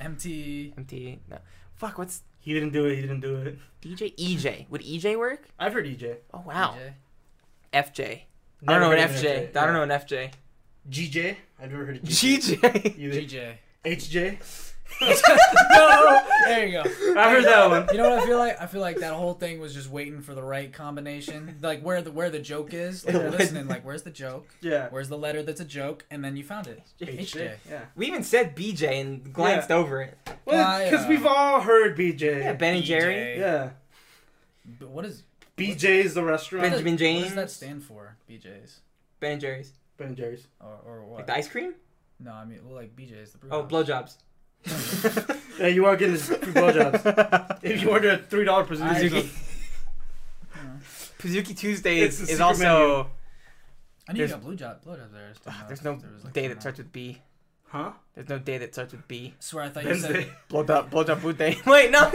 Speaker 3: MT.
Speaker 1: MT. No. Fuck, what's
Speaker 2: He didn't do it. He didn't do it.
Speaker 1: DJ? EJ. Would EJ work?
Speaker 2: I've heard E EJ.
Speaker 1: Oh, wow.
Speaker 3: EJ.
Speaker 1: FJ. I don't know
Speaker 2: Never
Speaker 1: an
Speaker 2: heard of E
Speaker 1: FJ. I don't know an FJ.
Speaker 2: GJ. I've never heard of GJ.
Speaker 1: GJ.
Speaker 2: Either.
Speaker 3: GJ.
Speaker 2: HJ.
Speaker 3: no, there you go.
Speaker 2: I heard that one.
Speaker 3: You know what I feel like? I feel like that whole thing was just waiting for the right combination, like where the where the joke is. Like, you're listening, like where's the joke?
Speaker 2: Yeah.
Speaker 3: Where's the letter that's a joke? And then you found it. HJ.
Speaker 2: Yeah.
Speaker 1: We even said BJ and glanced over it.
Speaker 2: Well,
Speaker 3: Why,
Speaker 2: because
Speaker 3: uh,
Speaker 2: we've all heard BJ.
Speaker 1: Yeah, Ben and Jerry.
Speaker 2: Yeah.
Speaker 3: But E what is
Speaker 2: BJ's the restaurant.
Speaker 1: Ben- Benjamin
Speaker 3: What does that
Speaker 1: James.
Speaker 3: stand for? BJ's
Speaker 1: Ben and Jerry's.
Speaker 2: ben and Jerry's.
Speaker 3: or or
Speaker 1: Like
Speaker 3: what?
Speaker 1: the ice cream?
Speaker 3: no, I mean well, like BJ's the brew.
Speaker 1: Oh,
Speaker 3: house.
Speaker 1: blowjobs.
Speaker 2: Yeah, you are getting free blowjobs. if you order a three dollar
Speaker 3: I-
Speaker 2: Pazuzu,
Speaker 1: Pazuki. Pazuki Tuesday
Speaker 2: It's
Speaker 1: is,
Speaker 2: the
Speaker 1: is
Speaker 2: secret
Speaker 1: also.
Speaker 3: I knew you
Speaker 1: there's- Ah,
Speaker 3: got blue job, blue job there. I just didn't know
Speaker 1: There's
Speaker 3: if
Speaker 1: no
Speaker 3: there was, like,
Speaker 1: day
Speaker 3: some
Speaker 1: that
Speaker 3: out.
Speaker 1: starts with B.
Speaker 2: huh?
Speaker 1: There's no day that starts with B.
Speaker 3: I swear, I thought you said.
Speaker 2: Wednesday.
Speaker 1: Blowjob, blowjob boot day. Wait, no.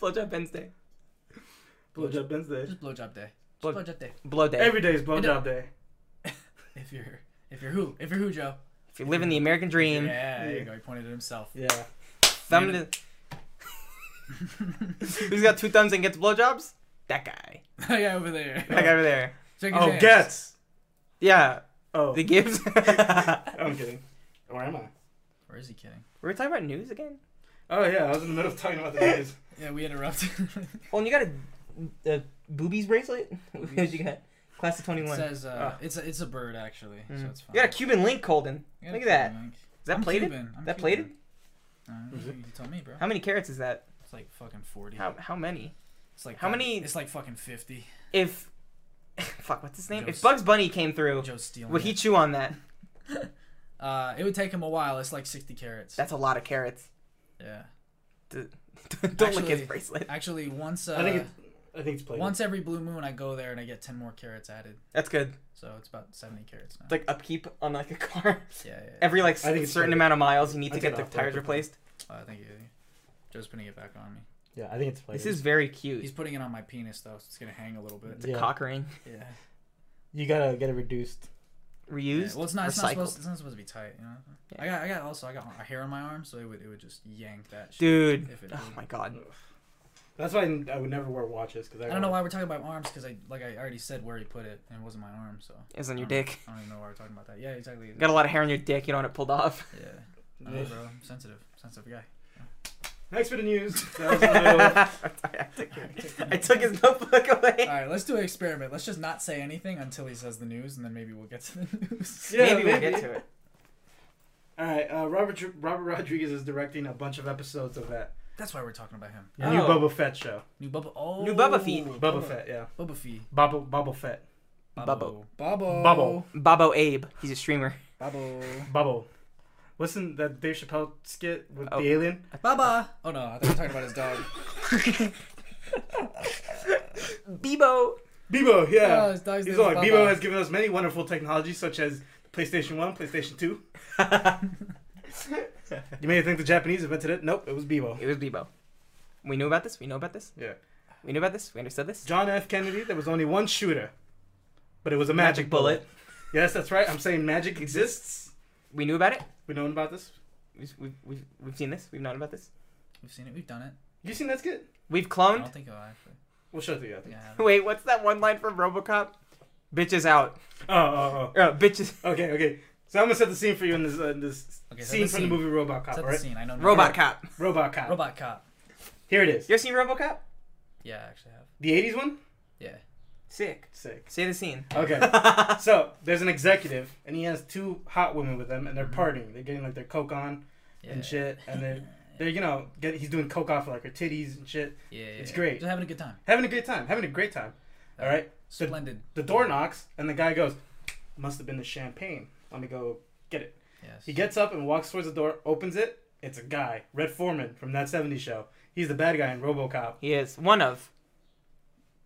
Speaker 1: blowjob Wednesday.
Speaker 2: Blowjob Wednesday.
Speaker 3: Just blowjob day.
Speaker 1: Blow-
Speaker 3: Just blowjob day.
Speaker 1: Blow day.
Speaker 2: Every day is blowjob day.
Speaker 3: If you're if you're who if you're who Joe.
Speaker 1: if you're living the American dream,
Speaker 3: Yeah, there you go. He pointed at himself.
Speaker 2: Yeah.
Speaker 1: thumb to, who's got two thumbs and gets blowjobs? That guy.
Speaker 3: that guy over there.
Speaker 1: That guy over there.
Speaker 3: Check his
Speaker 2: Oh,
Speaker 3: hands.
Speaker 2: Gets.
Speaker 1: Yeah,
Speaker 2: Oh,
Speaker 1: the Gibbs.
Speaker 2: I'm kidding. Or am I?
Speaker 3: Or is he kidding?
Speaker 1: We're talking about news again.
Speaker 2: Oh yeah, I was in the middle of talking about the news.
Speaker 3: Yeah, we interrupted.
Speaker 1: Well, Oh, and you got a, a boobies bracelet. What you got? Class of twenty
Speaker 3: it
Speaker 1: one.
Speaker 3: says uh, it's a it's a bird actually, so it's fine.
Speaker 1: Ah. Hmm. Mm. You got a Cuban link, Colden.
Speaker 3: I got
Speaker 1: Look
Speaker 3: a
Speaker 1: at that.
Speaker 3: Cuban link.
Speaker 1: Is that
Speaker 3: I'm
Speaker 1: plated?
Speaker 3: Cuban. I'm
Speaker 1: that
Speaker 3: Cuban.
Speaker 1: plated?
Speaker 3: I don't know, you tell me, bro.
Speaker 1: How many carats is that?
Speaker 3: It's like fucking forty.
Speaker 1: How how many?
Speaker 3: it's like
Speaker 1: how
Speaker 3: fucking-
Speaker 1: many-
Speaker 3: It's like fucking fifty.
Speaker 1: If fuck, what's his name?
Speaker 3: Joe's-
Speaker 1: If Bugs Bunny came through,
Speaker 3: Joe's stealing.
Speaker 1: would he
Speaker 3: it.
Speaker 1: chew on that?
Speaker 3: Uh, it would take him a while. It's like sixty carats.
Speaker 1: That's a lot of carrots.
Speaker 3: yeah.
Speaker 1: Don't look at
Speaker 3: Actually-
Speaker 1: his bracelet.
Speaker 3: Actually, once uh,
Speaker 2: I think it's, I think it's played.
Speaker 3: once every blue moon, I go there and I get ten more carats added.
Speaker 1: That's good.
Speaker 3: So it's about seventy carats now.
Speaker 1: It's like upkeep on like a car.
Speaker 3: yeah, yeah.
Speaker 1: Every like
Speaker 2: I think it's
Speaker 1: certain
Speaker 2: pretty-
Speaker 1: amount of miles, you need
Speaker 2: I
Speaker 1: to
Speaker 2: took
Speaker 1: get
Speaker 2: it
Speaker 1: the
Speaker 2: off there.
Speaker 1: tires replaced.
Speaker 3: Uh, thank you. Joe's putting it back on me.
Speaker 2: Yeah, I think it's played.
Speaker 1: This is very cute.
Speaker 3: He's putting it on my penis though, so it's gonna hang a little bit.
Speaker 1: It's a
Speaker 2: Yeah.
Speaker 1: cock ring.
Speaker 3: Yeah.
Speaker 2: you gotta get it reduced.
Speaker 1: Reused.
Speaker 3: Yeah, Well, it's not. It's not,
Speaker 1: recycled.
Speaker 3: supposed, it's not supposed to be tight. You know. I got. I got.
Speaker 1: Oh
Speaker 3: Also, I got a hair on my arm, so it would. It would just yank that. Shit
Speaker 1: Dude.
Speaker 3: If it
Speaker 1: Oh my god.
Speaker 2: That's why I I would never wear watches because I,
Speaker 3: I don't know why we're talking about arms because I like I already said where he put it and it wasn't my arm, so
Speaker 1: It was on your
Speaker 3: I don't-
Speaker 1: dick.
Speaker 3: I don't even know why we're talking about that. Yeah, exactly.
Speaker 1: You got a lot of hair on your dick. You don't want it pulled off.
Speaker 3: Yeah. I know, bro. I'm sensitive. Sensitive guy.
Speaker 2: Next bit of news. That was uh,
Speaker 1: Sorry, I took your- I took his notebook away.
Speaker 3: Alright, let's do an experiment. Let's just not say anything until he says the news and then maybe we'll get to the news.
Speaker 2: Yeah,
Speaker 1: maybe we'll
Speaker 2: maybe.
Speaker 1: get to it.
Speaker 2: all right. Uh, Robert Dr- Robert Rodriguez is directing a bunch of episodes of that
Speaker 3: That's why we're talking about him.
Speaker 1: Yeah.
Speaker 2: new
Speaker 1: Oh.
Speaker 2: Boba Fett show.
Speaker 3: New Bubba oh
Speaker 1: New Bubba Fee.
Speaker 2: Boba Fett, yeah.
Speaker 3: Bubba Fee.
Speaker 2: Boba Boba Fett.
Speaker 1: Bubbo.
Speaker 3: Bubbo.
Speaker 2: Bubbo.
Speaker 1: Bobo Abe. He's a streamer.
Speaker 3: Bubbo.
Speaker 2: Bubble. Listen, that Dave Chappelle skit with
Speaker 1: Oh.
Speaker 2: the alien.
Speaker 3: Baba. Oh no, I thought we were talking about his dog.
Speaker 1: Bebo.
Speaker 2: Bebo, yeah.
Speaker 3: Oh, his dog's
Speaker 2: He's
Speaker 3: name
Speaker 2: like,
Speaker 3: is
Speaker 2: Bebo
Speaker 3: Bubba.
Speaker 2: has given us many wonderful technologies such as PlayStation 1, PlayStation 2. You may think the Japanese invented it. Nope, it was Bebo.
Speaker 1: It was Bebo. We knew about this. We know about this.
Speaker 2: Yeah.
Speaker 1: We knew about this. We understood this.
Speaker 2: John F. Kennedy, there was only one shooter, but it was a magic, bullet. Yes, that's right. I'm saying magic exists.
Speaker 1: We knew about it.
Speaker 2: We know about this.
Speaker 1: We've, we've, we've, we've seen this. We've known about this.
Speaker 3: We've seen it, we've done it.
Speaker 2: You seen that skit?
Speaker 1: We've
Speaker 3: I
Speaker 1: cloned.
Speaker 3: don't think I actually.
Speaker 2: We'll show it to you. I think.
Speaker 3: Yeah, I haven't.
Speaker 1: Wait, what's that one line from RoboCop? Bitches out.
Speaker 2: Oh, oh,
Speaker 1: Uh, bitches.
Speaker 2: oh. Okay, okay. So I'm gonna set the scene for you in this uh, this
Speaker 3: Okay, set
Speaker 2: scene
Speaker 3: the
Speaker 2: from
Speaker 3: scene.
Speaker 2: the movie Robot Cop.
Speaker 3: Set
Speaker 2: All
Speaker 3: the
Speaker 2: right,
Speaker 3: scene. I know.
Speaker 1: Robot Cop.
Speaker 2: Robot Cop.
Speaker 3: Robot Cop.
Speaker 2: Here it is.
Speaker 1: You ever seen RoboCop?
Speaker 3: Yeah, I actually have.
Speaker 2: The '80s one.
Speaker 3: Yeah.
Speaker 1: Sick.
Speaker 2: Sick.
Speaker 1: Say the scene.
Speaker 2: Okay. so there's an executive, and he has two hot women with him, and they're partying. They're getting like their coke on
Speaker 3: Mm-hmm. Yeah.
Speaker 2: and shit, and they're they're you know get, he's doing coke off like her titties and shit,
Speaker 3: Yeah, yeah.
Speaker 2: It's
Speaker 3: yeah.
Speaker 2: great.
Speaker 3: Just having a good time.
Speaker 2: having a good time, having a great time. All right. So
Speaker 3: Splendid.
Speaker 2: the door knocks, and the guy goes, "Must have been the champagne. Let me go get it."
Speaker 3: Yes.
Speaker 2: He gets up and walks towards the door, opens it. It's a guy, Red Foreman from that '70s show. He's the bad guy in RoboCop.
Speaker 1: He is one of.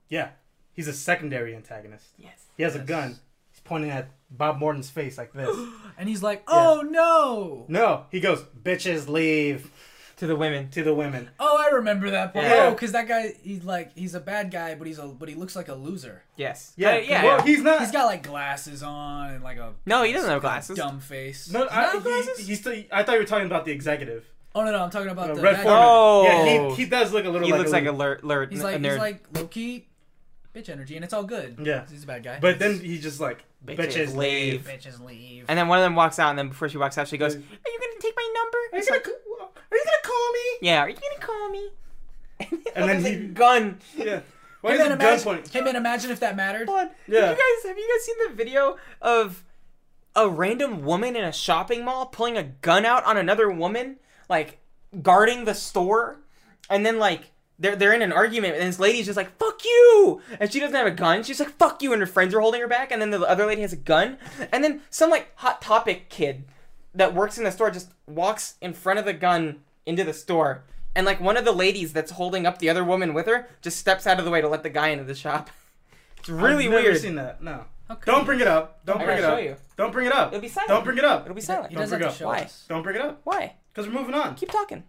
Speaker 2: Yeah, he's a secondary antagonist.
Speaker 1: Yes.
Speaker 2: He has a
Speaker 3: Yes.
Speaker 2: gun. He's pointing at Bob Morton's face like this.
Speaker 3: And he's like, "Oh no!
Speaker 2: No, he goes, bitches leave
Speaker 1: To the women.
Speaker 2: to the women.
Speaker 3: Oh, I remember that part.
Speaker 2: Yeah.
Speaker 3: Oh, because that guy, he's like, he's a bad guy, but he's a, but he looks like a loser.
Speaker 1: Yes.
Speaker 2: Yeah,
Speaker 1: Uh, yeah.
Speaker 2: Well,
Speaker 1: yeah.
Speaker 2: he's not.
Speaker 3: He's got like glasses on and like a.
Speaker 1: No, he doesn't have
Speaker 3: like, a
Speaker 1: glasses.
Speaker 3: Dumb face.
Speaker 2: no,
Speaker 3: Does he not
Speaker 2: I,
Speaker 3: have glasses?
Speaker 2: he, he's still, I thought you were talking about the executive.
Speaker 3: oh no, no, I'm talking about
Speaker 2: Uh,
Speaker 3: the
Speaker 2: Red
Speaker 3: bad
Speaker 2: Foreman.
Speaker 3: guy.
Speaker 1: Oh.
Speaker 2: Yeah, he, he does look a little
Speaker 1: he
Speaker 2: like
Speaker 1: looks
Speaker 2: a
Speaker 1: like a
Speaker 2: little-
Speaker 1: lur- lur-
Speaker 3: He's
Speaker 1: a
Speaker 3: like,
Speaker 1: nerd.
Speaker 3: he's like low key, bitch energy, and it's all good.
Speaker 2: Yeah.
Speaker 3: 'Cause He's a bad guy.
Speaker 2: But then he's just like,
Speaker 1: Bitches
Speaker 2: bitches,
Speaker 1: leave.
Speaker 2: leave.
Speaker 3: bitches leave.
Speaker 1: and then one of them walks out, and then before she walks out, she goes, "Are
Speaker 2: Yeah.
Speaker 1: you gonna take my number? Are you
Speaker 2: He's
Speaker 1: gonna,
Speaker 2: like, are you gonna call me?
Speaker 1: yeah. Are you gonna call me?" And,
Speaker 2: And then
Speaker 1: there's
Speaker 2: he-
Speaker 1: a gun.
Speaker 2: Yeah. Why
Speaker 3: Hey
Speaker 2: is
Speaker 3: man,
Speaker 2: it
Speaker 3: imagine,
Speaker 2: gunpoint?
Speaker 3: hey man, imagine if that mattered.
Speaker 1: Hold on.
Speaker 2: Yeah.
Speaker 1: Did you guys have you guys seen the video of a random woman in a shopping mall pulling a gun out on another woman, like guarding the store, and then like they're they're in an argument, and this lady's just like "fuck you," and she doesn't have a gun. She's like "fuck you," and her friends are holding her back, and then the other lady has a gun, and then some like hot topic kid that works in the store just walks in front of the gun into the store. And like one of the ladies that's holding up the other woman with her just steps out of the way to let the guy into the shop. It's really
Speaker 2: I've
Speaker 1: weird.
Speaker 2: Never seen that. No.
Speaker 3: How could
Speaker 2: Don't
Speaker 3: he?
Speaker 2: bring it up. Don't
Speaker 1: I
Speaker 2: bring it
Speaker 1: gotta
Speaker 2: up.
Speaker 1: show you.
Speaker 2: Don't bring it up.
Speaker 1: It'll be silent.
Speaker 2: Don't bring it up.
Speaker 1: It'll be
Speaker 3: He
Speaker 1: silent.
Speaker 2: Don't
Speaker 3: does have
Speaker 2: forget.
Speaker 3: to show
Speaker 1: Why?
Speaker 3: us.
Speaker 2: Don't bring it up.
Speaker 1: Why?
Speaker 2: Because we're moving on.
Speaker 1: Keep talking.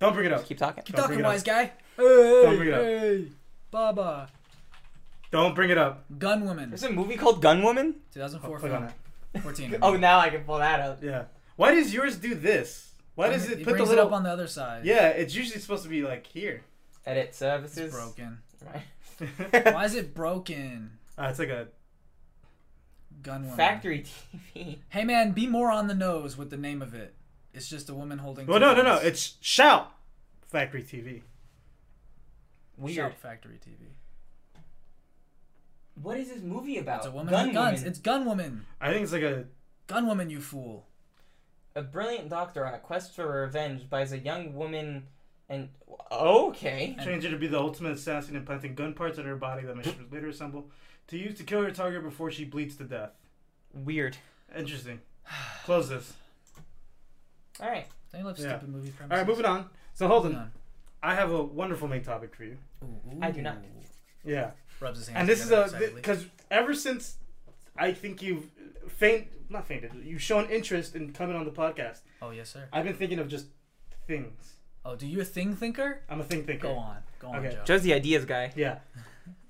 Speaker 2: Don't bring it up.
Speaker 1: Keep talking.
Speaker 3: Keep
Speaker 2: Don't bring
Speaker 3: talking,
Speaker 2: it up.
Speaker 3: wise guy.
Speaker 2: Don't bring it up.
Speaker 3: Hey, Baba.
Speaker 2: Don't bring it up.
Speaker 3: Gun Woman.
Speaker 1: There's a movie called Gun Woman.
Speaker 3: 2004
Speaker 2: Click on
Speaker 3: film.
Speaker 2: it.
Speaker 3: 14.
Speaker 1: Oh, now I can pull that up.
Speaker 2: Yeah. Why does yours do this? Why does
Speaker 3: He
Speaker 2: it put the
Speaker 3: brings
Speaker 2: little?
Speaker 3: it up on the other side.
Speaker 2: Yeah, it's usually supposed to be like here.
Speaker 1: Edit services.
Speaker 3: It's broken.
Speaker 1: Right.
Speaker 3: Why is it broken?
Speaker 2: Uh, it's like a
Speaker 3: Gun Woman.
Speaker 1: Factory TV.
Speaker 3: Hey man, be more on the nose with the name of it. It's just a woman holding.
Speaker 2: well,
Speaker 3: two
Speaker 2: no, no, no.
Speaker 3: guns.
Speaker 2: It's shout factory TV.
Speaker 1: Weird.
Speaker 3: Shout Factory TV.
Speaker 1: What is this movie about?
Speaker 3: It's a woman with guns.
Speaker 1: Woman.
Speaker 3: It's Gun Woman.
Speaker 2: I think it's like a
Speaker 3: Gun Woman, you fool.
Speaker 1: A brilliant doctor on a quest for revenge buys a young woman and okay.
Speaker 2: change it to be the ultimate assassin implanting gun parts in her body that machine would later assemble to use to kill her target before she bleeds to death.
Speaker 1: Weird.
Speaker 2: Interesting. Close this.
Speaker 1: All right.
Speaker 3: Don't you love
Speaker 2: Yeah.
Speaker 3: stupid movie
Speaker 2: All right,
Speaker 3: premises?
Speaker 2: moving on. So Holden,
Speaker 3: Moving
Speaker 2: I have a wonderful main topic for you.
Speaker 3: Ooh,
Speaker 1: I do not.
Speaker 3: ooh.
Speaker 2: Yeah,
Speaker 3: Rubs his hands.
Speaker 2: and this is
Speaker 3: together
Speaker 2: a
Speaker 3: excitedly.
Speaker 2: because ever since I think you've faint not fainted, you've shown interest in coming on the podcast.
Speaker 3: oh yes, sir.
Speaker 2: I've been thinking of just things.
Speaker 3: Oh, do you a thing thinker?
Speaker 2: I'm a think thinker.
Speaker 3: Go on, go on,
Speaker 2: Okay.
Speaker 3: Joe.
Speaker 1: Joe's the ideas guy.
Speaker 2: Yeah.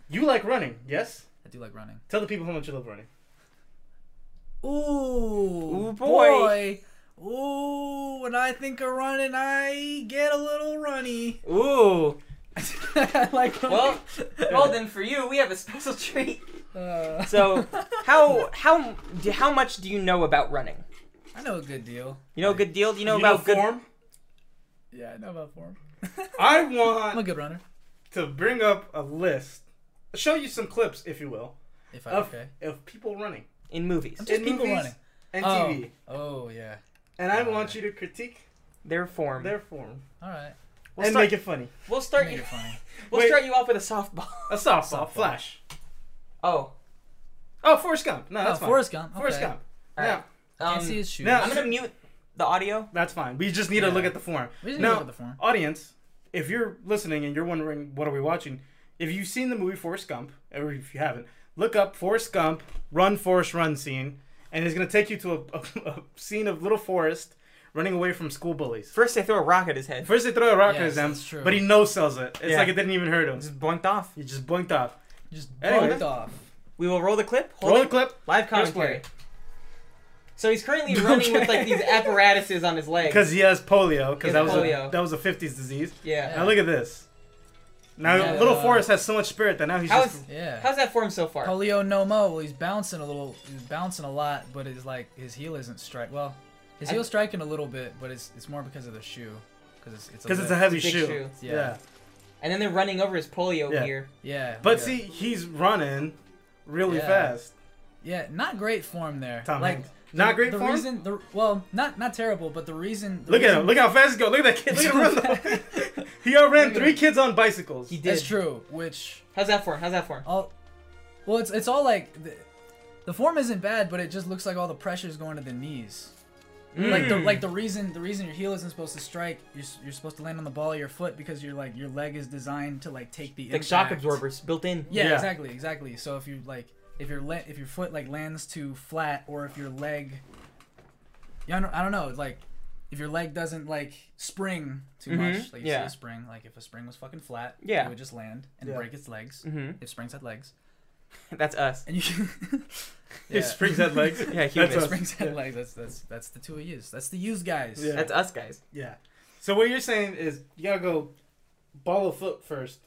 Speaker 2: You like running, yes?
Speaker 3: I do like running.
Speaker 2: Tell the people how much you love running.
Speaker 3: Ooh,
Speaker 1: Ooh, boy.
Speaker 3: boy. Ooh, when I think of running, I get a little runny.
Speaker 1: Ooh.
Speaker 3: like
Speaker 1: Well, well then for you, we have a special treat.
Speaker 3: Uh,
Speaker 1: So, how how do, how much do you know about running?
Speaker 3: I know a good deal.
Speaker 1: You know a good deal. Do you know about good?
Speaker 2: form?
Speaker 3: Yeah, I know about form.
Speaker 2: I
Speaker 3: I'm a
Speaker 2: want
Speaker 3: good runner.
Speaker 2: to bring up a list, show you some clips, if you will,
Speaker 3: If I
Speaker 2: of,
Speaker 3: okay.
Speaker 2: of people running
Speaker 1: in movies.
Speaker 3: Just
Speaker 2: in
Speaker 3: people
Speaker 2: movies
Speaker 3: running.
Speaker 2: and
Speaker 3: oh.
Speaker 2: TV,
Speaker 3: Oh yeah.
Speaker 2: and I want you to critique
Speaker 1: Their form.
Speaker 2: their form
Speaker 3: All right.
Speaker 1: We'll
Speaker 2: and
Speaker 1: start-
Speaker 2: make it funny.
Speaker 1: We'll start
Speaker 3: Make
Speaker 1: you.
Speaker 3: it funny.
Speaker 1: We'll
Speaker 2: Wait.
Speaker 1: start you off with a softball.
Speaker 2: A softball,
Speaker 3: Softball.
Speaker 2: flash.
Speaker 1: Oh,
Speaker 2: Oh, Forrest Gump. No,
Speaker 3: Oh,
Speaker 2: that's fine.
Speaker 3: Forrest Gump. Okay.
Speaker 2: Forrest Gump.
Speaker 1: All
Speaker 2: No,
Speaker 1: right.
Speaker 3: Can't
Speaker 1: um,
Speaker 3: see his shoes.
Speaker 2: now-
Speaker 1: I'm gonna mute the audio.
Speaker 2: that's fine. We just need
Speaker 3: Yeah.
Speaker 2: to look at the form.
Speaker 3: We just need to
Speaker 2: now,
Speaker 3: look at the form.
Speaker 2: audience, if you're listening and you're wondering what are we watching, if you've seen the movie Forrest Gump, or if you haven't, look up Forrest Gump run Forrest run scene, and it's gonna take you to a, a, a scene of little Forrest running away from school bullies.
Speaker 1: First, they throw a rock at his head.
Speaker 2: First they throw a rock
Speaker 3: Yes,
Speaker 2: at him,
Speaker 3: that's true.
Speaker 2: but he no sells it. It's
Speaker 1: Yeah.
Speaker 2: like it didn't even hurt him.
Speaker 1: Just boinked off.
Speaker 2: He just blinked off.
Speaker 3: Just
Speaker 2: Anyway.
Speaker 3: bugged off.
Speaker 1: We will roll the clip. Hold
Speaker 2: Roll
Speaker 1: it.
Speaker 2: the clip
Speaker 1: Live
Speaker 2: Press play.
Speaker 1: commentary. So he's currently running with like these apparatuses on his legs.
Speaker 2: because he has polio.
Speaker 1: He has
Speaker 2: Because that was
Speaker 1: polio.
Speaker 2: a that was a '50s disease.
Speaker 1: yeah.
Speaker 2: Now look at this. Now
Speaker 3: Yeah.
Speaker 2: little Forrest has so much spirit that now he's
Speaker 1: How
Speaker 2: just
Speaker 1: is
Speaker 3: Yeah.
Speaker 1: how's that form so far?
Speaker 3: Polio no mo. Well, he's bouncing a little. He's bouncing a lot, but it's like his heel isn't strike. Well, his
Speaker 1: I-
Speaker 3: heel's striking a little bit, but it's it's more because of the shoe. Because it's it's a,
Speaker 2: because it's a
Speaker 3: lift.
Speaker 2: heavy
Speaker 1: Big
Speaker 2: shoe.
Speaker 1: shoe.
Speaker 2: Yeah.
Speaker 3: Yeah.
Speaker 1: And then they're running over his polio
Speaker 2: Yeah.
Speaker 1: here.
Speaker 3: yeah.
Speaker 2: But
Speaker 3: yeah.
Speaker 2: see, he's running really
Speaker 3: Yeah.
Speaker 2: fast.
Speaker 3: yeah, not great form there.
Speaker 2: Tom
Speaker 3: like
Speaker 2: Hanks. Not great
Speaker 3: the
Speaker 2: form?
Speaker 3: reason the well, not not terrible, but the reason the
Speaker 2: Look at
Speaker 3: reason-
Speaker 2: him. Look how fast he goes. Look at that kid. Look at him run. he outran three kids on bicycles.
Speaker 1: He did.
Speaker 3: That's true. Which
Speaker 1: How's that form? How's that form?
Speaker 3: all, well, it's it's all like the, the form isn't bad, but it just looks like all the pressure's going to the knees.
Speaker 2: Mm.
Speaker 3: Like
Speaker 2: Hmm.
Speaker 3: the like the reason the reason your heel isn't supposed to strike, you're, s- you're supposed to land on the ball of your foot because your like your leg is designed to like take the
Speaker 1: Like shock
Speaker 3: impact.
Speaker 1: absorbers built in.
Speaker 3: Yeah,
Speaker 2: Yeah.
Speaker 3: exactly, exactly. So if you like, if your le- if your foot like lands too flat, or if your leg, yeah, I don't, I don't know, like if your leg doesn't like spring too much,
Speaker 1: Mhm,
Speaker 3: like you see
Speaker 1: yeah.
Speaker 3: a spring, like if a spring was fucking flat,
Speaker 1: Yeah.
Speaker 3: it would just land and
Speaker 2: Yeah.
Speaker 3: break its legs.
Speaker 1: hmm
Speaker 3: If springs had legs,
Speaker 1: That's us.
Speaker 3: and you,
Speaker 2: He springs had legs.
Speaker 1: Yeah,
Speaker 2: That's
Speaker 1: humans.
Speaker 2: us.
Speaker 3: springs had
Speaker 2: Yeah.
Speaker 3: legs. That's that's that's the two of yous. That's the yous guys.
Speaker 2: Yeah.
Speaker 1: That's us guys.
Speaker 2: Yeah. So what you're saying is you gotta go ball of foot first.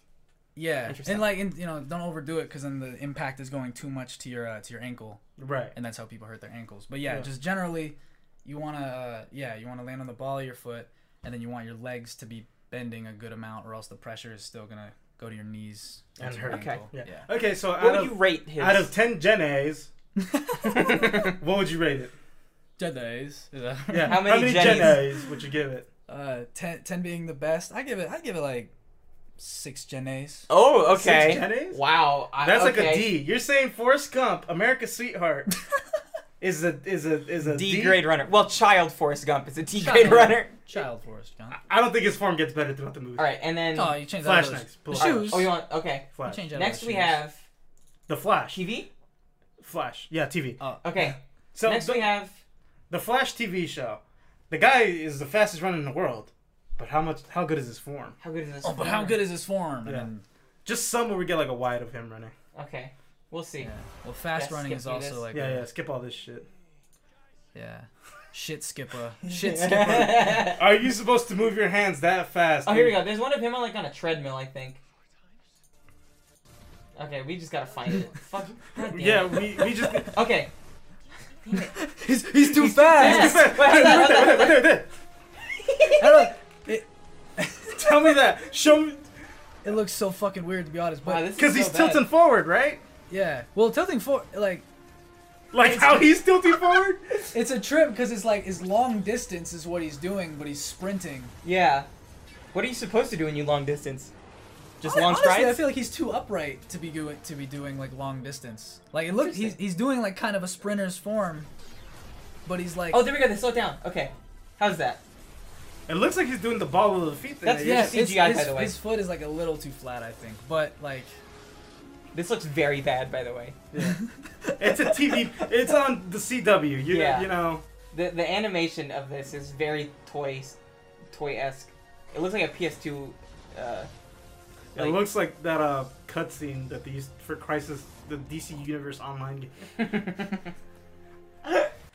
Speaker 3: yeah.
Speaker 1: Interesting.
Speaker 3: And like, and, you know, don't overdo it because then the impact is going too much to your uh, to your ankle.
Speaker 2: Right.
Speaker 3: and that's how people hurt their ankles. But yeah,
Speaker 2: Yeah.
Speaker 3: just generally, you want to uh, yeah, you want to land on the ball of your foot, and then you want your legs to be bending a good amount, or else the pressure is still gonna go to your knees
Speaker 2: And
Speaker 3: to your
Speaker 2: hurt.
Speaker 1: Okay.
Speaker 3: ankle.
Speaker 2: Yeah.
Speaker 3: Yeah.
Speaker 2: Okay. So
Speaker 1: What
Speaker 2: out
Speaker 1: would
Speaker 2: of,
Speaker 1: you rate his?
Speaker 2: out of ten Gen A's, what would you rate it?
Speaker 3: Jedi's. Yeah.
Speaker 2: Yeah.
Speaker 1: How many Gen
Speaker 2: Gen A's would you give it?
Speaker 3: Uh, ten, 10 being the best. I give it. I give it like six Gen A's.
Speaker 1: oh,
Speaker 2: Six Gen
Speaker 1: okay.
Speaker 2: A's?
Speaker 1: Wow. I-
Speaker 2: That's like a
Speaker 1: okay.
Speaker 2: D. You're saying Forrest Gump, America's Sweetheart, is a is a is a
Speaker 1: D grade runner. Well, child Forrest Gump is a D
Speaker 3: Child.
Speaker 1: grade runner.
Speaker 3: Child Forrest Gump.
Speaker 2: I don't think his form gets better throughout the movie.
Speaker 1: All right, and then
Speaker 3: Oh, you change
Speaker 2: Flash
Speaker 3: out of those-
Speaker 2: knives,
Speaker 3: the
Speaker 2: pull out.
Speaker 3: shoes.
Speaker 1: oh, you want okay.
Speaker 3: You
Speaker 2: Flash.
Speaker 3: change out of
Speaker 1: Next
Speaker 3: those
Speaker 1: we
Speaker 3: shoes.
Speaker 1: have
Speaker 2: The Flash.
Speaker 1: TV.
Speaker 2: Flash. Yeah, TV.
Speaker 3: Oh,
Speaker 1: Okay.
Speaker 2: So
Speaker 1: Next
Speaker 2: the,
Speaker 1: we have
Speaker 2: the Flash TV show. The guy is the fastest runner in the world, but how much? How good is his form?
Speaker 1: how good is this?
Speaker 3: Oh, but how
Speaker 1: form?
Speaker 3: good is his form?
Speaker 2: Yeah.
Speaker 3: And
Speaker 2: Just some where we get like a wide of him running.
Speaker 1: Okay, we'll see.
Speaker 3: then, yeah. Well, fast
Speaker 1: Yeah,
Speaker 3: running
Speaker 1: skip
Speaker 3: is
Speaker 1: through
Speaker 3: also
Speaker 1: this.
Speaker 3: like
Speaker 2: Yeah,
Speaker 3: a-
Speaker 2: yeah. Skip all this shit.
Speaker 3: Yeah. Shit skipper. Shit skipper.
Speaker 2: Are you supposed to move your hands that fast?
Speaker 1: oh, here we go. There's one of him on like on a treadmill, I think. Okay, we just gotta find it. Fuck. God damn
Speaker 2: Yeah,
Speaker 1: it.
Speaker 2: we, we just.
Speaker 1: Okay.
Speaker 3: he's, he's too
Speaker 1: fast. Wait, hold on, hold on, hold on.
Speaker 3: I don't- it,
Speaker 2: Tell me that. Show me.
Speaker 3: it looks so fucking weird to be honest, but
Speaker 1: Wow, this is
Speaker 2: Because
Speaker 1: so
Speaker 2: he's
Speaker 1: bad.
Speaker 2: tilting forward, right?
Speaker 3: yeah. Well, tilting for like
Speaker 2: Like how he's tilting forward?
Speaker 3: it's a trip because it's like it's long distance is what he's doing, but he's sprinting.
Speaker 1: Yeah. What are you supposed to do when you long distance? Just long
Speaker 3: Honestly, I
Speaker 1: strides.
Speaker 3: feel like he's too upright to be doing to be doing like long distance. Like it looks he's
Speaker 1: Interesting.
Speaker 3: he's doing like kind of a sprinter's form, but he's like
Speaker 1: Oh, there we go. They slow it down. Okay. How's that?
Speaker 2: It looks like he's doing the ball of the feet thing.
Speaker 1: That's-
Speaker 2: that you
Speaker 3: yeah,
Speaker 2: just-
Speaker 3: his,
Speaker 1: CGI, by
Speaker 3: his-
Speaker 1: the way.
Speaker 3: his foot is like a little too flat, I think. But like
Speaker 1: This looks very bad, by the way.
Speaker 2: It's a TV. It's on the CW. You,
Speaker 1: Yeah.
Speaker 2: you know.
Speaker 1: The the animation of this is very toy toy esque. It looks like a PS2. Uh,
Speaker 2: it
Speaker 1: Like-
Speaker 2: looks like that uh cutscene that they used for Crisis, the DC Universe Online game.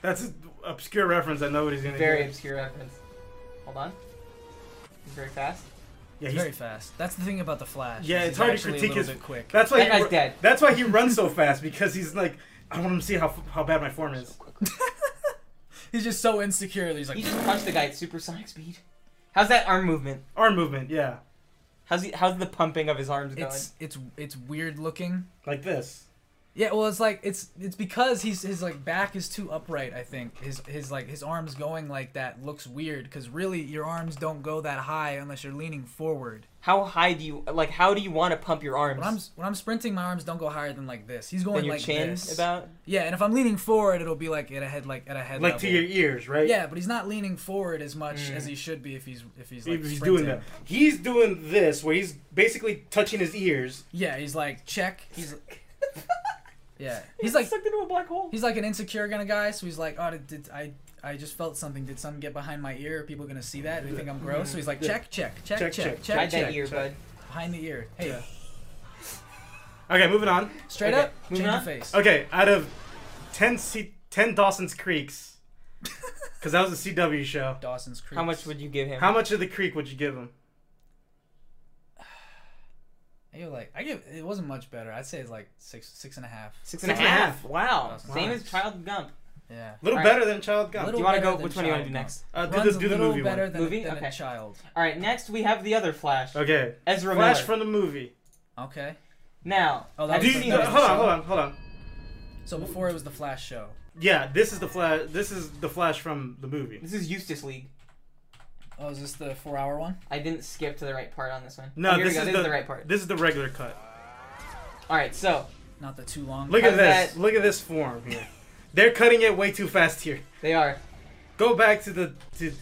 Speaker 2: That's an obscure reference that nobody's gonna
Speaker 1: very
Speaker 2: get.
Speaker 1: obscure reference. Hold on. He's very fast.
Speaker 2: Yeah,
Speaker 3: It's
Speaker 2: he's
Speaker 3: very fast. That's the thing about the Flash.
Speaker 2: Yeah,
Speaker 3: is
Speaker 2: it's
Speaker 3: he's
Speaker 2: hard to
Speaker 3: actually a
Speaker 2: critique
Speaker 3: little
Speaker 2: his-
Speaker 3: bit quick.
Speaker 2: That's why
Speaker 1: That
Speaker 2: he
Speaker 1: guy's
Speaker 2: ru-
Speaker 1: dead.
Speaker 2: That's why he runs so fast because he's like, I want him to see how how bad my form is.
Speaker 3: He's just so insecure. That he's like,
Speaker 1: You just punch the guy at supersonic speed. How's that arm movement?
Speaker 2: Arm movement, yeah,
Speaker 1: How's he, how's the pumping of his arms going?
Speaker 3: it's it's it's weird looking.
Speaker 2: like this.
Speaker 3: Yeah, well, it's like it's it's because he's his like back is too upright. I think his his like his arms going like that looks weird because really your arms don't go that high unless you're leaning forward.
Speaker 1: how high do you like? How do you want to pump your arms?
Speaker 3: When I'm when I'm sprinting, my arms don't go higher than like this. He's going
Speaker 1: Than your
Speaker 3: like
Speaker 1: chin
Speaker 3: this.
Speaker 1: about?
Speaker 3: Yeah, and if I'm leaning forward, it'll be like at a head like at a head
Speaker 2: Like to
Speaker 3: level.
Speaker 2: your ears, right?
Speaker 3: Yeah, but he's not leaning forward as much
Speaker 1: Mm.
Speaker 3: as he should be if he's if he's like
Speaker 2: If he's
Speaker 3: sprinting.
Speaker 2: doing that. He's doing this where he's basically touching his ears.
Speaker 3: Yeah, he's like check. He's yeah, he's like
Speaker 1: sucked into a black hole.
Speaker 3: he's like an insecure kind of guy. So he's like, oh, did, did I I just felt something? Did something get behind my ear? Are people gonna see that? Do they think I'm gross? So he's like, check, check, check,
Speaker 2: Check,
Speaker 3: check,
Speaker 2: check,
Speaker 3: check,
Speaker 1: Hide
Speaker 3: check,
Speaker 1: that ear, bud.
Speaker 3: behind the ear. Hey,
Speaker 2: Yeah. Okay, moving on.
Speaker 3: straight
Speaker 1: Okay,
Speaker 3: up,
Speaker 1: moving
Speaker 3: change your
Speaker 1: on.
Speaker 3: face.
Speaker 2: Okay, out of ten C- ten Dawson's Creeks, because that was a CW show.
Speaker 3: Dawson's Creek.
Speaker 1: How much would you give him?
Speaker 2: How much of the creek would you give him?
Speaker 3: You're like, I give. It wasn't much better. I'd say it's like six, six and a half.
Speaker 1: Six
Speaker 2: Six and a half.
Speaker 1: Wow.
Speaker 3: Wow.
Speaker 1: Same as Child Gump.
Speaker 3: Yeah.
Speaker 2: A little
Speaker 1: All right.
Speaker 2: better than Child Gump.
Speaker 1: Do you want to
Speaker 3: better
Speaker 1: go?
Speaker 3: than
Speaker 1: Which one do you want to do
Speaker 3: Child
Speaker 1: next?
Speaker 2: uh, do
Speaker 3: Runs
Speaker 2: the, do the
Speaker 3: a little
Speaker 2: movie
Speaker 3: better
Speaker 2: one.
Speaker 3: than,
Speaker 1: Movie?
Speaker 3: than
Speaker 1: Okay.
Speaker 3: a child.
Speaker 1: All right. Next we have the other Flash.
Speaker 2: Okay.
Speaker 1: Ezra
Speaker 2: Flash
Speaker 1: Miller.
Speaker 2: from the movie.
Speaker 3: Okay.
Speaker 1: now.
Speaker 3: Oh, that
Speaker 1: have
Speaker 2: Do
Speaker 1: you
Speaker 3: was the
Speaker 1: seen
Speaker 2: you, no,
Speaker 3: Ezra
Speaker 1: this?
Speaker 2: hold on,
Speaker 3: Miller.
Speaker 2: hold on, hold on.
Speaker 3: So before it was the Flash show.
Speaker 2: Yeah, this is the Flash. This is the Flash from the movie.
Speaker 1: This is Eustace League.
Speaker 3: Oh, is this the four-hour one?
Speaker 1: I didn't skip to the right part on this one.
Speaker 2: No,
Speaker 1: Oh, here
Speaker 2: this,
Speaker 1: we go.
Speaker 2: is,
Speaker 1: this
Speaker 2: the,
Speaker 1: is the right part.
Speaker 2: This is the regular cut.
Speaker 1: All right. So
Speaker 3: Not the too long.
Speaker 2: Look at
Speaker 1: How's
Speaker 2: this.
Speaker 1: that?
Speaker 2: Look at this form here. They're cutting it way too fast here.
Speaker 1: they are.
Speaker 2: Go back to the to.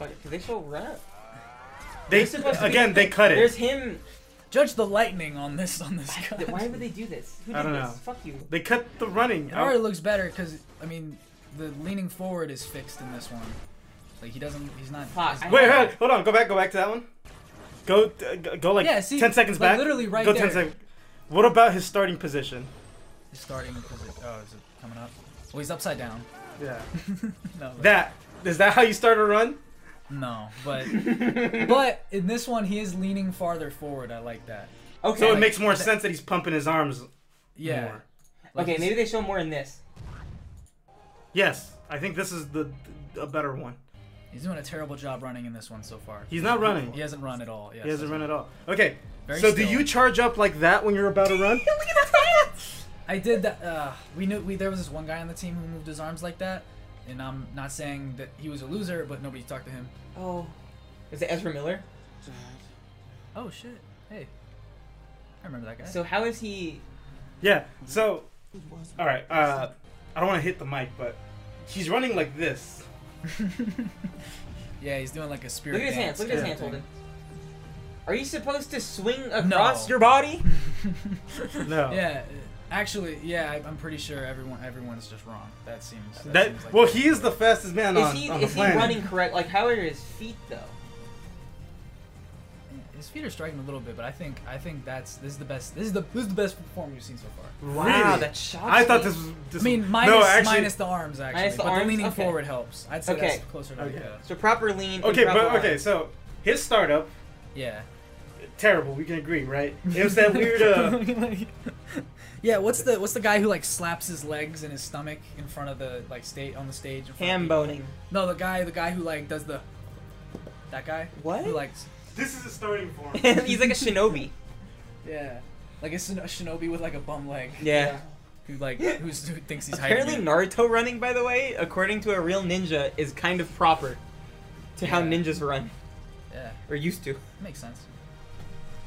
Speaker 1: But they show run up.
Speaker 2: They
Speaker 1: They're supposed to be-
Speaker 2: again. They cut
Speaker 1: There's
Speaker 2: it.
Speaker 1: him.
Speaker 3: Judge the lightning on this on this. cut.
Speaker 1: Why would they do this? Who did
Speaker 2: I don't
Speaker 1: this?
Speaker 2: know.
Speaker 1: Fuck you.
Speaker 2: They cut the running.
Speaker 3: It already looks better because I mean, the leaning forward is fixed in this one. Like he doesn't, he's not.
Speaker 1: Fuck,
Speaker 3: he's-
Speaker 1: I-
Speaker 2: Wait, hold on, hold on. Go back. Go back to that one. Go uh, go- go like
Speaker 3: Yeah, see,
Speaker 2: ten seconds
Speaker 3: like,
Speaker 2: back.
Speaker 3: literally right
Speaker 2: go
Speaker 3: there.
Speaker 2: seconds. What about his starting position?
Speaker 3: He's starting because it. Oh, is it coming up? Well, he's upside down.
Speaker 2: Yeah.
Speaker 3: No, but,
Speaker 2: That is that how you start a run?
Speaker 3: no, but but in this one he is leaning farther forward. I like that.
Speaker 1: Okay.
Speaker 2: So it
Speaker 3: like-
Speaker 2: makes more sense that he's pumping his arms
Speaker 3: Yeah.
Speaker 2: more.
Speaker 3: Like,
Speaker 1: okay.
Speaker 3: he's-
Speaker 1: Maybe they show more in this.
Speaker 2: Yes, I think this is the a better one.
Speaker 3: He's doing a terrible job running in this one so far.
Speaker 2: He's not running.
Speaker 3: He hasn't run at all. Yes,
Speaker 2: He hasn't run at all. Okay.
Speaker 3: Very
Speaker 2: so do
Speaker 3: still.
Speaker 2: you charge up like that when you're about to run?
Speaker 3: Look at his hands. I did that. Uh, we knew we there was this one guy on the team who moved his arms like that, and I'm not saying that he was a loser, but nobody talked to him.
Speaker 1: Oh. Is it Ezra Miller?
Speaker 3: Oh shit! Hey, I remember that guy.
Speaker 1: So how is he?
Speaker 2: yeah. So all right. Uh, I don't want to hit the mic, but he's running like this.
Speaker 3: yeah, he's doing like a spirit.
Speaker 1: Look at his hands.
Speaker 3: dance
Speaker 1: Look at his
Speaker 2: yeah.
Speaker 3: kind
Speaker 1: hands, Holden.
Speaker 3: of thing.
Speaker 1: Are you supposed to swing across
Speaker 3: No.
Speaker 1: your body?
Speaker 2: No.
Speaker 3: Yeah, uh, actually, yeah, I- I'm pretty sure everyone everyone's just wrong. That seems. That,
Speaker 2: That
Speaker 3: seems like
Speaker 2: well, he is the fastest man
Speaker 1: Is
Speaker 2: on,
Speaker 1: he
Speaker 2: on
Speaker 1: is
Speaker 2: the
Speaker 1: he
Speaker 2: planet.
Speaker 1: running correct? Like how are his feet though?
Speaker 3: His feet are striking a little bit, but I think I think that's this is the best. This is the this is the best form you've seen so far.
Speaker 1: Wow,
Speaker 2: Really?
Speaker 1: that shocks
Speaker 2: I thought
Speaker 1: me.
Speaker 2: this was. This
Speaker 3: I mean,
Speaker 2: was-
Speaker 3: minus
Speaker 2: no, actually,
Speaker 3: minus the arms actually,
Speaker 1: Minus the
Speaker 3: but
Speaker 1: arms?
Speaker 3: the leaning
Speaker 1: Okay.
Speaker 3: forward helps. I'd say
Speaker 1: Okay.
Speaker 3: that's closer to like
Speaker 2: Okay.
Speaker 3: a-
Speaker 1: So proper lean. and
Speaker 2: Okay, but
Speaker 1: proper
Speaker 2: okay.
Speaker 1: arms.
Speaker 2: So his startup
Speaker 3: yeah.
Speaker 2: terrible. We can agree, right? It was that weird. Uh,
Speaker 3: yeah, what's the what's the guy who like slaps his legs and his stomach in front of the like state on the stage? In front
Speaker 1: Ham
Speaker 3: of people?
Speaker 1: boning.
Speaker 3: No, the guy, the guy who like does the. That guy.
Speaker 1: What?
Speaker 3: Who like?
Speaker 2: this is a starting form.
Speaker 1: He's like a shinobi.
Speaker 3: Yeah. Like a, shin- a shinobi with like a bum leg.
Speaker 1: Yeah.
Speaker 3: Who like? Who's, who thinks he's
Speaker 1: Apparently,
Speaker 3: hiding? it.
Speaker 1: Naruto running, by the way, according to a real ninja, is kind of proper to how
Speaker 3: Yeah.
Speaker 1: ninjas run
Speaker 3: Yeah,
Speaker 1: or used to.
Speaker 3: makes sense.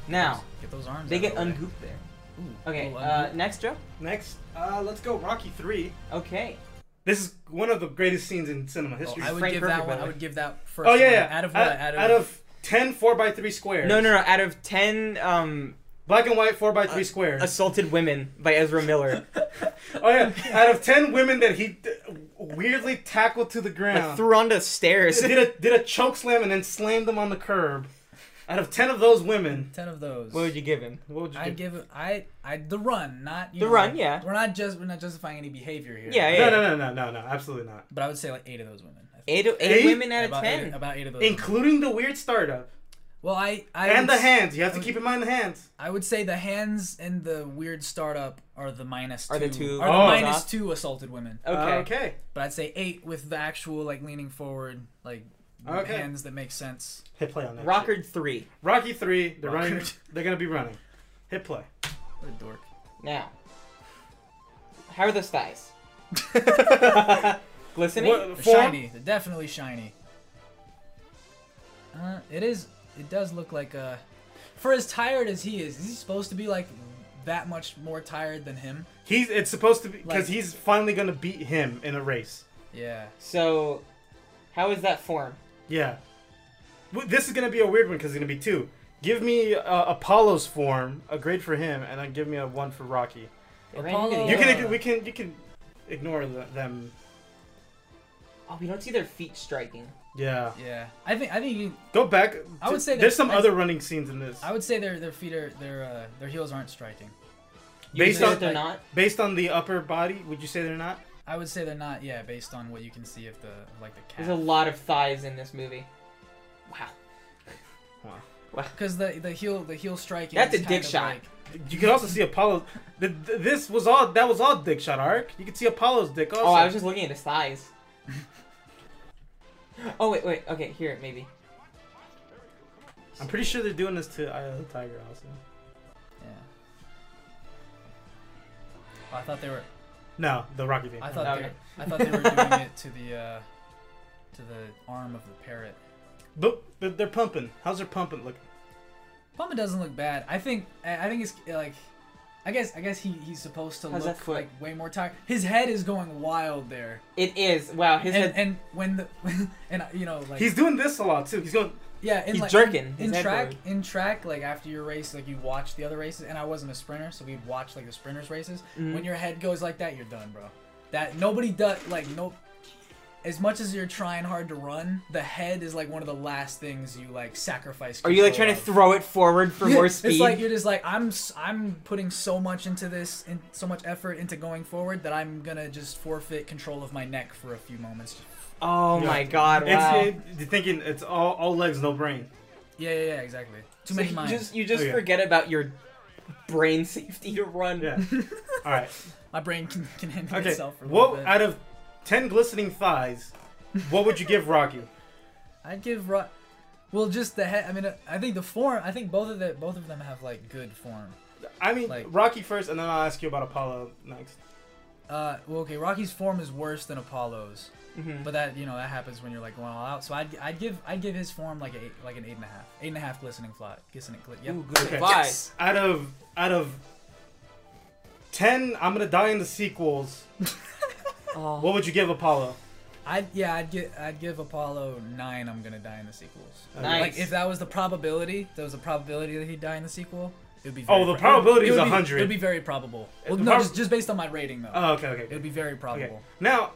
Speaker 1: Now
Speaker 3: Get those arms.
Speaker 1: they
Speaker 3: out
Speaker 1: get
Speaker 3: of the way.
Speaker 1: ungooped there.
Speaker 3: Ooh,
Speaker 1: Okay,
Speaker 3: little
Speaker 1: uh,
Speaker 3: ungoop.
Speaker 1: next Joe.
Speaker 2: Next, uh, let's go Rocky Three.
Speaker 1: Okay,
Speaker 2: This is one of the greatest scenes in cinema
Speaker 3: Oh,
Speaker 2: history.
Speaker 3: I would
Speaker 1: Frank
Speaker 3: give
Speaker 1: Perfect,
Speaker 3: that
Speaker 1: by
Speaker 3: one.
Speaker 1: the
Speaker 3: I
Speaker 1: way.
Speaker 3: would give that first.
Speaker 2: oh yeah,
Speaker 3: one.
Speaker 2: yeah.
Speaker 3: Out of what? Out, of,
Speaker 2: ten four by three squares.
Speaker 1: no, no, no. Out of ten um,
Speaker 2: Black and white four by three squares.
Speaker 1: assaulted women by Ezra Miller,
Speaker 2: oh yeah, out of ten women that he d- weirdly tackled to the
Speaker 1: like,
Speaker 2: ground,
Speaker 1: threw onto stairs.
Speaker 2: did a did a choke slam and then slammed them on the curb. Out of ten of those women,
Speaker 3: ten of those.
Speaker 1: what would you give him?
Speaker 2: what would you
Speaker 3: I'd
Speaker 2: give?
Speaker 3: give it. I I the run, not you
Speaker 1: The
Speaker 3: know,
Speaker 1: run,
Speaker 3: like,
Speaker 1: yeah.
Speaker 3: We're not just we're not justifying any behavior here.
Speaker 1: Yeah, yeah.
Speaker 2: No, no, no, no, no, no, absolutely not.
Speaker 3: But I would say like eight of those women. I think.
Speaker 1: Eight, eight,
Speaker 2: Eight?
Speaker 1: women out of
Speaker 3: about
Speaker 1: ten.
Speaker 3: Eight, about eight of those. women.
Speaker 2: Including the weird startup.
Speaker 3: Well, I I
Speaker 2: And
Speaker 3: would
Speaker 2: the
Speaker 3: s-
Speaker 2: hands. You have to
Speaker 3: would-
Speaker 2: keep in mind the hands.
Speaker 3: I would say the hands and the weird startup are the minus two.
Speaker 1: Are the two-
Speaker 3: are the
Speaker 2: Oh.
Speaker 3: minus two assaulted women.
Speaker 1: Okay.
Speaker 2: Uh, Okay.
Speaker 3: But I'd say eight with the actual like leaning forward, like
Speaker 2: Okay.
Speaker 3: hands that make sense.
Speaker 2: Hit play on that. shit.
Speaker 1: Rockard three.
Speaker 2: Rocky three. They're running.
Speaker 3: Rockard.
Speaker 2: They're gonna be running. Hit play.
Speaker 3: What a dork.
Speaker 1: Now, how are those thighs? Glistening.
Speaker 2: What,
Speaker 3: They're
Speaker 2: form?
Speaker 3: shiny. They're definitely shiny. Uh, it is. It does look like a. For as tired as he is, is he supposed to be like that much more tired than him?
Speaker 2: He's. It's supposed to be because
Speaker 3: Like-
Speaker 2: he's finally gonna beat him in a race.
Speaker 3: Yeah.
Speaker 1: So, how is that form?
Speaker 2: Yeah. W- This is gonna be a weird one because it's gonna be two. Give me uh, Apollo's form, a grade for him, and then give me a one for Rocky.
Speaker 3: Apollo-
Speaker 2: You can.
Speaker 3: Yeah.
Speaker 2: ig- We can. You can ignore the, them.
Speaker 1: Oh, we don't see their feet striking.
Speaker 2: Yeah.
Speaker 3: Yeah. I think. I think. You,
Speaker 2: Go back.
Speaker 3: I would say
Speaker 2: there's
Speaker 3: that-
Speaker 2: some
Speaker 3: I-
Speaker 2: other running scenes in this
Speaker 3: I would say their their feet are their uh, their heels aren't striking.
Speaker 1: You
Speaker 2: Based
Speaker 1: say
Speaker 2: on-
Speaker 1: that they're not.
Speaker 2: based on the upper body. Would you say they're not?
Speaker 3: I would say they're not. Yeah, based on what you can see of the like the
Speaker 1: There's a
Speaker 3: cat.
Speaker 1: lot of thighs in this movie. Wow.
Speaker 3: Because the the heel the heel striking.
Speaker 1: That's
Speaker 3: is
Speaker 1: a
Speaker 3: kind
Speaker 1: dick
Speaker 3: of
Speaker 1: shot.
Speaker 3: like-
Speaker 2: You can also see Apollo. The, th this was all. That was all dick shot arc. You can see Apollo's dick also.
Speaker 1: Oh, I was just looking at his thighs. oh wait, wait. Okay, here maybe.
Speaker 2: I'm pretty sure they're doing this to Eye of the Tiger also.
Speaker 3: yeah. Oh, I thought they were.
Speaker 2: No, the Rocky thing.
Speaker 3: I thought
Speaker 1: Okay.
Speaker 3: they were, I thought they were doing it to the uh, to the arm of the parrot.
Speaker 2: But, but they're pumping. How's their pumping looking?
Speaker 3: Puma doesn't look bad. I think I I think it's uh, like I guess I guess he, he's supposed to
Speaker 1: How's that
Speaker 3: look
Speaker 1: foot?
Speaker 3: like way more tired. His head is going wild there.
Speaker 1: It is. Wow. His
Speaker 3: and,
Speaker 1: head.
Speaker 3: and when the and uh, you know like
Speaker 2: He's doing this a lot too. He's going.
Speaker 3: yeah in,
Speaker 1: he's
Speaker 3: like,
Speaker 1: jerking.
Speaker 3: in,
Speaker 1: His
Speaker 3: in
Speaker 1: head
Speaker 3: track
Speaker 1: forward.
Speaker 3: in track like after your race like you watch the other races and I wasn't a sprinter so we'd watch like the sprinters races.
Speaker 1: Mhm.
Speaker 3: When your head goes like that, you're done, bro. That nobody does like no. As much as you're trying hard to run, the head is like one of the last things you like sacrifice.
Speaker 1: Are you like
Speaker 3: control
Speaker 1: trying to
Speaker 3: of.
Speaker 1: throw it forward for more speed?
Speaker 3: It's like you're just like I'm. s- I'm putting so much into this and so much effort into going forward that I'm gonna just forfeit control of my neck for a few moments.
Speaker 1: oh
Speaker 2: Yeah.
Speaker 1: my god!
Speaker 2: It's,
Speaker 1: Wow.
Speaker 2: it- you're thinking it's all, all legs, no brain.
Speaker 3: Yeah, yeah, yeah, exactly.
Speaker 1: So
Speaker 3: Too many
Speaker 1: you
Speaker 3: minds.
Speaker 1: just you just
Speaker 2: Okay.
Speaker 1: forget about your brain safety to run.
Speaker 2: Yeah. all right.
Speaker 3: My brain can, can handle
Speaker 2: Okay.
Speaker 3: itself for a little
Speaker 2: What
Speaker 3: bit.
Speaker 2: out of ten glistening thighs? What would you give Rocky?
Speaker 3: I'd give. Ru- well, just the head. I mean, uh, I think the form. I think both of the both of them have like good form.
Speaker 2: I mean,
Speaker 3: Like-
Speaker 2: Rocky first, and then I'll ask you about Apollo next.
Speaker 3: Uh, well, okay, Rocky's form is worse than Apollo's,
Speaker 1: Mhm.
Speaker 3: but that you know that happens when you're like going all out. So I'd, I'd give I'd give his form like a eight, like an eight and a half, eight and a half glistening fly, glistening glit. Yep.
Speaker 1: Ooh, good
Speaker 2: Okay.
Speaker 1: vibe.
Speaker 3: Yes!
Speaker 2: Out of out of ten, I'm gonna die in the sequels.
Speaker 1: Oh.
Speaker 2: What would you give Apollo?
Speaker 3: I'd yeah I'd get I'd give Apollo nine. I'm gonna die in the sequels.
Speaker 2: Uh,
Speaker 1: Nice.
Speaker 3: Like if that was the probability, if there was a probability that he'd die in the sequel. It'd be
Speaker 2: Oh,
Speaker 3: very
Speaker 2: the
Speaker 3: prob-
Speaker 2: probability
Speaker 3: it would
Speaker 2: is
Speaker 3: be-
Speaker 2: 100.
Speaker 3: It'd be very probable. Well,
Speaker 2: The
Speaker 3: no,
Speaker 2: prob-
Speaker 3: just, just based on my rating though,
Speaker 2: Oh, okay, okay.
Speaker 3: it'd be very
Speaker 2: Okay.
Speaker 3: probable.
Speaker 2: Now,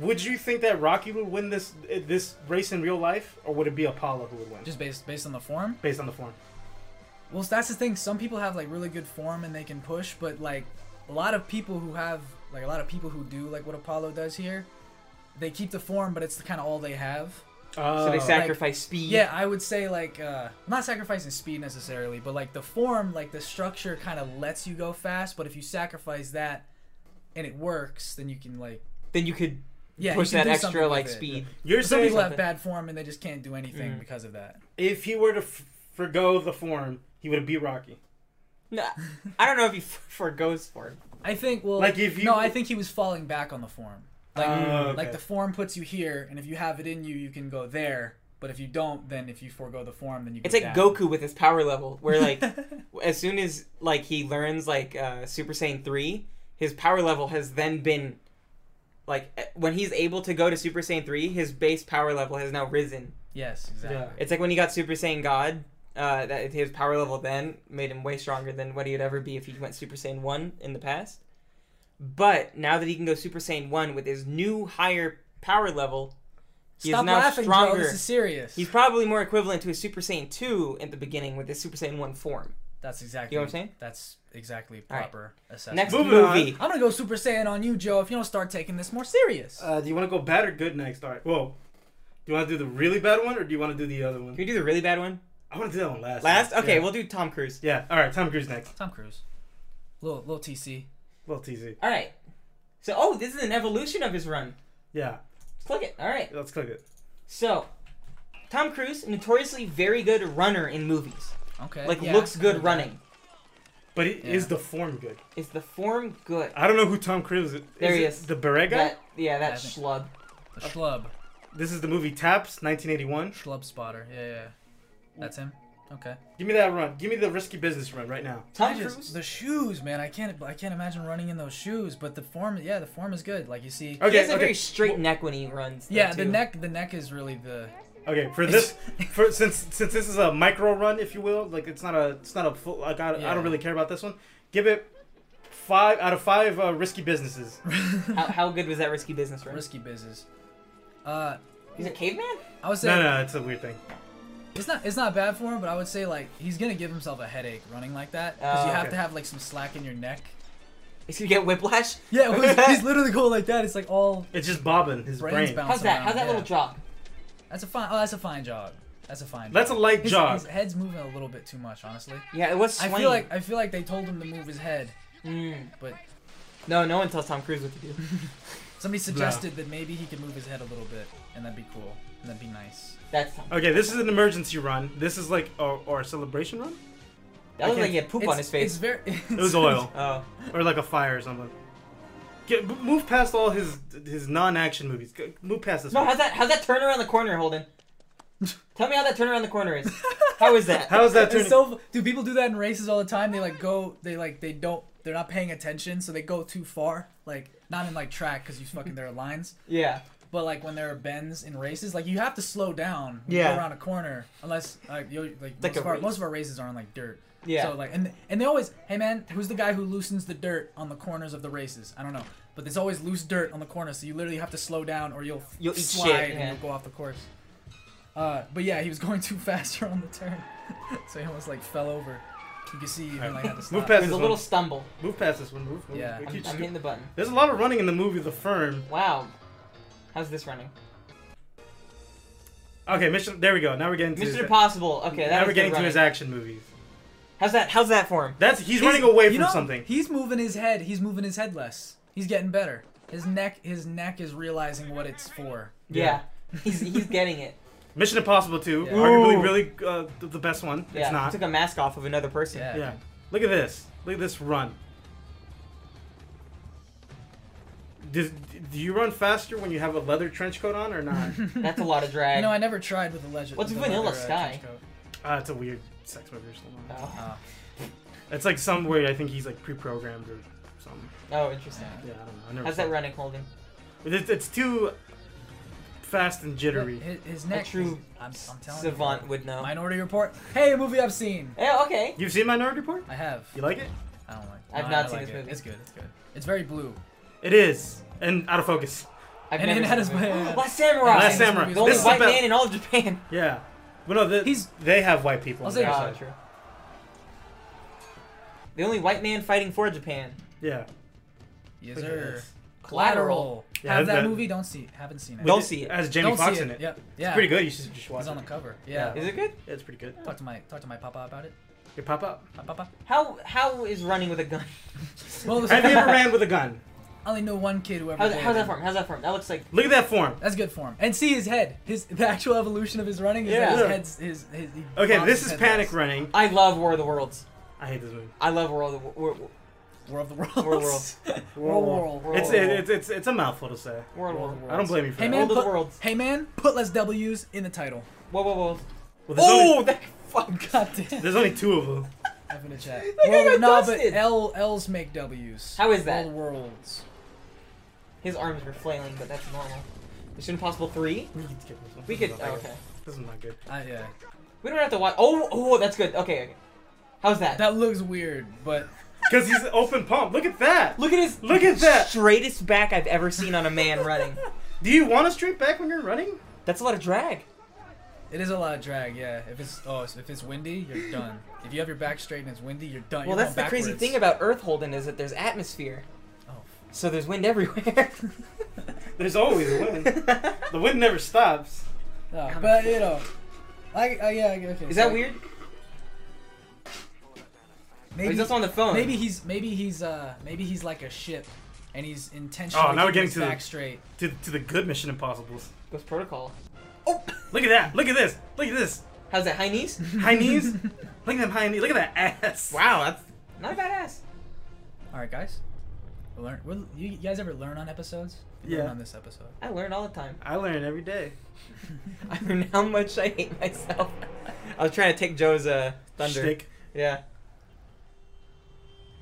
Speaker 2: would you think that Rocky would win this eh, this race in real life, or would it be Apollo who would win?
Speaker 3: Just based based on the form.
Speaker 2: based on the form.
Speaker 3: Well, that's the thing. Some people have like really good form and they can push, but like a lot of people who have like a lot of people who do like what Apollo does here, they keep the form, but it's the kind of all they have.
Speaker 2: Uh,
Speaker 1: So they sacrifice speed.
Speaker 3: Oh. Yeah, I would say like uh, not sacrificing speed necessarily, but like the form, like the structure, kind of lets you go fast. But if you sacrifice that and it works, then you can like
Speaker 1: Then you could
Speaker 3: yeah you
Speaker 1: push
Speaker 3: can
Speaker 1: that
Speaker 3: do something
Speaker 1: extra
Speaker 3: with
Speaker 1: like
Speaker 3: it.
Speaker 1: speed. Mm.
Speaker 2: You're
Speaker 3: But Some
Speaker 2: saying
Speaker 3: people have
Speaker 1: something.
Speaker 3: bad form and they just can't do anything because of that.
Speaker 2: if he were to f- forgo the form, he would be Rocky.
Speaker 1: No, I don't know if he f- forgoes for it.
Speaker 3: I think well
Speaker 2: Like, if you-
Speaker 3: no, I think he was falling back on the form. Like
Speaker 2: Oh, okay.
Speaker 3: like the form puts you here, and if you have it in you, you can go there. But if you don't, then if you forego the form, then you.
Speaker 1: It's
Speaker 3: go
Speaker 1: like
Speaker 3: down.
Speaker 1: Goku with his power level, where like as soon as like he learns like uh, Super Saiyan three, his power level has then been like eh, when he's able to go to Super Saiyan three, his base power level has now risen.
Speaker 3: Yes, exactly.
Speaker 2: Yeah.
Speaker 1: It's like when he got Super Saiyan God. Uh, that his power level then made him way stronger than what he would ever be if he went Super Saiyan one in the past. But now that he can go Super Saiyan one with his new higher power level, he
Speaker 3: Stop
Speaker 1: is now
Speaker 3: laughing,
Speaker 1: stronger.
Speaker 3: Joe. This is serious.
Speaker 1: He's probably more equivalent to a Super Saiyan 2 at the beginning with his Super Saiyan 1 form.
Speaker 3: That's exactly.
Speaker 1: You know what I'm saying?
Speaker 3: That's exactly
Speaker 1: All right.
Speaker 3: proper assessment.
Speaker 1: Next
Speaker 2: Moving
Speaker 1: movie.
Speaker 3: I'm gonna go Super Saiyan on you, Joe, if you don't start taking this more serious.
Speaker 2: Uh, do you want to go bad or good next? All right. Whoa. Do you want to do the really bad one, or do you want to do the other one?
Speaker 1: Can we do the really bad one?
Speaker 2: I want to do that one last.
Speaker 1: Last? Okay,
Speaker 2: Yeah.
Speaker 1: we'll do Tom Cruise.
Speaker 2: yeah. All right. Tom Cruise next.
Speaker 3: Tom Cruise. Little little TC.
Speaker 2: Little TZ.
Speaker 1: All right. So, oh, this is an evolution of his run.
Speaker 2: Yeah.
Speaker 1: Click it. All right.
Speaker 2: Let's click it.
Speaker 1: So, Tom Cruise, notoriously very good runner in movies.
Speaker 3: Okay.
Speaker 1: Like,
Speaker 3: Uh, yeah. Mm-hmm.
Speaker 1: looks good running.
Speaker 2: But it is
Speaker 3: Yeah.
Speaker 2: the form good?
Speaker 1: Is the form good?
Speaker 2: I don't know who Tom Cruise is.
Speaker 1: There he
Speaker 2: it
Speaker 1: is.
Speaker 2: The Berega.
Speaker 1: That, yeah, that
Speaker 3: Yeah, I think-
Speaker 1: schlub.
Speaker 3: The schlub.
Speaker 2: This is the movie Taps, 1981.
Speaker 3: Schlub spotter. Yeah, yeah. yeah. That's him. Okay.
Speaker 2: Give me that run. Give me the risky business run right now.
Speaker 1: Tom
Speaker 3: I just-
Speaker 1: Cruise?
Speaker 3: The shoes, man. I can't. I can't imagine running in those shoes. But the form, yeah, the form is good. Like you see.
Speaker 1: he
Speaker 2: Okay.
Speaker 1: has a
Speaker 2: Okay.
Speaker 1: very straight neck when he runs. though,
Speaker 3: yeah, the
Speaker 1: too.
Speaker 3: neck. The neck is really the.
Speaker 2: Okay. For this, for since since this is a micro run, if you will, like it's not a it's not a full. Like I, I
Speaker 3: Yeah.
Speaker 2: don't really care about this one. Give it five out of five uh, risky businesses.
Speaker 1: How, how good was that risky business run?
Speaker 3: risky business. Uh,
Speaker 1: He's a caveman?
Speaker 3: I would say
Speaker 2: No, no, it's a weird thing.
Speaker 3: it's not. It's not bad for him, but I would say like he's gonna give himself a headache running like that because you
Speaker 1: Oh,
Speaker 3: have
Speaker 2: okay.
Speaker 3: to have like some slack in your neck.
Speaker 1: Is he gonna get whiplash?
Speaker 3: Yeah, he's- he's literally going like that. It's like all
Speaker 2: It's just bobbing his
Speaker 3: brains
Speaker 2: brain.
Speaker 3: bouncing
Speaker 1: How's that?
Speaker 3: around.
Speaker 1: How's that
Speaker 3: yeah.
Speaker 1: little drop?
Speaker 3: That's a fine. Oh, that's a fine jog. That's a fine.
Speaker 2: That's a
Speaker 3: jog.
Speaker 2: light
Speaker 3: his,
Speaker 2: jog.
Speaker 3: His head's moving a little bit too much, honestly.
Speaker 1: Yeah, it was
Speaker 3: I
Speaker 1: swaying.
Speaker 3: feel like I feel like they told him to move his head,
Speaker 1: Mm.
Speaker 3: but
Speaker 1: No, no one tells Tom Cruise what to do.
Speaker 3: somebody suggested that maybe he could move his head a little bit, and that'd be cool, and that'd be nice.
Speaker 1: That's Tom.
Speaker 2: Okay, this is an emergency run. This is like or, or a celebration run,
Speaker 1: That looks
Speaker 2: can't-
Speaker 1: like he had poop
Speaker 3: it's,
Speaker 1: on his
Speaker 3: It's
Speaker 1: face.
Speaker 3: very.
Speaker 2: It was oil.
Speaker 1: Oh,
Speaker 2: or like a fire or something. Get b- move past all his his non-action movies. G- Move past this.
Speaker 1: no!
Speaker 2: one.
Speaker 1: How's that? How's that turn around the corner, Holden? Tell me how that turn around the corner is. How is that?
Speaker 2: How's that turning?
Speaker 3: It's so. Do people do that in races all the time? They like go. They like they don't. They're not paying attention, so they go too far. Like not in like track because you fucking there are lines,
Speaker 1: Yeah.
Speaker 3: but like when there are bends in races, like you have to slow down. When You
Speaker 2: Yeah.
Speaker 3: go around a corner unless like you like,
Speaker 1: Like
Speaker 3: most,
Speaker 1: a
Speaker 3: of our,
Speaker 1: race.
Speaker 3: most of our races are on like dirt.
Speaker 1: Yeah.
Speaker 3: So like and and they always hey man who's the guy who loosens the dirt on the corners of the races I don't know but there's always loose dirt on the corner so you literally have to slow down or you'll
Speaker 1: You'll eat
Speaker 3: slide
Speaker 1: shit,
Speaker 3: and
Speaker 1: yeah.
Speaker 3: you'll go off the course. Uh, but yeah, he was going too fast on the turn, so he almost like fell over. You can see even like had to stop.
Speaker 2: Move past
Speaker 1: There's
Speaker 2: this
Speaker 1: a
Speaker 2: one.
Speaker 1: little stumble.
Speaker 2: Move past this one. Move. move.
Speaker 3: Yeah.
Speaker 2: It
Speaker 1: I'm,
Speaker 2: keeps
Speaker 1: I'm
Speaker 2: do-
Speaker 1: hitting the button.
Speaker 2: There's a lot of running in the movie The Firm.
Speaker 1: Wow. How's this running?
Speaker 2: Okay, Mission. There we go. Now we're getting to his,
Speaker 1: Mr. Possible. Okay,
Speaker 2: now
Speaker 1: that was
Speaker 2: we're
Speaker 1: good
Speaker 2: getting to his
Speaker 1: running.
Speaker 2: action movies.
Speaker 1: How's that? How's that for him?
Speaker 2: That's he's,
Speaker 3: He's-
Speaker 2: running away
Speaker 3: you
Speaker 2: from
Speaker 3: know,
Speaker 2: something.
Speaker 3: He's moving his head. He's moving his head less. He's getting better. His neck, his neck is realizing what it's for.
Speaker 1: Yeah.
Speaker 2: Yeah.
Speaker 1: he's he's getting it.
Speaker 2: Mission Impossible 2,
Speaker 3: Yeah.
Speaker 2: arguably
Speaker 1: Ooh.
Speaker 2: really uh, th- the best one.
Speaker 1: Yeah.
Speaker 2: It's not.
Speaker 1: Took a mask off of another person.
Speaker 3: Yeah.
Speaker 2: Yeah. Look at this. Look at this run. Does, do you run faster when you have a leather trench coat on or not?
Speaker 1: That's a lot of drag.
Speaker 3: You know, I never tried with the legend.
Speaker 1: What's
Speaker 3: the
Speaker 1: Vanilla
Speaker 3: leather, uh,
Speaker 1: Sky?
Speaker 3: trench coat.
Speaker 2: uh, it's a weird sex movie or something.
Speaker 1: oh.
Speaker 3: Oh,
Speaker 2: It's like some way I think he's like pre-programmed or something.
Speaker 1: oh, interesting.
Speaker 2: Yeah,
Speaker 3: yeah.
Speaker 2: I don't know. I never
Speaker 1: How's
Speaker 2: saw
Speaker 1: that
Speaker 2: it.
Speaker 1: running, Holden?
Speaker 2: It's, it's too fast and jittery.
Speaker 3: His, his neck.
Speaker 1: true
Speaker 3: is- I'm, I'm telling
Speaker 1: Savant
Speaker 3: you.
Speaker 1: would know.
Speaker 3: Minority Report. Hey, a movie I've seen.
Speaker 1: Yeah, okay.
Speaker 2: You've seen Minority Report?
Speaker 3: I have.
Speaker 2: You like it?
Speaker 3: I don't like.
Speaker 1: I've
Speaker 3: no, I
Speaker 1: not
Speaker 3: don't
Speaker 1: seen
Speaker 3: like
Speaker 1: this
Speaker 3: it.
Speaker 1: movie.
Speaker 3: It's good. It's good. It's very blue.
Speaker 2: It is, and out of focus.
Speaker 1: I've
Speaker 3: And
Speaker 1: never
Speaker 3: it
Speaker 1: seen
Speaker 3: had
Speaker 1: this
Speaker 3: his
Speaker 1: movie.
Speaker 3: man.
Speaker 1: Last Samurai.
Speaker 2: Last
Speaker 3: this
Speaker 2: Samurai.
Speaker 3: movie's
Speaker 1: The only
Speaker 2: This is
Speaker 1: white
Speaker 2: about-
Speaker 1: man in all of Japan.
Speaker 2: Yeah. Well, no, the,
Speaker 3: He's-
Speaker 2: they have white people.
Speaker 3: I'll
Speaker 2: on
Speaker 3: say-
Speaker 2: their
Speaker 1: Yeah,
Speaker 2: side.
Speaker 1: true. The only white man fighting for Japan.
Speaker 2: Yeah.
Speaker 3: Yes,
Speaker 2: Look at
Speaker 3: sir.
Speaker 2: this.
Speaker 3: Collateral.
Speaker 2: Yeah,
Speaker 3: have that
Speaker 2: that-
Speaker 3: movie? Don't see. Haven't seen it.
Speaker 1: Don't see it.
Speaker 2: Has Jamie
Speaker 3: Don't
Speaker 2: Foxx
Speaker 3: see
Speaker 2: in it.
Speaker 3: Yep. Yeah.
Speaker 2: It's pretty good. You should just watch
Speaker 3: He's on
Speaker 2: it.
Speaker 3: the cover. Yeah.
Speaker 1: Is it good?
Speaker 2: Yeah, it's pretty good.
Speaker 3: Talk to my talk to my papa about it.
Speaker 2: Your pop up.
Speaker 3: My papa.
Speaker 1: How how is running with a gun?
Speaker 3: Well,
Speaker 2: Have you
Speaker 3: listen,
Speaker 2: ever ran with a gun?
Speaker 3: I only know one kid who ever.
Speaker 1: How's,
Speaker 3: did.
Speaker 1: how's that form? How's that form? That looks like
Speaker 2: Look at that form.
Speaker 3: That's good for him. And see his head. His the actual evolution of his running is
Speaker 1: Yeah.
Speaker 3: that his head's his his. he
Speaker 2: Okay,
Speaker 3: bobs
Speaker 2: this
Speaker 3: his
Speaker 2: is
Speaker 3: head
Speaker 2: panic
Speaker 3: less.
Speaker 2: running.
Speaker 1: I love War of the Worlds.
Speaker 2: I hate this movie.
Speaker 1: I love War of the War, War,
Speaker 3: War of the Worlds.
Speaker 1: World
Speaker 3: World
Speaker 2: World.
Speaker 3: World.
Speaker 2: It's it, it's it's it's a mouthful to say.
Speaker 1: War, War,
Speaker 3: World.
Speaker 2: I don't blame you for
Speaker 3: Hey
Speaker 2: that.
Speaker 3: man,
Speaker 1: World of the
Speaker 3: put-
Speaker 1: Worlds.
Speaker 3: hey man, put less W's in the title.
Speaker 1: Whoa whoa whoa!
Speaker 2: Well, there's,
Speaker 1: Oh,
Speaker 2: only,
Speaker 1: that fuck!
Speaker 3: God damn.
Speaker 2: there's only two of them.
Speaker 3: Up in the chat.
Speaker 1: guy got
Speaker 3: World, no, but
Speaker 1: dusted.
Speaker 3: L L's make W's.
Speaker 1: How is that?
Speaker 3: World worlds.
Speaker 1: His arms were flailing, but that's normal. Mission Impossible Three.
Speaker 2: We could skip this one.
Speaker 1: We
Speaker 2: This
Speaker 1: could.
Speaker 2: is
Speaker 1: Oh,
Speaker 2: not
Speaker 1: okay.
Speaker 2: good. This is not good.
Speaker 3: I, yeah.
Speaker 1: We don't have to watch. Oh oh, that's good. Okay okay. How's that?
Speaker 3: That looks weird, but
Speaker 2: Because he's open palm. Look at that.
Speaker 1: Look at his.
Speaker 2: Look at that.
Speaker 1: Straightest back I've ever seen on a man running.
Speaker 2: Do you want to straight back when you're running?
Speaker 1: That's a lot of drag.
Speaker 3: Oh, it is a lot of drag. Yeah. If it's oh, if it's windy, you're done. If you have your back straight and it's windy, you're done.
Speaker 1: Well,
Speaker 3: You're
Speaker 1: that's the
Speaker 3: going
Speaker 1: crazy
Speaker 3: backwards.
Speaker 1: thing about Earth, Holden, is that there's atmosphere,
Speaker 3: Oh.
Speaker 1: so there's wind everywhere.
Speaker 2: There's always a wind. the wind never stops.
Speaker 3: No, but you know, I, I yeah. I- Okay.
Speaker 1: Is
Speaker 3: so
Speaker 1: that
Speaker 3: like,
Speaker 1: weird? Or
Speaker 3: Maybe
Speaker 1: is this on the phone?
Speaker 3: maybe he's maybe he's uh maybe he's like a ship, and he's intentionally
Speaker 2: Oh, now we're getting
Speaker 3: keeping his
Speaker 2: to the-
Speaker 3: back straight.
Speaker 2: To, to the good Mission Impossibles.
Speaker 1: Ghost Protocol.
Speaker 2: Oh, look at that! Look at this! Look at this!
Speaker 1: How's that? High knees?
Speaker 2: High knees! look at them high knees! Look at that ass!
Speaker 1: wow, that's not a bad ass.
Speaker 3: All right, guys. We Learn. we you guys ever learn on episodes? You learn
Speaker 2: Yeah.
Speaker 3: on this episode.
Speaker 1: I learn all the time.
Speaker 2: I learn every day.
Speaker 1: I learn how much I hate myself. I was trying to take Joe's uh, thunder.
Speaker 2: Shtick.
Speaker 1: Yeah.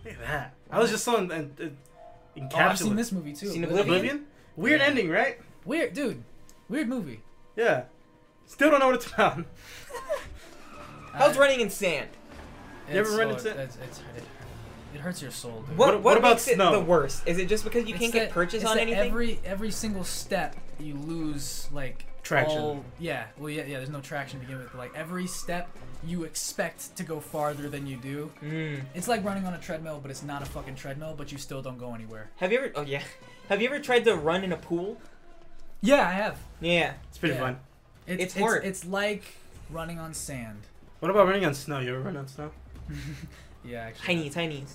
Speaker 2: Look at that. I was just so in, in, in, encapsulated.
Speaker 3: Oh, I've seen this movie too.
Speaker 1: Seen
Speaker 2: Oblivion? Weird
Speaker 3: Yeah.
Speaker 2: ending, right?
Speaker 3: Weird, dude. Weird movie.
Speaker 2: Yeah. Still don't know what it's about.
Speaker 3: Uh,
Speaker 1: How's running in sand?
Speaker 2: You ever
Speaker 3: It's
Speaker 2: run
Speaker 3: so-
Speaker 2: into-
Speaker 3: It's, it's, it, it hurts your soul, dude.
Speaker 1: What,
Speaker 2: What-
Speaker 1: what,
Speaker 2: what about
Speaker 1: makes it
Speaker 2: snow?
Speaker 1: the worst? Is it just because you
Speaker 3: It's
Speaker 1: can't get
Speaker 3: that-
Speaker 1: purchase
Speaker 3: it's
Speaker 1: on
Speaker 3: that
Speaker 1: anything?
Speaker 3: Every every single step you lose like
Speaker 2: Traction.
Speaker 3: all- yeah, well yeah, yeah. There's no traction to begin with. But, like every step you expect to go farther than you do.
Speaker 1: Mm.
Speaker 3: It's like running on a treadmill, but it's not a fucking treadmill. But you still don't go anywhere.
Speaker 1: Have you ever? Oh yeah. Have you ever tried to run in a pool?
Speaker 3: Yeah, I have.
Speaker 1: Yeah.
Speaker 2: It's pretty
Speaker 3: Yeah.
Speaker 2: fun.
Speaker 3: It's
Speaker 1: It's hard.
Speaker 3: It's, like running on sand.
Speaker 2: What about running on snow? You ever run on snow?
Speaker 3: Yeah, actually.
Speaker 1: Tiny, tinies.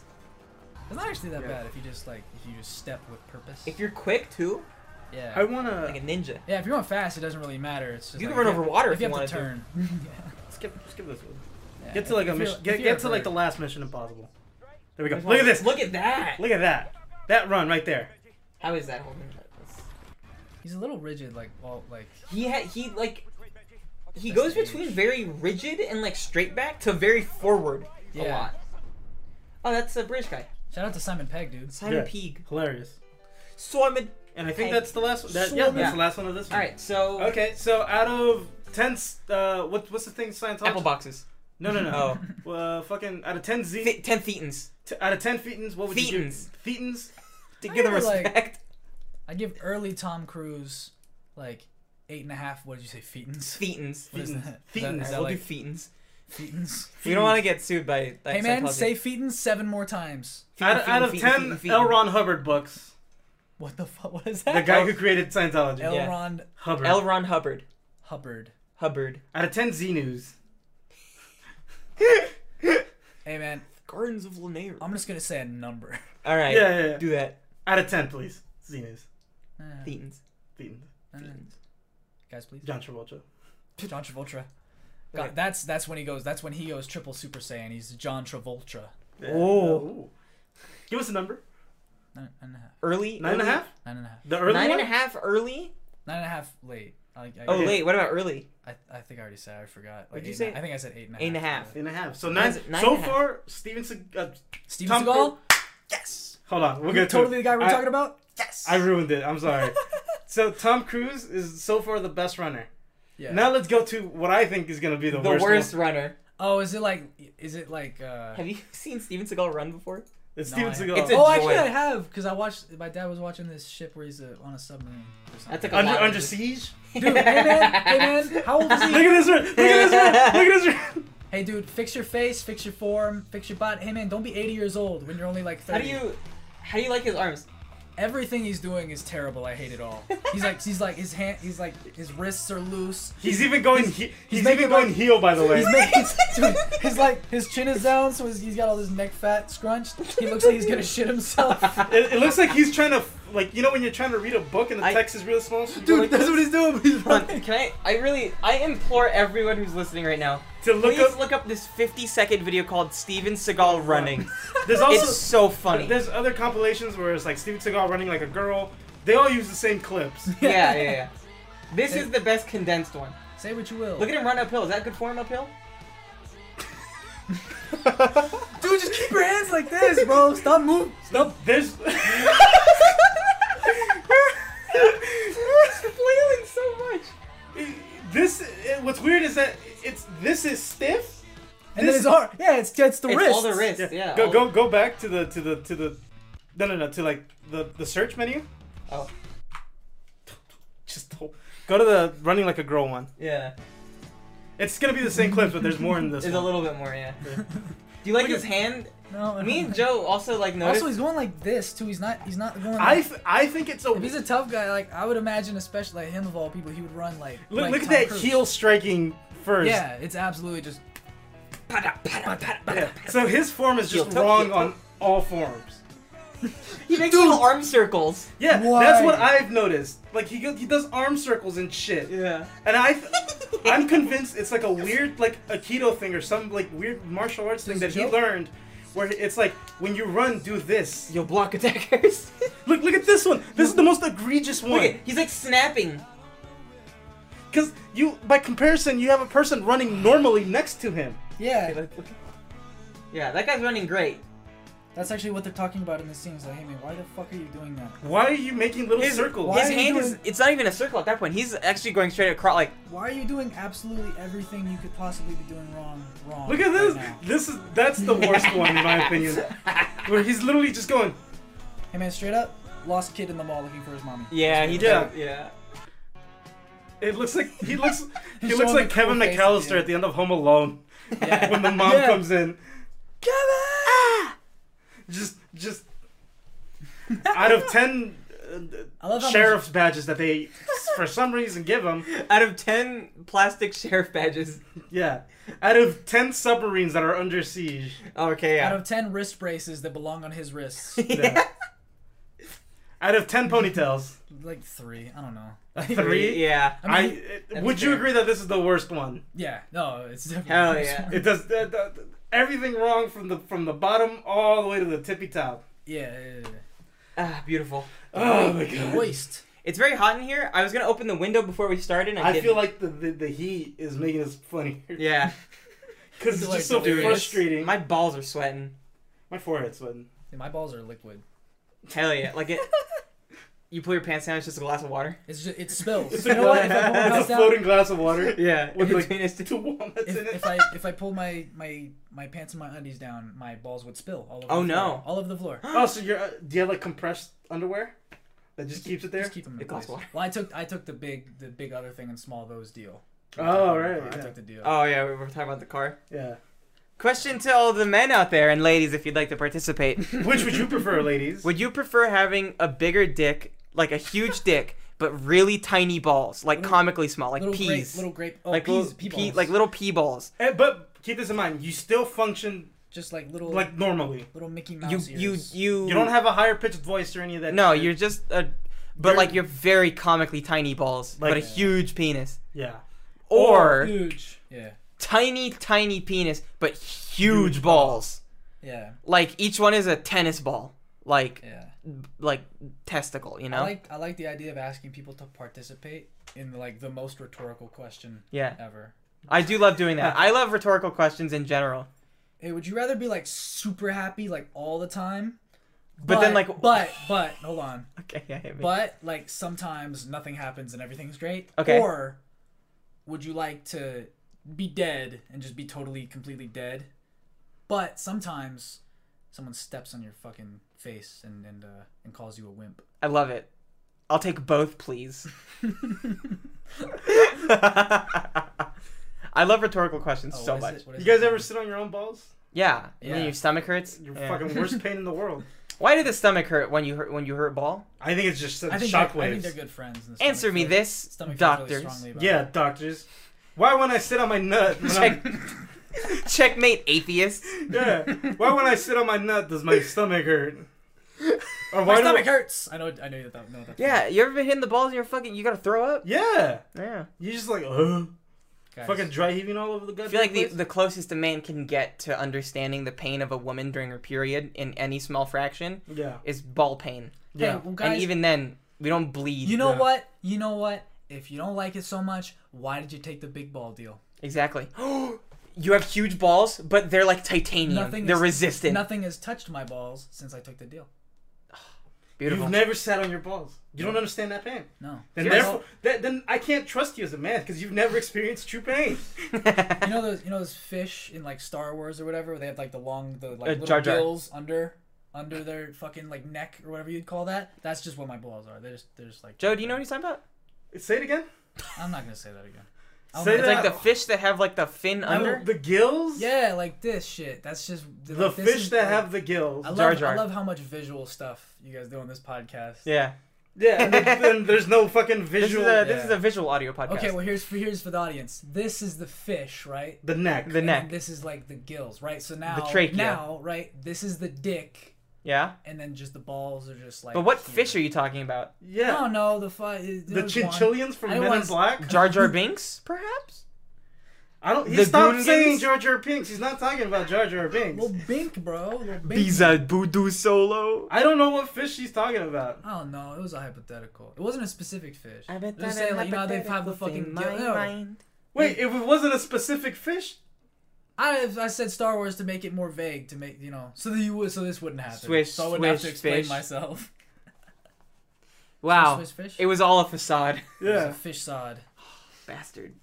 Speaker 3: It's not actually that
Speaker 2: Yeah.
Speaker 3: bad if you just like if you just step with purpose.
Speaker 1: If you're quick too,
Speaker 3: yeah.
Speaker 2: I wanna.
Speaker 1: like a ninja,
Speaker 3: yeah, if you're going fast, it doesn't really matter. It's just
Speaker 1: You
Speaker 3: like,
Speaker 1: can run
Speaker 3: if
Speaker 1: over water
Speaker 3: if you have
Speaker 1: if
Speaker 3: to
Speaker 1: you
Speaker 3: turn.
Speaker 2: skip, skip this one.
Speaker 3: Yeah,
Speaker 2: Get to like a
Speaker 3: if you're-
Speaker 2: mission.
Speaker 3: if
Speaker 2: Get,
Speaker 3: you're
Speaker 2: get to like
Speaker 3: ever-
Speaker 2: the last Mission Impossible. There we go. Look at this.
Speaker 1: Look at that.
Speaker 2: Look at that. That run right there.
Speaker 1: How is that holding? up? That's-
Speaker 3: He's a little rigid, like well, like
Speaker 1: He had he like he
Speaker 3: That's
Speaker 1: goes
Speaker 3: huge.
Speaker 1: between very rigid and like straight back to very forward a
Speaker 3: Yeah.
Speaker 1: lot. Oh, that's the British guy,
Speaker 3: shout out to Simon Pegg, dude.
Speaker 1: Simon
Speaker 2: Yeah.
Speaker 1: Pegg.
Speaker 2: Hilarious.
Speaker 1: So I'm a.
Speaker 2: And I think
Speaker 1: Hey.
Speaker 2: that's the last. That, yeah,
Speaker 3: Sword.
Speaker 2: that's the last one of this
Speaker 1: All
Speaker 2: one.
Speaker 1: right, so
Speaker 2: Okay, so out of ten, s- uh, what, what's the thing Scientology?
Speaker 1: apple boxes.
Speaker 2: No, no, no.
Speaker 1: Oh.
Speaker 2: Well, fucking out of ten Z,
Speaker 1: Th- ten thetans.
Speaker 2: t- out of ten Thetans, what would
Speaker 1: Thetans.
Speaker 2: you do? Thetans.
Speaker 1: To
Speaker 3: I
Speaker 1: give them
Speaker 3: never, like-
Speaker 1: respect.
Speaker 3: I give early Tom Cruise like eight and a half. What did you say, Phetans?
Speaker 1: Thetans.
Speaker 3: What is
Speaker 2: Thetans.
Speaker 3: that? Is
Speaker 2: Thetans.
Speaker 3: that- is that
Speaker 1: We'll
Speaker 3: like
Speaker 1: do thetans.
Speaker 3: Phetans?
Speaker 1: We don't want to get sued by. by
Speaker 3: Hey man,
Speaker 1: Scientology.
Speaker 3: say Phetans seven more times.
Speaker 1: Thetan,
Speaker 2: Out, out
Speaker 1: thetan,
Speaker 2: of
Speaker 1: thetan,
Speaker 2: ten
Speaker 1: thetan, thetan.
Speaker 2: L. Ron Hubbard books,
Speaker 3: What the fuck? What is
Speaker 2: the
Speaker 3: that?
Speaker 2: guy who created Scientology,
Speaker 3: L.
Speaker 1: Yeah.
Speaker 3: Ron
Speaker 2: Hubbard.
Speaker 1: L. Ron Hubbard.
Speaker 3: Hubbard.
Speaker 1: Hubbard.
Speaker 2: out of ten Z News,
Speaker 3: Hey man,
Speaker 1: Gardens of Lanier.
Speaker 3: I'm just gonna say a number.
Speaker 1: All right.
Speaker 2: Yeah, yeah, yeah.
Speaker 1: Do that.
Speaker 2: out of ten, please. Z News,
Speaker 3: Uh,
Speaker 1: Thetans.
Speaker 2: Thetans.
Speaker 3: uh,
Speaker 1: Thetans.
Speaker 3: guys, please.
Speaker 2: John Travolta.
Speaker 3: John Travolta.
Speaker 1: Okay.
Speaker 3: God, that's that's when he goes. That's when he goes triple Super Saiyan. He's John Travolta.
Speaker 2: Yeah.
Speaker 1: Oh.
Speaker 2: Ooh. Give us a number.
Speaker 3: Nine, nine and a half.
Speaker 1: Early.
Speaker 2: Nine and a
Speaker 1: early-
Speaker 2: half.
Speaker 3: Nine and a half.
Speaker 2: The early
Speaker 1: Nine
Speaker 2: one.
Speaker 1: and a half early.
Speaker 3: Nine and a half late. I, I,
Speaker 1: Oh,
Speaker 2: Yeah.
Speaker 1: late. What about early?
Speaker 3: I, I think I already said. I forgot.
Speaker 1: What'd you
Speaker 3: eight and a-
Speaker 1: say?
Speaker 3: I think I said eight and a half.
Speaker 1: Eight and a half.
Speaker 2: Eight and a half. So
Speaker 1: Nine-
Speaker 2: nine.
Speaker 1: nine
Speaker 2: so
Speaker 1: and a half.
Speaker 2: far, Steven Seagal. Uh, Tom
Speaker 3: Steven Seagal. Yes.
Speaker 2: hold on, we'll
Speaker 3: You're
Speaker 2: get to it.
Speaker 3: totally the guy we're
Speaker 2: I-
Speaker 3: talking about. Yes.
Speaker 2: I ruined it. I'm sorry. so Tom Cruise is so far the best runner.
Speaker 3: yeah.
Speaker 2: Now let's go to what I think is going to be the,
Speaker 1: The
Speaker 2: worst.
Speaker 1: worst,
Speaker 2: one.
Speaker 1: runner.
Speaker 3: Oh, is it like? Is it like? uh
Speaker 1: Have you seen Steven Seagal run before?
Speaker 2: It's
Speaker 3: no,
Speaker 2: Steven
Speaker 3: I-
Speaker 2: Seagal.
Speaker 1: It's a-
Speaker 3: Oh, actually,
Speaker 1: joy.
Speaker 3: I have because I watched. My dad was watching this ship where he's uh on a submarine. or something.
Speaker 1: That's like a
Speaker 2: under,
Speaker 1: lot.
Speaker 2: under siege.
Speaker 3: Dude, hey man, hey man, how old is
Speaker 2: Look
Speaker 3: he?
Speaker 2: at this run! Look at this run! Look at this run!
Speaker 3: Hey dude, fix your face, fix your form, fix your butt. Hey man, don't be 80 years old when you're only like 30.
Speaker 1: How do you, how do you like his arms?
Speaker 3: Everything he's doing is terrible. I hate it all. He's like, he's like, his hand, he's like, his wrists are loose.
Speaker 2: He's even going. He's, he's,
Speaker 3: making
Speaker 2: even going
Speaker 3: like-
Speaker 2: heel. By the way,
Speaker 3: He's making, dude, his like, his chin is down, so his, he's got all his neck fat scrunched. He looks like he's gonna shit himself.
Speaker 2: it, it looks like he's trying to like you know when you're trying to read a book and the
Speaker 1: I-
Speaker 2: text is real small. so you go like
Speaker 3: that's what he's doing. He's
Speaker 1: Hold on, Can I? I really, I implore everyone who's listening right now,
Speaker 2: to look
Speaker 1: please
Speaker 2: up.
Speaker 1: look up this 50-second video called Steven Seagal running.
Speaker 2: There's also
Speaker 1: it's so funny.
Speaker 2: there's other compilations where it's like Steven Seagal running like a girl. They all use the same clips.
Speaker 1: yeah, yeah, yeah. This is the best condensed one.
Speaker 3: Say what you will.
Speaker 1: Look at him run uphill. Is that good form uphill?
Speaker 3: dude, just keep your hands like this, bro. Stop moving. Stop.
Speaker 2: There's.
Speaker 1: Flailing so much.
Speaker 2: this eh, what's weird is that it's this is stiff.
Speaker 3: And then his arm. Yeah, it's it's the
Speaker 1: It's
Speaker 3: wrist.
Speaker 1: all the wrist. Yeah. oh.
Speaker 2: Go
Speaker 1: all-
Speaker 2: go go back to the to the to the no no no to like the the search menu.
Speaker 1: Oh,
Speaker 2: Just the- go to the running like a girl one.
Speaker 1: yeah.
Speaker 2: It's gonna be the same clips, but there's more in this.
Speaker 1: There's a
Speaker 2: one.
Speaker 1: little bit more. Yeah. Do you like
Speaker 2: Look
Speaker 1: his hand?
Speaker 3: No. I
Speaker 1: Me
Speaker 3: don't
Speaker 1: and
Speaker 3: think-
Speaker 1: Joe also like noticed.
Speaker 3: Also, he's going like this too. He's not. He's not going.
Speaker 2: I,
Speaker 3: Like,
Speaker 2: th- I think it's a.
Speaker 3: if he's a tough guy, like I would imagine, especially like him of all people, he would run like.
Speaker 2: look
Speaker 3: like
Speaker 2: look at
Speaker 3: Tom
Speaker 2: that
Speaker 3: Cruise.
Speaker 2: heel striking first.
Speaker 3: Yeah, it's absolutely just.
Speaker 1: Pada, pada, pada, pada.
Speaker 2: Yeah. So his form is just
Speaker 1: Heel toe,
Speaker 2: wrong
Speaker 1: heel
Speaker 2: on all forms.
Speaker 1: He makes little arm circles.
Speaker 2: Yeah,
Speaker 3: Why?
Speaker 2: that's what I've noticed. Like he go- he does arm circles and shit.
Speaker 1: Yeah.
Speaker 2: And I, th- I'm convinced it's like a weird like Aikido thing or some like weird martial arts thing
Speaker 3: Just
Speaker 2: that he
Speaker 3: joke?
Speaker 2: learned, where it's like when you run, do this.
Speaker 1: You'll block attackers.
Speaker 2: Look, look at this one. This is the most egregious
Speaker 1: Look
Speaker 2: one.
Speaker 1: at, he's like snapping.
Speaker 2: Because you, by comparison, you have a person running normally next to him.
Speaker 3: Yeah,
Speaker 1: Yeah, that guy's running great.
Speaker 3: that's actually what they're talking about in the scene. It's like, hey man, why the fuck are you doing that?
Speaker 2: Why are you making little circles?
Speaker 3: why
Speaker 1: his
Speaker 3: are you
Speaker 1: hand
Speaker 3: doing-
Speaker 1: is it's not even a circle at that point. He's actually going straight across like
Speaker 3: Why are you doing absolutely everything you could possibly be doing wrong? Wrong.
Speaker 2: Look at this.
Speaker 3: Right now?
Speaker 2: This is that's the worst one in my opinion. Where he's literally just going.
Speaker 3: Hey man, straight up, lost kid in the mall looking for his mommy.
Speaker 1: Yeah, he
Speaker 2: Yeah.
Speaker 1: did. Yeah.
Speaker 2: It looks like he looks. He
Speaker 3: He's
Speaker 2: looks
Speaker 3: showing
Speaker 2: like
Speaker 3: the
Speaker 2: Kevin
Speaker 3: cool face
Speaker 2: McAllister
Speaker 3: at the
Speaker 2: at the end of Home Alone
Speaker 3: Yeah.
Speaker 2: when the mom
Speaker 1: Yeah.
Speaker 2: comes in.
Speaker 1: Kevin!
Speaker 2: just just out of 10 uh,
Speaker 3: I love how much-
Speaker 2: sheriff's badges that they for some reason give him
Speaker 1: Out of ten plastic sheriff badges.
Speaker 2: yeah out of 10 submarines that are under siege
Speaker 1: Okay,
Speaker 3: Out
Speaker 1: yeah.
Speaker 3: of ten wrist braces that belong on his wrists,
Speaker 2: yeah. out of 10 ponytails
Speaker 3: like three. I don't know.
Speaker 2: three
Speaker 1: yeah.
Speaker 2: i,
Speaker 3: I mean,
Speaker 2: uh, would you
Speaker 1: fair.
Speaker 2: agree that this is the worst one
Speaker 3: yeah. No, it's definitely.
Speaker 1: Hell
Speaker 3: the first
Speaker 1: yeah.
Speaker 3: one.
Speaker 2: it does uh, uh, everything wrong from the from the bottom all the way to the tippy top
Speaker 3: Yeah. yeah, yeah,
Speaker 1: Ah, beautiful.
Speaker 2: oh my
Speaker 3: yeah.
Speaker 2: god
Speaker 3: Waist.
Speaker 1: It's very hot in here. I was gonna open the window before we started. And I,
Speaker 2: I
Speaker 1: didn't.
Speaker 2: feel like the, the, the heat
Speaker 3: Mm.
Speaker 2: is making us funny
Speaker 1: yeah,
Speaker 2: because it's
Speaker 3: Like
Speaker 2: just so
Speaker 3: delirious.
Speaker 2: frustrating. My,
Speaker 1: my balls are sweating.
Speaker 2: my forehead's sweating.
Speaker 3: Yeah, my balls are liquid.
Speaker 1: Hell yeah! Like it. you pull your pants down. It's just a glass of water.
Speaker 3: It's just it spills.
Speaker 2: It's a,
Speaker 3: you know what? If
Speaker 2: glass,
Speaker 3: I pull my mouth
Speaker 2: it's a
Speaker 3: down,
Speaker 2: floating glass of water.
Speaker 1: Yeah.
Speaker 2: With,
Speaker 1: in
Speaker 2: like,
Speaker 1: between us two-
Speaker 2: two walnuts
Speaker 3: if,
Speaker 2: in it.
Speaker 3: if I if I pull my my my pants and my undies down, my balls would spill all over.
Speaker 1: Oh,
Speaker 3: the floor.
Speaker 1: no.
Speaker 3: All over the floor.
Speaker 2: oh, so you're, uh, do you have like compressed underwear that just keeps it there?
Speaker 3: Just keep them
Speaker 1: The
Speaker 3: in
Speaker 1: glass
Speaker 3: place.
Speaker 1: water.
Speaker 3: Well, I took I took the big the big other thing and small those deal.
Speaker 2: Oh,
Speaker 3: I
Speaker 2: right.
Speaker 3: took the deal.
Speaker 1: Oh yeah, we were talking about the car.
Speaker 2: Yeah.
Speaker 1: Question to all the men out there and ladies, if you'd like to participate.
Speaker 2: yeah. Which would you prefer, ladies?
Speaker 1: Would you prefer having a bigger dick, like a huge dick, but really tiny balls, like
Speaker 3: Little-
Speaker 1: comically small, like
Speaker 3: little grape,
Speaker 1: peas,
Speaker 3: little grape, oh,
Speaker 1: like
Speaker 3: peas,
Speaker 1: little
Speaker 3: pea
Speaker 1: pea-
Speaker 3: balls.
Speaker 1: like little pea balls?
Speaker 2: Eh, but keep this in mind. You still function
Speaker 3: just like little
Speaker 2: like normally.
Speaker 3: little Mickey
Speaker 1: You
Speaker 3: Mouse
Speaker 1: you
Speaker 3: ears.
Speaker 1: you.
Speaker 2: You don't have a higher pitched voice or any of that.
Speaker 1: No,
Speaker 2: shit.
Speaker 1: you're just a. But
Speaker 2: You're-
Speaker 1: like you're very comically tiny balls, but a
Speaker 2: Like-
Speaker 1: huge penis,
Speaker 2: Yeah.
Speaker 1: or
Speaker 3: Oh, huge. Yeah,
Speaker 1: tiny tiny penis but huge balls.
Speaker 3: yeah,
Speaker 1: Like each one is a tennis ball, like
Speaker 3: yeah.
Speaker 1: like testicle, you know?
Speaker 3: I like I like the idea of asking people to participate in like the most rhetorical question
Speaker 1: yeah,
Speaker 3: ever.
Speaker 1: I do love doing that. I love rhetorical questions in general.
Speaker 3: Hey, would you rather be like super happy like all the time?
Speaker 1: But then, like-
Speaker 3: but but hold on.
Speaker 1: Okay, yeah, hit me.
Speaker 3: But like sometimes nothing happens and everything's great.
Speaker 1: Okay.
Speaker 3: Or would you like to be dead and just be totally completely dead? But sometimes someone steps on your fucking face and and uh, and calls you a wimp.
Speaker 1: I love it. I'll take both, please. I love rhetorical questions
Speaker 3: Oh,
Speaker 1: so
Speaker 3: what
Speaker 1: much.
Speaker 3: is it? What
Speaker 2: You
Speaker 3: is
Speaker 2: guys
Speaker 3: it?
Speaker 2: ever sit on your own balls?
Speaker 1: Yeah, and then
Speaker 3: Yeah.
Speaker 1: your stomach hurts.
Speaker 2: Your
Speaker 1: Yeah.
Speaker 2: fucking worst pain in the world.
Speaker 1: Why did the stomach hurt when you hurt when you hurt ball?
Speaker 2: I think it's just
Speaker 3: I think they're- I think they're
Speaker 2: shockwaves.
Speaker 3: good friends. and the
Speaker 1: Answer
Speaker 3: stomach
Speaker 1: me
Speaker 3: feels-
Speaker 1: this,
Speaker 3: stomach feels really
Speaker 1: doctors.
Speaker 3: strongly about
Speaker 2: Yeah,
Speaker 3: it.
Speaker 2: doctors. Why when I sit on my nut? when I'm-
Speaker 1: Check- Checkmate, atheists.
Speaker 2: Yeah. Why when I sit on my nut does my stomach hurt? Or
Speaker 3: My
Speaker 2: do
Speaker 3: stomach
Speaker 2: I-
Speaker 3: hurts. I know. I know that. No, that's
Speaker 1: Yeah, you ever been hitting the balls and you're fucking, you gotta throw up?
Speaker 2: Yeah.
Speaker 1: Yeah.
Speaker 2: You just like ugh.
Speaker 3: guys.
Speaker 2: Fucking dry heaving all over the goddamn
Speaker 1: I feel like the,
Speaker 2: place.
Speaker 1: the closest a man can get to understanding the pain of a woman during her period in any small fraction
Speaker 2: yeah.
Speaker 1: is ball pain.
Speaker 3: Hey,
Speaker 2: Yeah.
Speaker 3: well, guys,
Speaker 1: and even then, we don't bleed.
Speaker 3: You know
Speaker 2: Yeah.
Speaker 3: what? You know what? If you don't like it so much, why did you take the big ball deal?
Speaker 1: Exactly. you have huge balls, but they're like titanium.
Speaker 3: Nothing
Speaker 1: they're
Speaker 3: is-
Speaker 1: resistant.
Speaker 3: Nothing has touched my balls since I took the deal.
Speaker 1: Beautiful.
Speaker 2: You've never sat on your balls. You don't understand that pain.
Speaker 3: No.
Speaker 2: Then
Speaker 3: you,
Speaker 2: therefore,
Speaker 3: know,
Speaker 2: that, then I can't trust you as a man because you've never experienced true pain.
Speaker 3: you know those you know those fish in like Star Wars or whatever, where they have like the long the like
Speaker 1: Uh,
Speaker 3: little
Speaker 1: Jar Jar.
Speaker 3: gills under under their fucking like neck or whatever you'd call that. That's just what my balls are. They're just they're just like
Speaker 1: Joe, do you know what he's talking about?
Speaker 2: Say it again.
Speaker 3: I'm not gonna say that again. I'm
Speaker 2: Say
Speaker 1: It's
Speaker 2: that-
Speaker 1: like the fish that have like the fin under.
Speaker 2: The gills?
Speaker 3: Yeah, like this shit. That's just
Speaker 2: The
Speaker 3: like, this
Speaker 2: fish
Speaker 3: is,
Speaker 2: that
Speaker 3: like-
Speaker 2: have the gills.
Speaker 3: I love,
Speaker 1: Jar Jar.
Speaker 3: I love how much visual stuff you guys do on this podcast.
Speaker 1: Yeah.
Speaker 2: Yeah, and then, then there's no fucking
Speaker 1: This is
Speaker 2: visual.
Speaker 1: a this is a visual audio podcast.
Speaker 3: Okay, well here's for here's for the audience. This is the fish, right?
Speaker 2: the neck.
Speaker 1: the
Speaker 3: And
Speaker 1: neck.
Speaker 3: This is like the gills, right? So now
Speaker 1: trachea.
Speaker 3: now, right? This is the dick,
Speaker 1: yeah.
Speaker 3: and then just the balls are just like.
Speaker 1: But what fish are you talking about?
Speaker 2: yeah.
Speaker 3: No, no, the fi- it-
Speaker 2: the
Speaker 3: there's one.
Speaker 2: chinchillians from
Speaker 3: I
Speaker 2: Men
Speaker 3: don't
Speaker 2: in
Speaker 3: wanna-
Speaker 2: Black.
Speaker 1: Jar Jar Binks, perhaps?
Speaker 2: I don't. He
Speaker 1: The
Speaker 2: stopped
Speaker 1: Goonies?
Speaker 2: saying Jar Jar Pinks. He's not talking about Jar Jar Pinks.
Speaker 3: Little bink, bro. Little bink.
Speaker 2: uh,
Speaker 1: Voodoo Solo.
Speaker 2: I don't know what fish he's talking about.
Speaker 3: I don't know. It was a hypothetical. It wasn't a specific fish.
Speaker 1: I bet
Speaker 3: It was
Speaker 1: that
Speaker 3: saying, like, you know, how they have the fucking.
Speaker 1: my
Speaker 3: gill- no.
Speaker 1: mind.
Speaker 2: Wait, if it wasn't a specific fish,
Speaker 3: I I said Star Wars to make it more vague to make you know so that you would so this wouldn't happen.
Speaker 1: Swish,
Speaker 3: so I wouldn't have to
Speaker 1: swish,
Speaker 3: explain
Speaker 1: fish.
Speaker 3: myself.
Speaker 1: Wow.
Speaker 3: Swiss fish.
Speaker 1: It was all a facade.
Speaker 3: It's a
Speaker 2: yeah.
Speaker 3: fish sod.
Speaker 1: Bastard.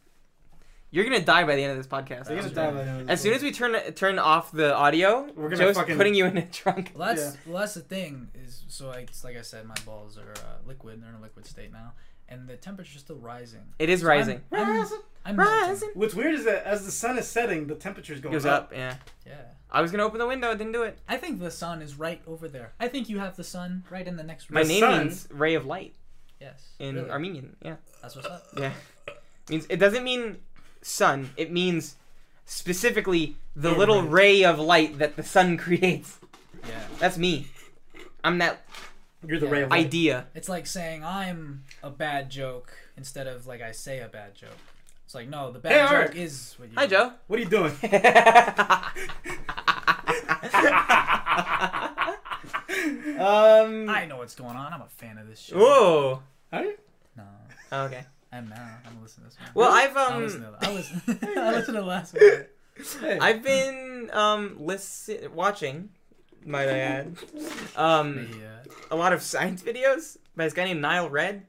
Speaker 1: You're gonna die by the end of this podcast.
Speaker 2: They're gonna
Speaker 3: That's
Speaker 2: die
Speaker 3: right.
Speaker 2: by the end of this
Speaker 1: As soon
Speaker 2: one.
Speaker 1: as we turn turn off the audio,
Speaker 2: We're gonna
Speaker 1: Joe's
Speaker 2: fucking-
Speaker 1: putting you in a trunk.
Speaker 3: Well, that's well, that's the thing is so like it's like I said, my balls are uh, liquid. They're in a liquid state now, and the temperature's still rising.
Speaker 1: It is rising.
Speaker 3: I'm, I'm,
Speaker 2: Rising,
Speaker 3: I'm melting.
Speaker 1: Rising.
Speaker 2: What's weird is that as the sun is setting, the temperature's going
Speaker 1: Goes up. Yeah.
Speaker 3: Yeah.
Speaker 1: I was gonna open the window. I didn't do it.
Speaker 3: I think the sun is right over there. I think you have the sun right in the next room.
Speaker 1: My
Speaker 2: The
Speaker 1: name
Speaker 2: sun-
Speaker 1: means ray of light
Speaker 3: Yes.
Speaker 1: in
Speaker 3: really.
Speaker 1: Armenian. Yeah.
Speaker 3: That's what's up.
Speaker 1: Yeah. means it doesn't mean sun. It means specifically the
Speaker 2: Yeah,
Speaker 1: little
Speaker 2: right.
Speaker 1: ray of light that the sun creates.
Speaker 3: Yeah.
Speaker 1: That's me. I'm that
Speaker 2: You're the
Speaker 3: Yeah.
Speaker 2: ray of light.
Speaker 1: idea.
Speaker 3: It's like saying I'm a bad joke instead of like I say a bad joke. It's like no, the bad
Speaker 2: Hey,
Speaker 3: joke
Speaker 2: Eric.
Speaker 3: is what you.
Speaker 1: Hi, Joe.
Speaker 2: What are you doing?
Speaker 1: um.
Speaker 3: I know what's going on. I'm a fan of this show.
Speaker 1: Whoa.
Speaker 2: Are you?
Speaker 3: No,
Speaker 1: Oh, Okay.
Speaker 3: I'm not. I'm listening to this one.
Speaker 1: Well, I've
Speaker 3: I listen
Speaker 1: um.
Speaker 3: to the, I listen, I listen to the last one.
Speaker 2: Hey.
Speaker 1: I've been um listen watching, might I add, um
Speaker 3: Yeah.
Speaker 1: a lot of science videos by this guy named Niall Red.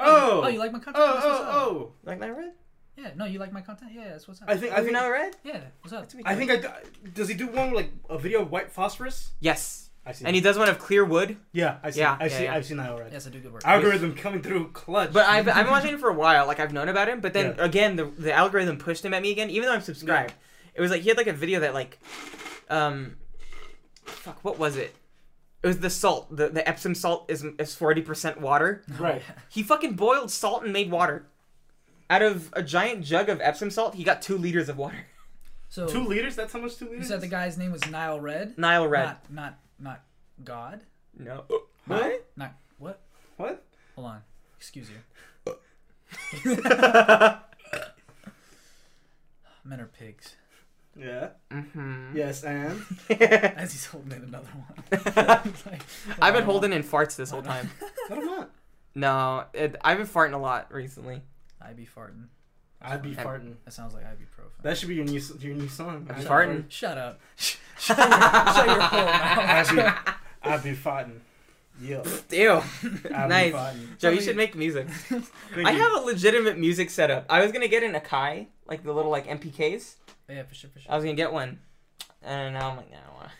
Speaker 2: oh.
Speaker 3: Oh, you like my content?
Speaker 2: Oh,
Speaker 3: That's what's
Speaker 2: oh,
Speaker 3: up.
Speaker 2: oh!
Speaker 1: Like Niall Red?
Speaker 3: Yeah, no, you like my content? Yeah, that's what's up.
Speaker 2: I think I
Speaker 1: Like
Speaker 2: think
Speaker 1: Niall Red?
Speaker 3: yeah, what's up?
Speaker 1: That's what we
Speaker 2: I
Speaker 1: do.
Speaker 2: think I does he do one like a video of white phosphorus?
Speaker 1: yes.
Speaker 2: I see.
Speaker 1: And he does one of clear wood.
Speaker 2: yeah, I see.
Speaker 1: Yeah,
Speaker 2: I see.
Speaker 1: yeah, yeah.
Speaker 2: I've seen that already.
Speaker 3: Yes, I do good work.
Speaker 2: Algorithm coming through clutch.
Speaker 1: But I've, I've been watching it for a while. Like I've known about him, but then
Speaker 2: Yeah.
Speaker 1: again, the, the algorithm pushed him at me again. Even though I'm subscribed, it was like he had like a video that like, um, fuck, what was it? It was the salt. The the Epsom salt is is forty percent water.
Speaker 2: right.
Speaker 1: He fucking boiled salt and made water. Out of a giant jug of Epsom salt, he got two liters of water.
Speaker 3: So
Speaker 2: Two liters? That's how much two
Speaker 3: you
Speaker 2: liters?
Speaker 3: said the guy's name was Nile Red.
Speaker 1: Nile Red.
Speaker 3: Not not not God.
Speaker 1: No.
Speaker 2: What?
Speaker 3: Not what?
Speaker 2: What?
Speaker 3: Hold on. Excuse you. Men are pigs.
Speaker 2: Yeah.
Speaker 1: hmm
Speaker 2: Yes, and
Speaker 3: As he's holding in another one. Like,
Speaker 1: I've been holding in farts this whole time.
Speaker 2: what am I?
Speaker 1: No, it, I've been farting a lot recently.
Speaker 3: I be farting.
Speaker 2: I'd be
Speaker 1: I'm-
Speaker 2: farting.
Speaker 3: That sounds like ibuprofen.
Speaker 2: That should be your new s- your new song.
Speaker 1: I'd be
Speaker 2: I'd
Speaker 1: farting.
Speaker 3: Shut up. Shut your, shut your whole mouth.
Speaker 2: I'd be, I'd be farting. Yeah.
Speaker 1: Ew.
Speaker 2: I'd
Speaker 1: Nice.
Speaker 2: Be farting.
Speaker 1: Joe, you should make music.
Speaker 2: Thank
Speaker 1: I
Speaker 2: you.
Speaker 1: have a legitimate music setup. I was gonna get an Akai, like the little like MPKs.
Speaker 3: Yeah, for sure, for sure.
Speaker 1: I was gonna get one, and now I'm like, nah, I don't wanna.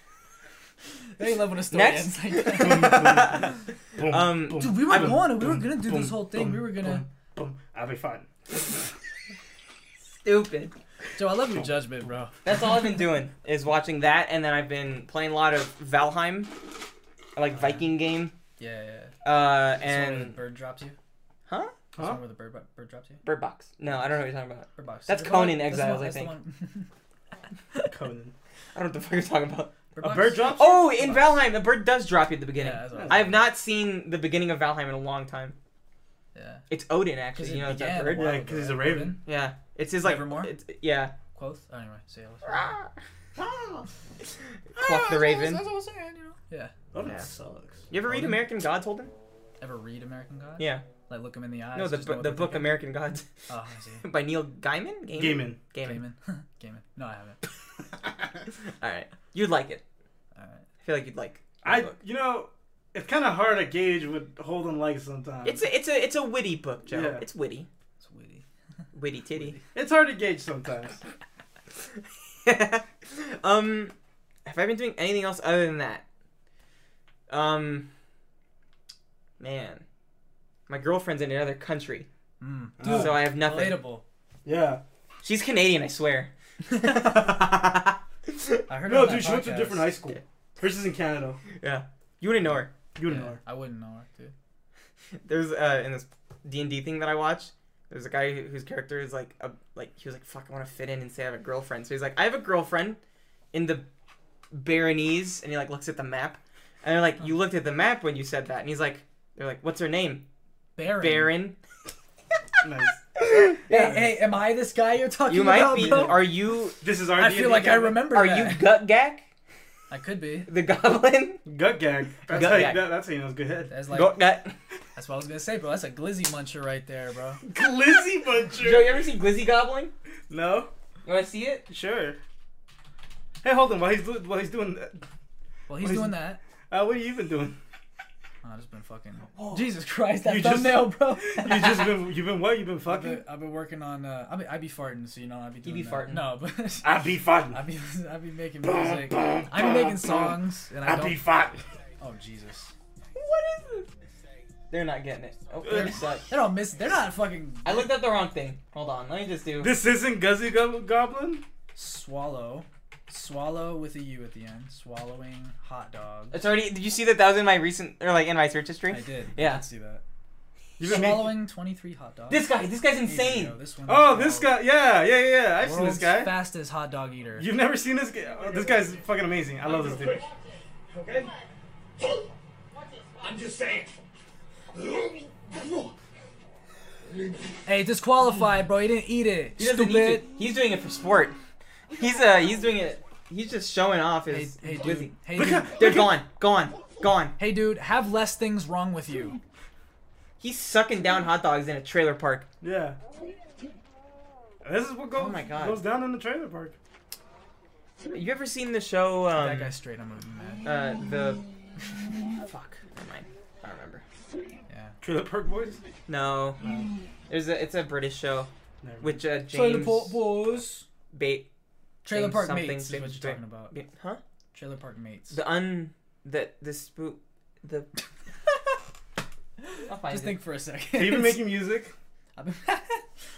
Speaker 3: They love when a story
Speaker 1: Next.
Speaker 3: ends like that.
Speaker 2: Boom,
Speaker 1: um,
Speaker 2: boom,
Speaker 3: Dude, we were
Speaker 2: boom,
Speaker 3: going. We were
Speaker 2: boom,
Speaker 3: gonna do this
Speaker 2: boom,
Speaker 3: whole thing.
Speaker 2: boom,
Speaker 3: We were gonna.
Speaker 2: Boom, boom. I'd be farting.
Speaker 1: Stupid.
Speaker 3: Joe, I love your judgment, bro.
Speaker 1: That's all I've been doing is watching that, and then I've been playing a lot of Valheim, I like Viking game.
Speaker 3: Yeah, yeah.
Speaker 1: Uh,
Speaker 3: That's one where the
Speaker 1: and
Speaker 3: bird drops you.
Speaker 1: huh?
Speaker 3: That's
Speaker 2: Huh?
Speaker 3: one where the bird bu- bird drops you.
Speaker 1: Bird Box. No, I don't know what you're talking about.
Speaker 3: Bird box.
Speaker 1: That's
Speaker 3: Is it the one-
Speaker 1: Conan
Speaker 3: that's the one-
Speaker 1: Exiles, I
Speaker 3: that's the
Speaker 1: think.
Speaker 3: one-
Speaker 2: Conan.
Speaker 1: I don't know what the fuck you're talking about.
Speaker 3: bird
Speaker 2: A
Speaker 3: box?
Speaker 2: bird drops. you?
Speaker 1: Oh, in Valheim, a bird does drop you at the
Speaker 3: Yeah,
Speaker 1: beginning.
Speaker 3: that's what I was
Speaker 1: I have
Speaker 3: thinking.
Speaker 1: not seen the beginning of Valheim in a long time.
Speaker 3: Yeah.
Speaker 1: It's Odin,
Speaker 3: Because
Speaker 1: actually.
Speaker 3: it
Speaker 1: You know it's that
Speaker 3: began
Speaker 1: bird.
Speaker 3: a while
Speaker 2: Yeah, 'cause he's
Speaker 3: ago,
Speaker 2: a
Speaker 3: right?
Speaker 2: raven.
Speaker 3: Odin?
Speaker 1: Yeah, it's his like.
Speaker 3: Nevermore?
Speaker 1: It's, yeah.
Speaker 3: Quoth? Oh, anyway, say it.
Speaker 1: Ah. Quack the Raven.
Speaker 3: Ah, what I was saying, you know. Yeah.
Speaker 2: That
Speaker 1: Yeah.
Speaker 2: sucks.
Speaker 1: You ever read
Speaker 3: Odin?
Speaker 1: American Gods, Holden?
Speaker 3: Ever read American God?
Speaker 1: Yeah.
Speaker 3: Like look him in the eyes.
Speaker 1: No, the,
Speaker 3: Uh, just know
Speaker 1: bu-
Speaker 3: what
Speaker 1: the
Speaker 3: they're
Speaker 1: book
Speaker 3: thinking?
Speaker 1: American Gods
Speaker 3: Oh, I see.
Speaker 1: by Neil Gaiman? Gaiman.
Speaker 2: Gaiman.
Speaker 1: Gaiman.
Speaker 3: Gaiman. Gaiman. No, I haven't.
Speaker 1: All right. You'd like it.
Speaker 3: All right.
Speaker 1: I feel like you'd like. the
Speaker 2: I,
Speaker 1: book.
Speaker 2: you know, it's kind of hard to gauge what Holden likes
Speaker 3: Um,
Speaker 2: sometimes.
Speaker 1: It's a, it's a it's a witty book, Joe.
Speaker 2: Yeah.
Speaker 1: It's witty.
Speaker 3: It's witty.
Speaker 1: Witty titty.
Speaker 2: it's hard to gauge sometimes.
Speaker 1: um, have I been doing anything else other than that? Um, man, my girlfriend's in another country,
Speaker 3: Mm.
Speaker 2: Dude,
Speaker 1: so I have nothing.
Speaker 3: Hmm. Relatable.
Speaker 2: Yeah.
Speaker 1: She's Canadian, I swear.
Speaker 3: I heard
Speaker 2: No,
Speaker 3: on that
Speaker 2: dude, she went to a
Speaker 3: podcast.
Speaker 2: different high school. Hers is in Canada.
Speaker 1: yeah, you wouldn't know her.
Speaker 2: You
Speaker 3: Yeah,
Speaker 2: wouldn't know her.
Speaker 3: I wouldn't know her, dude.
Speaker 1: There's uh in this D and D thing that I watch. There's a guy who- whose character is like a like he was like fuck I want to fit in and say I have a girlfriend. So he's like I have a girlfriend in the Baronese, and he like looks at the map, and they're like you looked at the map when you said that, and he's like they're like what's her name
Speaker 3: Baron.
Speaker 1: Baron.
Speaker 2: Nice.
Speaker 3: Hey, hey, am I this guy you're talking
Speaker 1: You might
Speaker 3: about,
Speaker 1: be.
Speaker 3: bro?
Speaker 1: Are you
Speaker 2: This is our.
Speaker 3: I feel like I remember
Speaker 1: are you
Speaker 3: that.
Speaker 1: Gut Gak
Speaker 3: I could be.
Speaker 1: the Goblin?
Speaker 2: Gut gag. That's
Speaker 1: Gut
Speaker 2: how you,
Speaker 1: gag.
Speaker 2: That, that's how you know it's good head.
Speaker 3: That's like
Speaker 1: Gut Gak.
Speaker 3: that's what I was gonna say, bro. That's a glizzy muncher right there, bro.
Speaker 2: Glizzy
Speaker 1: Joe,
Speaker 2: Buncher.
Speaker 1: you ever see Glizzy Goblin?
Speaker 2: No.
Speaker 1: You want to see it?
Speaker 2: Sure. Hey, hold on. While he's do- while he's doing,
Speaker 3: Well, he's
Speaker 2: What is-
Speaker 3: doing that.
Speaker 2: uh, what have you been doing?
Speaker 3: Oh, I've just been fucking. Jesus Christ, that
Speaker 2: You just-
Speaker 3: thumbnail, bro.
Speaker 2: You just been you've been what? You've been
Speaker 3: I've
Speaker 2: fucking.
Speaker 3: been, I've been working on. Uh, I be I be farting, so you know I be doing.
Speaker 1: be
Speaker 3: that.
Speaker 1: farting.
Speaker 3: No, but
Speaker 2: I be fighting.
Speaker 3: I be I be making
Speaker 2: Boom,
Speaker 3: music.
Speaker 2: boom,
Speaker 3: I be
Speaker 2: boom,
Speaker 3: making
Speaker 2: boom.
Speaker 3: songs, and I
Speaker 2: I be
Speaker 3: don't.
Speaker 2: fighting.
Speaker 3: Oh Jesus!
Speaker 1: What is this? They're not getting it. Oh, they suck.
Speaker 3: They don't miss. They're not fucking
Speaker 1: I looked up the wrong thing. Hold on, let me just do.
Speaker 2: This isn't Guzzy Go- Goblin.
Speaker 3: swallow. Swallow with a U at the end. Swallowing hot dog.
Speaker 1: It's already. Did you see that? That was in my recent or like in my search history.
Speaker 3: I did.
Speaker 1: Yeah.
Speaker 3: I did see that.
Speaker 2: You've been making-
Speaker 3: Swallowing 23 hot dogs.
Speaker 1: This guy. This guy's
Speaker 3: Ages
Speaker 1: insane.
Speaker 3: ago, This one
Speaker 2: Oh,
Speaker 3: was
Speaker 2: this
Speaker 3: called
Speaker 2: guy. Yeah, yeah, yeah. I've seen this
Speaker 3: World's
Speaker 2: guy.
Speaker 3: Fastest hot dog eater.
Speaker 2: You've never seen this guy. Oh, this guy's fucking amazing. I love this dude.
Speaker 4: Okay? I'm just saying.
Speaker 3: Hey, disqualified, bro. You didn't eat it.
Speaker 1: He doesn't
Speaker 3: Stupid.
Speaker 1: need to. He's doing it for sport. He's uh. He's doing it. He's just showing off
Speaker 3: Hey,
Speaker 1: his.
Speaker 3: hey,
Speaker 1: his
Speaker 3: dude.
Speaker 1: glizzy.
Speaker 3: Hey, dude.
Speaker 1: They're gone. Gone. Gone.
Speaker 3: Hey, dude. Have less things wrong with you.
Speaker 1: He's sucking down hot dogs in a trailer park.
Speaker 2: Yeah. This is what goes,
Speaker 1: Oh my God.
Speaker 2: goes down in the trailer park.
Speaker 1: You ever seen the show?
Speaker 3: That
Speaker 1: Um,
Speaker 3: guy's straight. I'm gonna be mad.
Speaker 1: uh, the. Fuck. Never mind. I don't remember.
Speaker 3: Yeah.
Speaker 2: Trailer Park Boys.
Speaker 1: No. There's a. It's a British show.
Speaker 2: Never.
Speaker 1: Which uh, James.
Speaker 3: Boys.
Speaker 1: Bait.
Speaker 3: Trailer
Speaker 1: James
Speaker 3: Park
Speaker 1: something,
Speaker 3: Mates is
Speaker 1: James
Speaker 3: what you're talking about.
Speaker 1: Huh?
Speaker 3: Trailer Park Mates.
Speaker 1: The un. The the spook. The. I'll find
Speaker 3: Just
Speaker 1: it.
Speaker 3: think for a second.
Speaker 2: Have you been making music?
Speaker 3: I've been,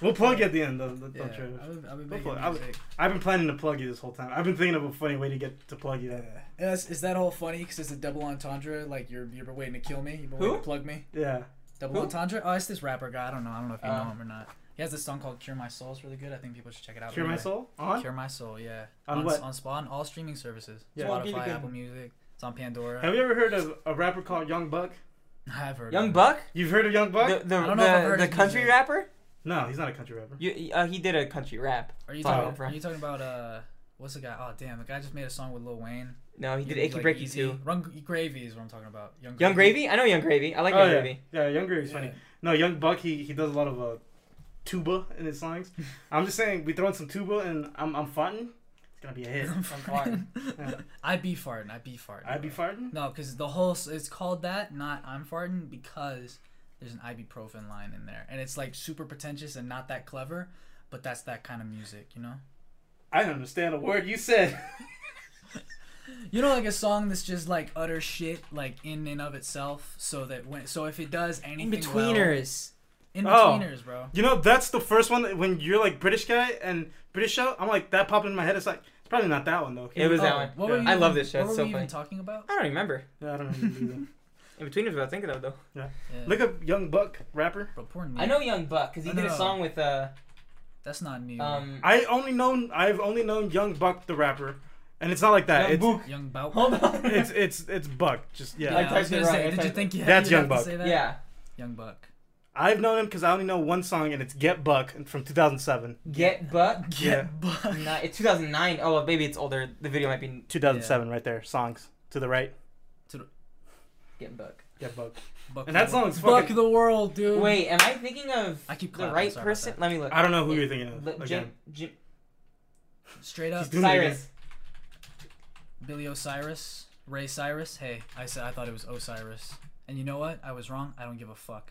Speaker 2: We'll plug you at the end of the, the
Speaker 3: yeah, I've
Speaker 2: trailer.
Speaker 3: been, I've been
Speaker 2: Go
Speaker 3: making
Speaker 2: for it. I was-
Speaker 3: music.
Speaker 2: I've been planning to plug you this whole time. I've been thinking of a funny way to get to plug you. That.
Speaker 3: And that's- is that all funny? Because it's a double entendre. Like you're you've been waiting to kill me. You've been waiting
Speaker 1: Who?
Speaker 3: to plug me.
Speaker 2: Yeah.
Speaker 3: Double
Speaker 1: Who?
Speaker 3: entendre. Oh, it's this rapper guy. I don't know. I don't know if you
Speaker 1: Uh.
Speaker 2: Oh.
Speaker 3: know him or not. He has this song called "Cure My Soul." It's really good. I think people should check it out.
Speaker 2: Cure my
Speaker 3: Anyway.
Speaker 2: soul. On.
Speaker 3: Cure My Soul. Yeah.
Speaker 2: On
Speaker 3: on
Speaker 2: what?
Speaker 3: On Spawn. All streaming services.
Speaker 2: Yeah.
Speaker 1: Well, be the
Speaker 3: Spotify,
Speaker 1: good
Speaker 3: Apple Music. It's on Pandora.
Speaker 2: Have you ever heard of a rapper called Young Buck?
Speaker 3: I've heard.
Speaker 1: Young
Speaker 3: of
Speaker 1: Buck.
Speaker 2: You've heard of Young Buck?
Speaker 1: The the,
Speaker 3: I don't know if I've
Speaker 1: the,
Speaker 3: heard
Speaker 1: the
Speaker 3: his
Speaker 1: country
Speaker 3: music.
Speaker 1: rapper.
Speaker 2: No, he's not a country rapper.
Speaker 1: You, uh, he did a country rap.
Speaker 3: Are you
Speaker 1: Fuck,
Speaker 3: talking?
Speaker 1: bro.
Speaker 3: Are you talking about uh? What's the guy? Oh damn, the guy just made a song with Lil Wayne.
Speaker 1: No, he
Speaker 3: He
Speaker 1: did
Speaker 3: was,
Speaker 1: Icky
Speaker 3: like,
Speaker 1: Breaky
Speaker 3: Easy.
Speaker 1: too.
Speaker 3: Run Gravy is what I'm talking about.
Speaker 1: Young Gravy. I know Young Gravy. I like
Speaker 2: oh
Speaker 1: Young
Speaker 2: yeah.
Speaker 1: Gravy.
Speaker 2: Yeah, Young Gravy's funny.
Speaker 3: Yeah.
Speaker 2: No, Young Buck. He he does a lot of uh, tuba in his songs. I'm just saying, we throw in some tuba and I'm I'm farting. It's gonna be a hit. Yeah.
Speaker 3: I be farting. I be farting.
Speaker 2: I be
Speaker 3: bro.
Speaker 2: farting.
Speaker 3: No, because the whole s- it's called that, not I'm farting, because there's an ibuprofen line in there, and it's like super pretentious and not that clever, but that's that kind of music, you know.
Speaker 2: I don't understand a word you said.
Speaker 3: You know, like a song that's just like utter shit, like in and of itself, so that when so if it does
Speaker 1: In
Speaker 3: anything
Speaker 1: betweeners.
Speaker 3: well, in
Speaker 2: Oh.
Speaker 3: betweeners, bro.
Speaker 2: You know, that's the first one that when you're like British guy and British show. I'm like that popped in my head. It's like it's probably not that one though.
Speaker 1: It was
Speaker 3: Oh,
Speaker 1: that one.
Speaker 3: what were
Speaker 2: Yeah.
Speaker 3: you
Speaker 1: I love
Speaker 3: even-
Speaker 1: this show, it's
Speaker 3: What were
Speaker 1: so
Speaker 3: we even
Speaker 1: funny.
Speaker 3: talking about?
Speaker 1: I don't remember.
Speaker 2: Yeah, I don't remember. either.
Speaker 1: In betweeners. What I think of that though.
Speaker 3: Yeah.
Speaker 2: Look up Young Buck rapper.
Speaker 3: bro, poor Neo.
Speaker 1: I know Young Buck because he
Speaker 3: I
Speaker 1: did a
Speaker 3: know.
Speaker 1: song with uh
Speaker 3: that's not new.
Speaker 1: um.
Speaker 2: I only known I've only known Young Buck the rapper, and it's not like that.
Speaker 1: Young
Speaker 2: it's,
Speaker 1: Buck.
Speaker 3: Young Bout.
Speaker 1: Hold on.
Speaker 2: it's it's it's Buck. Just yeah.
Speaker 3: Yeah,
Speaker 1: I
Speaker 3: I was
Speaker 1: typed it
Speaker 3: gonna
Speaker 1: wrong,
Speaker 3: say,
Speaker 1: I
Speaker 3: did you
Speaker 1: typed-
Speaker 3: think you had
Speaker 2: That's
Speaker 3: you'd
Speaker 2: Young
Speaker 3: have to
Speaker 2: Buck.
Speaker 3: say that?
Speaker 1: yeah.
Speaker 3: Young Buck.
Speaker 2: I've known him because I only know one song, and it's Get Buck and from 2007.
Speaker 1: Get Buck.
Speaker 2: Yeah.
Speaker 3: Buck.
Speaker 1: Ni- it's 2009. Oh, maybe it's older. The video might be
Speaker 2: 2007, right there. Songs to the right.
Speaker 1: Get Buck.
Speaker 2: Get Buck.
Speaker 3: Buck
Speaker 2: And that
Speaker 3: the-
Speaker 2: song's
Speaker 3: Buck
Speaker 2: fucking-
Speaker 3: the world, dude.
Speaker 1: Wait, am I thinking of
Speaker 3: I keep
Speaker 1: the
Speaker 3: clapping,
Speaker 1: right
Speaker 3: sorry about
Speaker 1: person?
Speaker 3: that.
Speaker 1: Let me look.
Speaker 2: I don't know who you're thinking of.
Speaker 1: Le- Jim-
Speaker 2: again.
Speaker 1: Jim-
Speaker 3: Straight up,
Speaker 2: Dude.
Speaker 1: Cyrus.
Speaker 3: Billy Osiris, Ray Cyrus. Hey, I said I thought it was Osiris, and you know what? I was wrong. I don't give a fuck.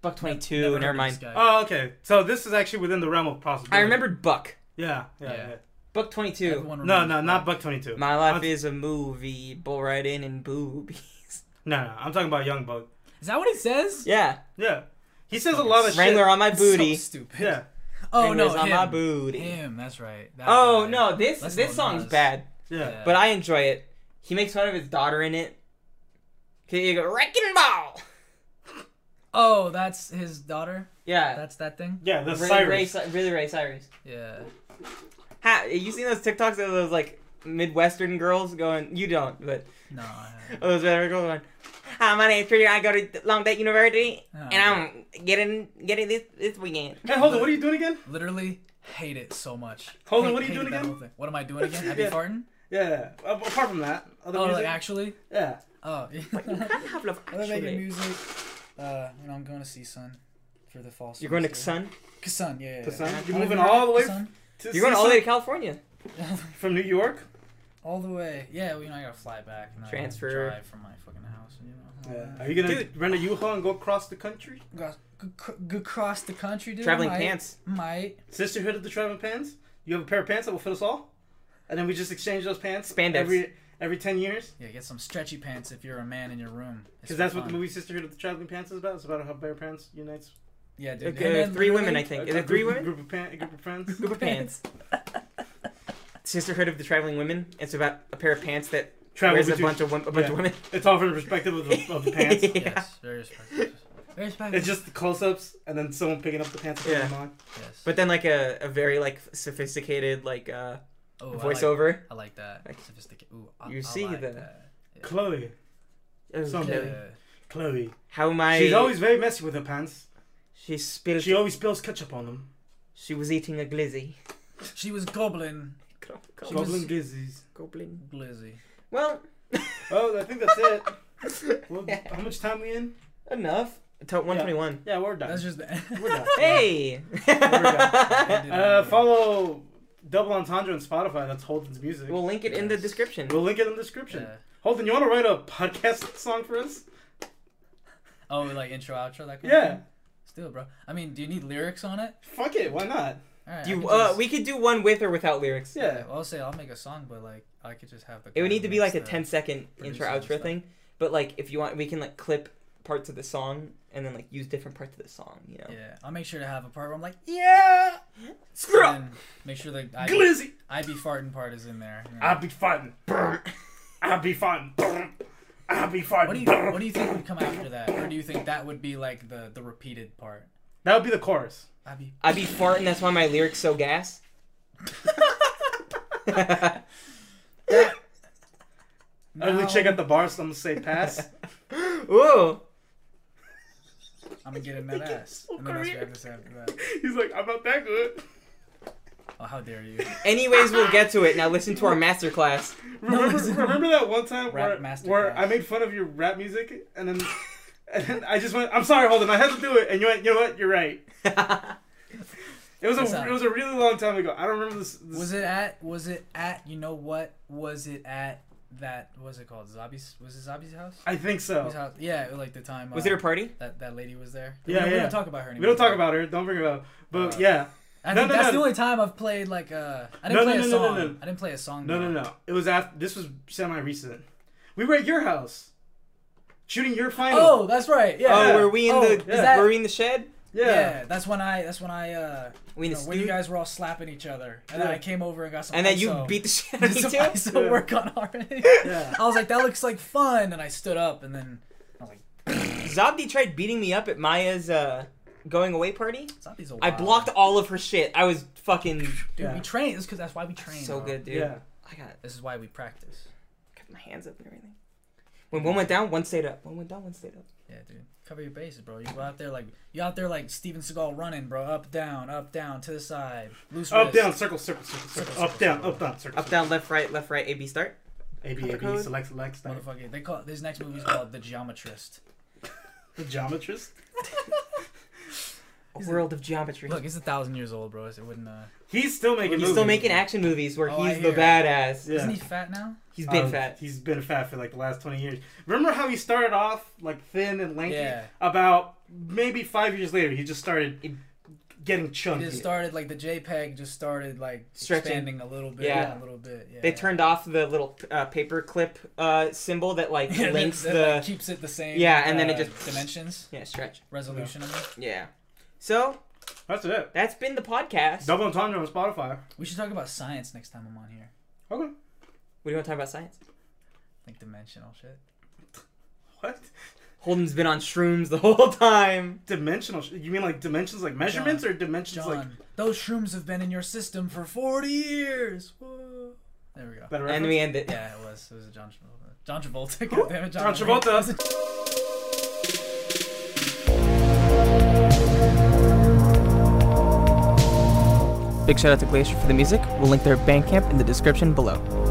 Speaker 1: Buck
Speaker 3: Ne-
Speaker 1: 22.
Speaker 3: never
Speaker 1: Never,
Speaker 3: heard of
Speaker 1: mind.
Speaker 3: this guy.
Speaker 2: Oh, okay. So this is actually within the realm of possibility.
Speaker 1: I remembered Buck.
Speaker 2: Yeah, yeah, yeah.
Speaker 3: Yeah.
Speaker 1: Buck 22.
Speaker 3: Everyone
Speaker 2: No,
Speaker 3: remembers
Speaker 2: no, not
Speaker 3: Buck.
Speaker 2: Buck 22.
Speaker 1: My life
Speaker 2: I'm-
Speaker 1: is a movie. Bull right in and boobies.
Speaker 2: No, no, I'm talking about Young Buck.
Speaker 3: Is that what he says?
Speaker 1: Yeah.
Speaker 2: Yeah, he says a lot of
Speaker 1: Wrangler
Speaker 2: shit.
Speaker 1: on my
Speaker 3: It's
Speaker 1: booty.
Speaker 3: So stupid.
Speaker 2: Yeah,
Speaker 3: Oh
Speaker 1: Fingers
Speaker 3: no,
Speaker 1: on
Speaker 3: him.
Speaker 1: my booty.
Speaker 3: Him, that's right. That
Speaker 1: Oh
Speaker 3: guy.
Speaker 1: no, this
Speaker 3: That's
Speaker 1: this
Speaker 3: Lil
Speaker 1: song's
Speaker 3: Nas.
Speaker 1: bad,
Speaker 2: Yeah.
Speaker 1: but I enjoy it. He makes fun of his daughter in it. Okay, you go wrecking ball.
Speaker 3: Oh, that's his daughter.
Speaker 1: Yeah,
Speaker 3: That's that thing.
Speaker 2: Yeah, that's
Speaker 1: really Ray,
Speaker 2: Cyrus.
Speaker 1: Cy- really Ray Cyrus.
Speaker 3: Yeah.
Speaker 1: Ha, you seen those TikToks of those like Midwestern girls going? You don't, but
Speaker 3: No. I haven't.
Speaker 1: Oh, those other girls going. Hi, my name's Peter. I go to Long Date University,
Speaker 3: Oh,
Speaker 1: and I'm getting getting this this weekend.
Speaker 2: Hey, hold on. What are you doing again?
Speaker 3: Literally hate it so much.
Speaker 2: Hold on,
Speaker 3: Hate-
Speaker 2: what are you
Speaker 3: hated
Speaker 2: doing
Speaker 3: that
Speaker 2: again?
Speaker 3: whole thing. What am I doing again? Happy
Speaker 2: Yeah.
Speaker 3: farting?
Speaker 2: Yeah. a- Apart from that, other
Speaker 3: Oh,
Speaker 2: music.
Speaker 3: like actually?
Speaker 2: yeah.
Speaker 3: Oh. Yeah.
Speaker 1: You can't have love
Speaker 3: I'm making
Speaker 1: actually.
Speaker 3: music. Uh, when I'm going to see Sun for the fall.
Speaker 1: You're going to
Speaker 3: semester.
Speaker 1: Sun.
Speaker 3: Sun, yeah. yeah,
Speaker 2: To
Speaker 3: yeah.
Speaker 2: Sun?
Speaker 3: I'm
Speaker 2: You're moving
Speaker 3: going
Speaker 2: all the way
Speaker 3: to Sun.
Speaker 2: To
Speaker 1: You're going all the way
Speaker 2: Cecil
Speaker 1: to California.
Speaker 2: from New York.
Speaker 3: all the way. Yeah, well, you know I gotta fly back. And I gotta
Speaker 1: Transfer.
Speaker 3: drive from my fucking house. You know. all
Speaker 2: Yeah.
Speaker 3: that.
Speaker 2: Are you gonna
Speaker 1: Dude.
Speaker 2: rent a U-Haul and go across the country?
Speaker 3: Go- go- go across the country, dude.
Speaker 1: Traveling
Speaker 3: might,
Speaker 1: pants.
Speaker 3: Might.
Speaker 2: Sisterhood of the Traveling Pants. You have a pair of pants that will fit us all, and then we just exchange those pants.
Speaker 1: Spandex.
Speaker 2: Every every ten years,
Speaker 3: Yeah, get some stretchy pants if you're a man in your room. It's
Speaker 2: because that's
Speaker 3: for
Speaker 2: what the
Speaker 3: fun.
Speaker 2: movie Sisterhood of the Traveling Pants is about. It's about how a pair of pants unites
Speaker 3: Yeah, dude.
Speaker 1: Okay,
Speaker 3: And then
Speaker 1: three women, I
Speaker 3: literally-
Speaker 1: think.
Speaker 2: a-
Speaker 1: Is
Speaker 2: a
Speaker 1: it three
Speaker 2: group-
Speaker 1: women?
Speaker 2: Group of pan- a group of friends.
Speaker 1: Group of pants. Sisterhood of the Traveling Women. It's about a pair of pants that
Speaker 2: Travel
Speaker 1: wears a
Speaker 2: between.
Speaker 1: bunch of wom- a bunch
Speaker 2: yeah.
Speaker 1: of women.
Speaker 2: It's all from the perspective of the, of the pants.
Speaker 1: Yeah.
Speaker 3: Yes, very respectful. Very respectful.
Speaker 2: It's just the close-ups, and then someone picking up the pants and putting
Speaker 1: Yeah.
Speaker 2: them on.
Speaker 3: yes.
Speaker 1: But then like a, a very like sophisticated like uh,
Speaker 3: oh, I like-
Speaker 1: voiceover.
Speaker 3: I like that.
Speaker 1: Like,
Speaker 3: Sophisticated. Ooh, I,
Speaker 1: you
Speaker 3: I
Speaker 1: see
Speaker 3: like
Speaker 1: the-
Speaker 3: that. Yeah.
Speaker 2: Chloe,
Speaker 1: Okay.
Speaker 2: Something. Chloe.
Speaker 1: How am I?
Speaker 2: She's always very messy with her pants.
Speaker 1: She spilled.
Speaker 2: She
Speaker 1: She,
Speaker 2: always spills ketchup on them.
Speaker 1: was eating a glizzy.
Speaker 3: Yeah. She was goblin
Speaker 1: Go- go-
Speaker 3: She was-
Speaker 2: Goblin glizzies.
Speaker 1: Goblin.
Speaker 3: glizzy.
Speaker 1: Well,
Speaker 2: Oh, I think that's it. Well, how much time we in?
Speaker 1: enough. To- 121.
Speaker 2: Yeah, we're done.
Speaker 3: That's just the
Speaker 2: We're done.
Speaker 1: Hey!
Speaker 2: Uh, follow Double Entendre on Spotify. That's Holden's music.
Speaker 1: we'll link it in the description.
Speaker 2: We'll link it in the description.
Speaker 3: Yeah.
Speaker 2: Holden, you want to write a podcast song for us?
Speaker 3: Oh, like intro, outro, that kind of
Speaker 2: Yeah.
Speaker 3: thing? Still, bro. I mean, do you need lyrics on it?
Speaker 2: Fuck it. Why not?
Speaker 3: All right. I
Speaker 1: You,
Speaker 3: could
Speaker 1: uh,
Speaker 3: just-
Speaker 1: we could do one with or without lyrics.
Speaker 2: Yeah.
Speaker 3: Well, I'll say I'll make a song, but like I could just have the.
Speaker 1: It would need to be like a
Speaker 3: the-
Speaker 1: 10 second intro
Speaker 3: producer and
Speaker 1: outro
Speaker 3: stuff.
Speaker 1: thing. But like, if you want, we can like clip parts of the song and then like use different parts of the song. You know.
Speaker 3: Yeah, I'll make sure to have a part where I'm like,
Speaker 2: Yeah.
Speaker 1: Screw up.
Speaker 3: and then make sure the I be,
Speaker 2: Glizzy.
Speaker 3: I be farting part is in there. you know.
Speaker 2: I'll be fun. I'll be fun. I'll be fun.
Speaker 3: What do you What do you think would come after that, or do you think that would be like the the repeated part?
Speaker 2: That would be the chorus.
Speaker 3: I be.
Speaker 1: I be farting. That's why my lyrics so gas.
Speaker 2: Ugly
Speaker 3: Now
Speaker 2: chick at the bar. So I'm gonna say pass.
Speaker 1: Ooh.
Speaker 3: I'm gonna get in that ass, and then that's what I have to say after that.
Speaker 2: He's like, I'm not that good.
Speaker 3: Oh, how dare you!
Speaker 1: Anyways, we'll get to it. Now listen to our masterclass.
Speaker 2: Remember,
Speaker 3: it's-
Speaker 2: remember that one time
Speaker 3: Rap
Speaker 2: where,
Speaker 3: masterclass.
Speaker 2: where I made fun of your rap music, and then, and then I just went, "I'm sorry, Holden, I had to do it," and you went, "You know what? You're right." It was
Speaker 3: That's
Speaker 2: a
Speaker 3: not-
Speaker 2: it was a really long time ago. I don't remember this. this
Speaker 3: Was it at? Was it at? You know what? Was it at that? What was it called? Zobby's? Was it Zobby's house?
Speaker 2: I think
Speaker 3: Whose
Speaker 2: so.
Speaker 3: house? Yeah, like the time.
Speaker 1: Was
Speaker 3: uh,
Speaker 1: it a party?
Speaker 3: that that lady was there?
Speaker 2: Yeah,
Speaker 3: we, don't- we
Speaker 2: yeah.
Speaker 3: don't talk about her
Speaker 2: We
Speaker 3: anymore.
Speaker 2: don't talk about her. Don't bring her up. But
Speaker 3: Uh,
Speaker 2: yeah,
Speaker 3: I
Speaker 2: No,
Speaker 3: think
Speaker 2: no,
Speaker 3: that's
Speaker 2: no.
Speaker 3: the only time I've played like uh. I
Speaker 2: No,
Speaker 3: didn't
Speaker 2: no,
Speaker 3: play a
Speaker 2: no, no,
Speaker 3: song.
Speaker 2: no, no.
Speaker 3: I didn't play a song.
Speaker 2: no, no,
Speaker 3: there.
Speaker 2: no. It was after this was semi recent. We were at your house, shooting your final.
Speaker 3: Oh, that's right. Yeah.
Speaker 1: Oh, were we in
Speaker 3: Oh,
Speaker 1: the?
Speaker 3: is that-
Speaker 1: Were we in the shed?
Speaker 2: yeah.
Speaker 3: Yeah, that's when I. That's when I. uh
Speaker 1: We in
Speaker 3: you
Speaker 1: the
Speaker 3: know, When you
Speaker 1: studio?
Speaker 3: guys were all slapping each other, and then
Speaker 2: Yeah.
Speaker 3: I came over and got some.
Speaker 1: and then you
Speaker 3: ISO.
Speaker 1: beat the shit out
Speaker 3: Did
Speaker 1: of me
Speaker 3: some
Speaker 1: too.
Speaker 3: ISO
Speaker 2: Yeah.
Speaker 3: work on already.
Speaker 2: Yeah.
Speaker 3: I was like, that looks like fun, and I stood up, and then I was like,
Speaker 1: Zobdi tried beating me up at Maya's uh, going away party.
Speaker 3: zombies. Are
Speaker 1: I
Speaker 3: wild."
Speaker 1: blocked all of her shit. I was fucking
Speaker 3: Dude,
Speaker 2: Yeah.
Speaker 3: we train. This because that's why we train.
Speaker 1: so
Speaker 3: bro.
Speaker 1: good, dude.
Speaker 2: Yeah.
Speaker 1: I got,
Speaker 3: This is why we practice.
Speaker 1: got my hands up and everything. When one went down, one stayed up. One went down, one stayed up.
Speaker 3: Yeah, dude. Cover your bases, bro. You go out there like you out there like Steven Seagal running, bro. Up down, up down, to the side, loose
Speaker 2: Up
Speaker 3: wrist.
Speaker 2: down circle circle circle circle.
Speaker 3: Circle,
Speaker 2: Up
Speaker 3: circle,
Speaker 2: down
Speaker 3: circle.
Speaker 2: up down circle.
Speaker 1: Up, down, left, right, left, right, A, B, start.
Speaker 2: A B A B
Speaker 1: Code.
Speaker 2: select select style.
Speaker 3: Motherfucker. They call this next movie's called The Geometrist.
Speaker 2: The geometrist.
Speaker 1: A world of geometry.
Speaker 3: Look, it's a thousand years old, bro. It wouldn't. Uh...
Speaker 2: He's still making.
Speaker 1: He's
Speaker 2: movies.
Speaker 1: still making action movies where
Speaker 3: Oh, I
Speaker 1: he's the
Speaker 3: hear.
Speaker 1: badass.
Speaker 2: Yeah.
Speaker 3: Isn't he fat now?
Speaker 1: He's been
Speaker 2: Uh,
Speaker 1: fat.
Speaker 2: He's been fat for like the last 20 years. Remember how he started off like thin and lanky?
Speaker 3: Yeah.
Speaker 2: About maybe five years later, he just started getting
Speaker 3: It
Speaker 2: chunky.
Speaker 3: just started like the JPEG just started like
Speaker 1: Stretching.
Speaker 3: expanding a little bit,
Speaker 1: Yeah.
Speaker 3: a little bit. Yeah.
Speaker 1: They turned off the little uh, paper clip uh, symbol that like
Speaker 3: Yeah, that-
Speaker 1: links
Speaker 3: that,
Speaker 1: the
Speaker 3: like, keeps it the same.
Speaker 1: Yeah, and then it
Speaker 3: uh,
Speaker 1: just-
Speaker 3: dimensions
Speaker 1: yeah stretch.
Speaker 3: resolution. I mean.
Speaker 1: Yeah. So
Speaker 2: That's it.
Speaker 1: That's been the podcast.
Speaker 2: Double entendre on Spotify.
Speaker 3: We should talk about science next time I'm on here.
Speaker 2: Okay.
Speaker 1: What do you want to talk about science?
Speaker 3: Like dimensional shit.
Speaker 2: What?
Speaker 1: Holden's been on shrooms the whole time.
Speaker 2: Dimensional? Sh- you mean like dimensions, like measurements, or dimensions
Speaker 3: John,
Speaker 2: like
Speaker 3: those shrooms have been in your system for 40 years. Whoa. There we go.
Speaker 2: better?
Speaker 1: And we end it.
Speaker 3: Yeah, it was. It was a John Travolta. John Travolta. God damn it, John,
Speaker 2: John Travolta.
Speaker 3: It was a
Speaker 1: Big shout out to Glacier for the music. We'll link their Bandcamp in the description below.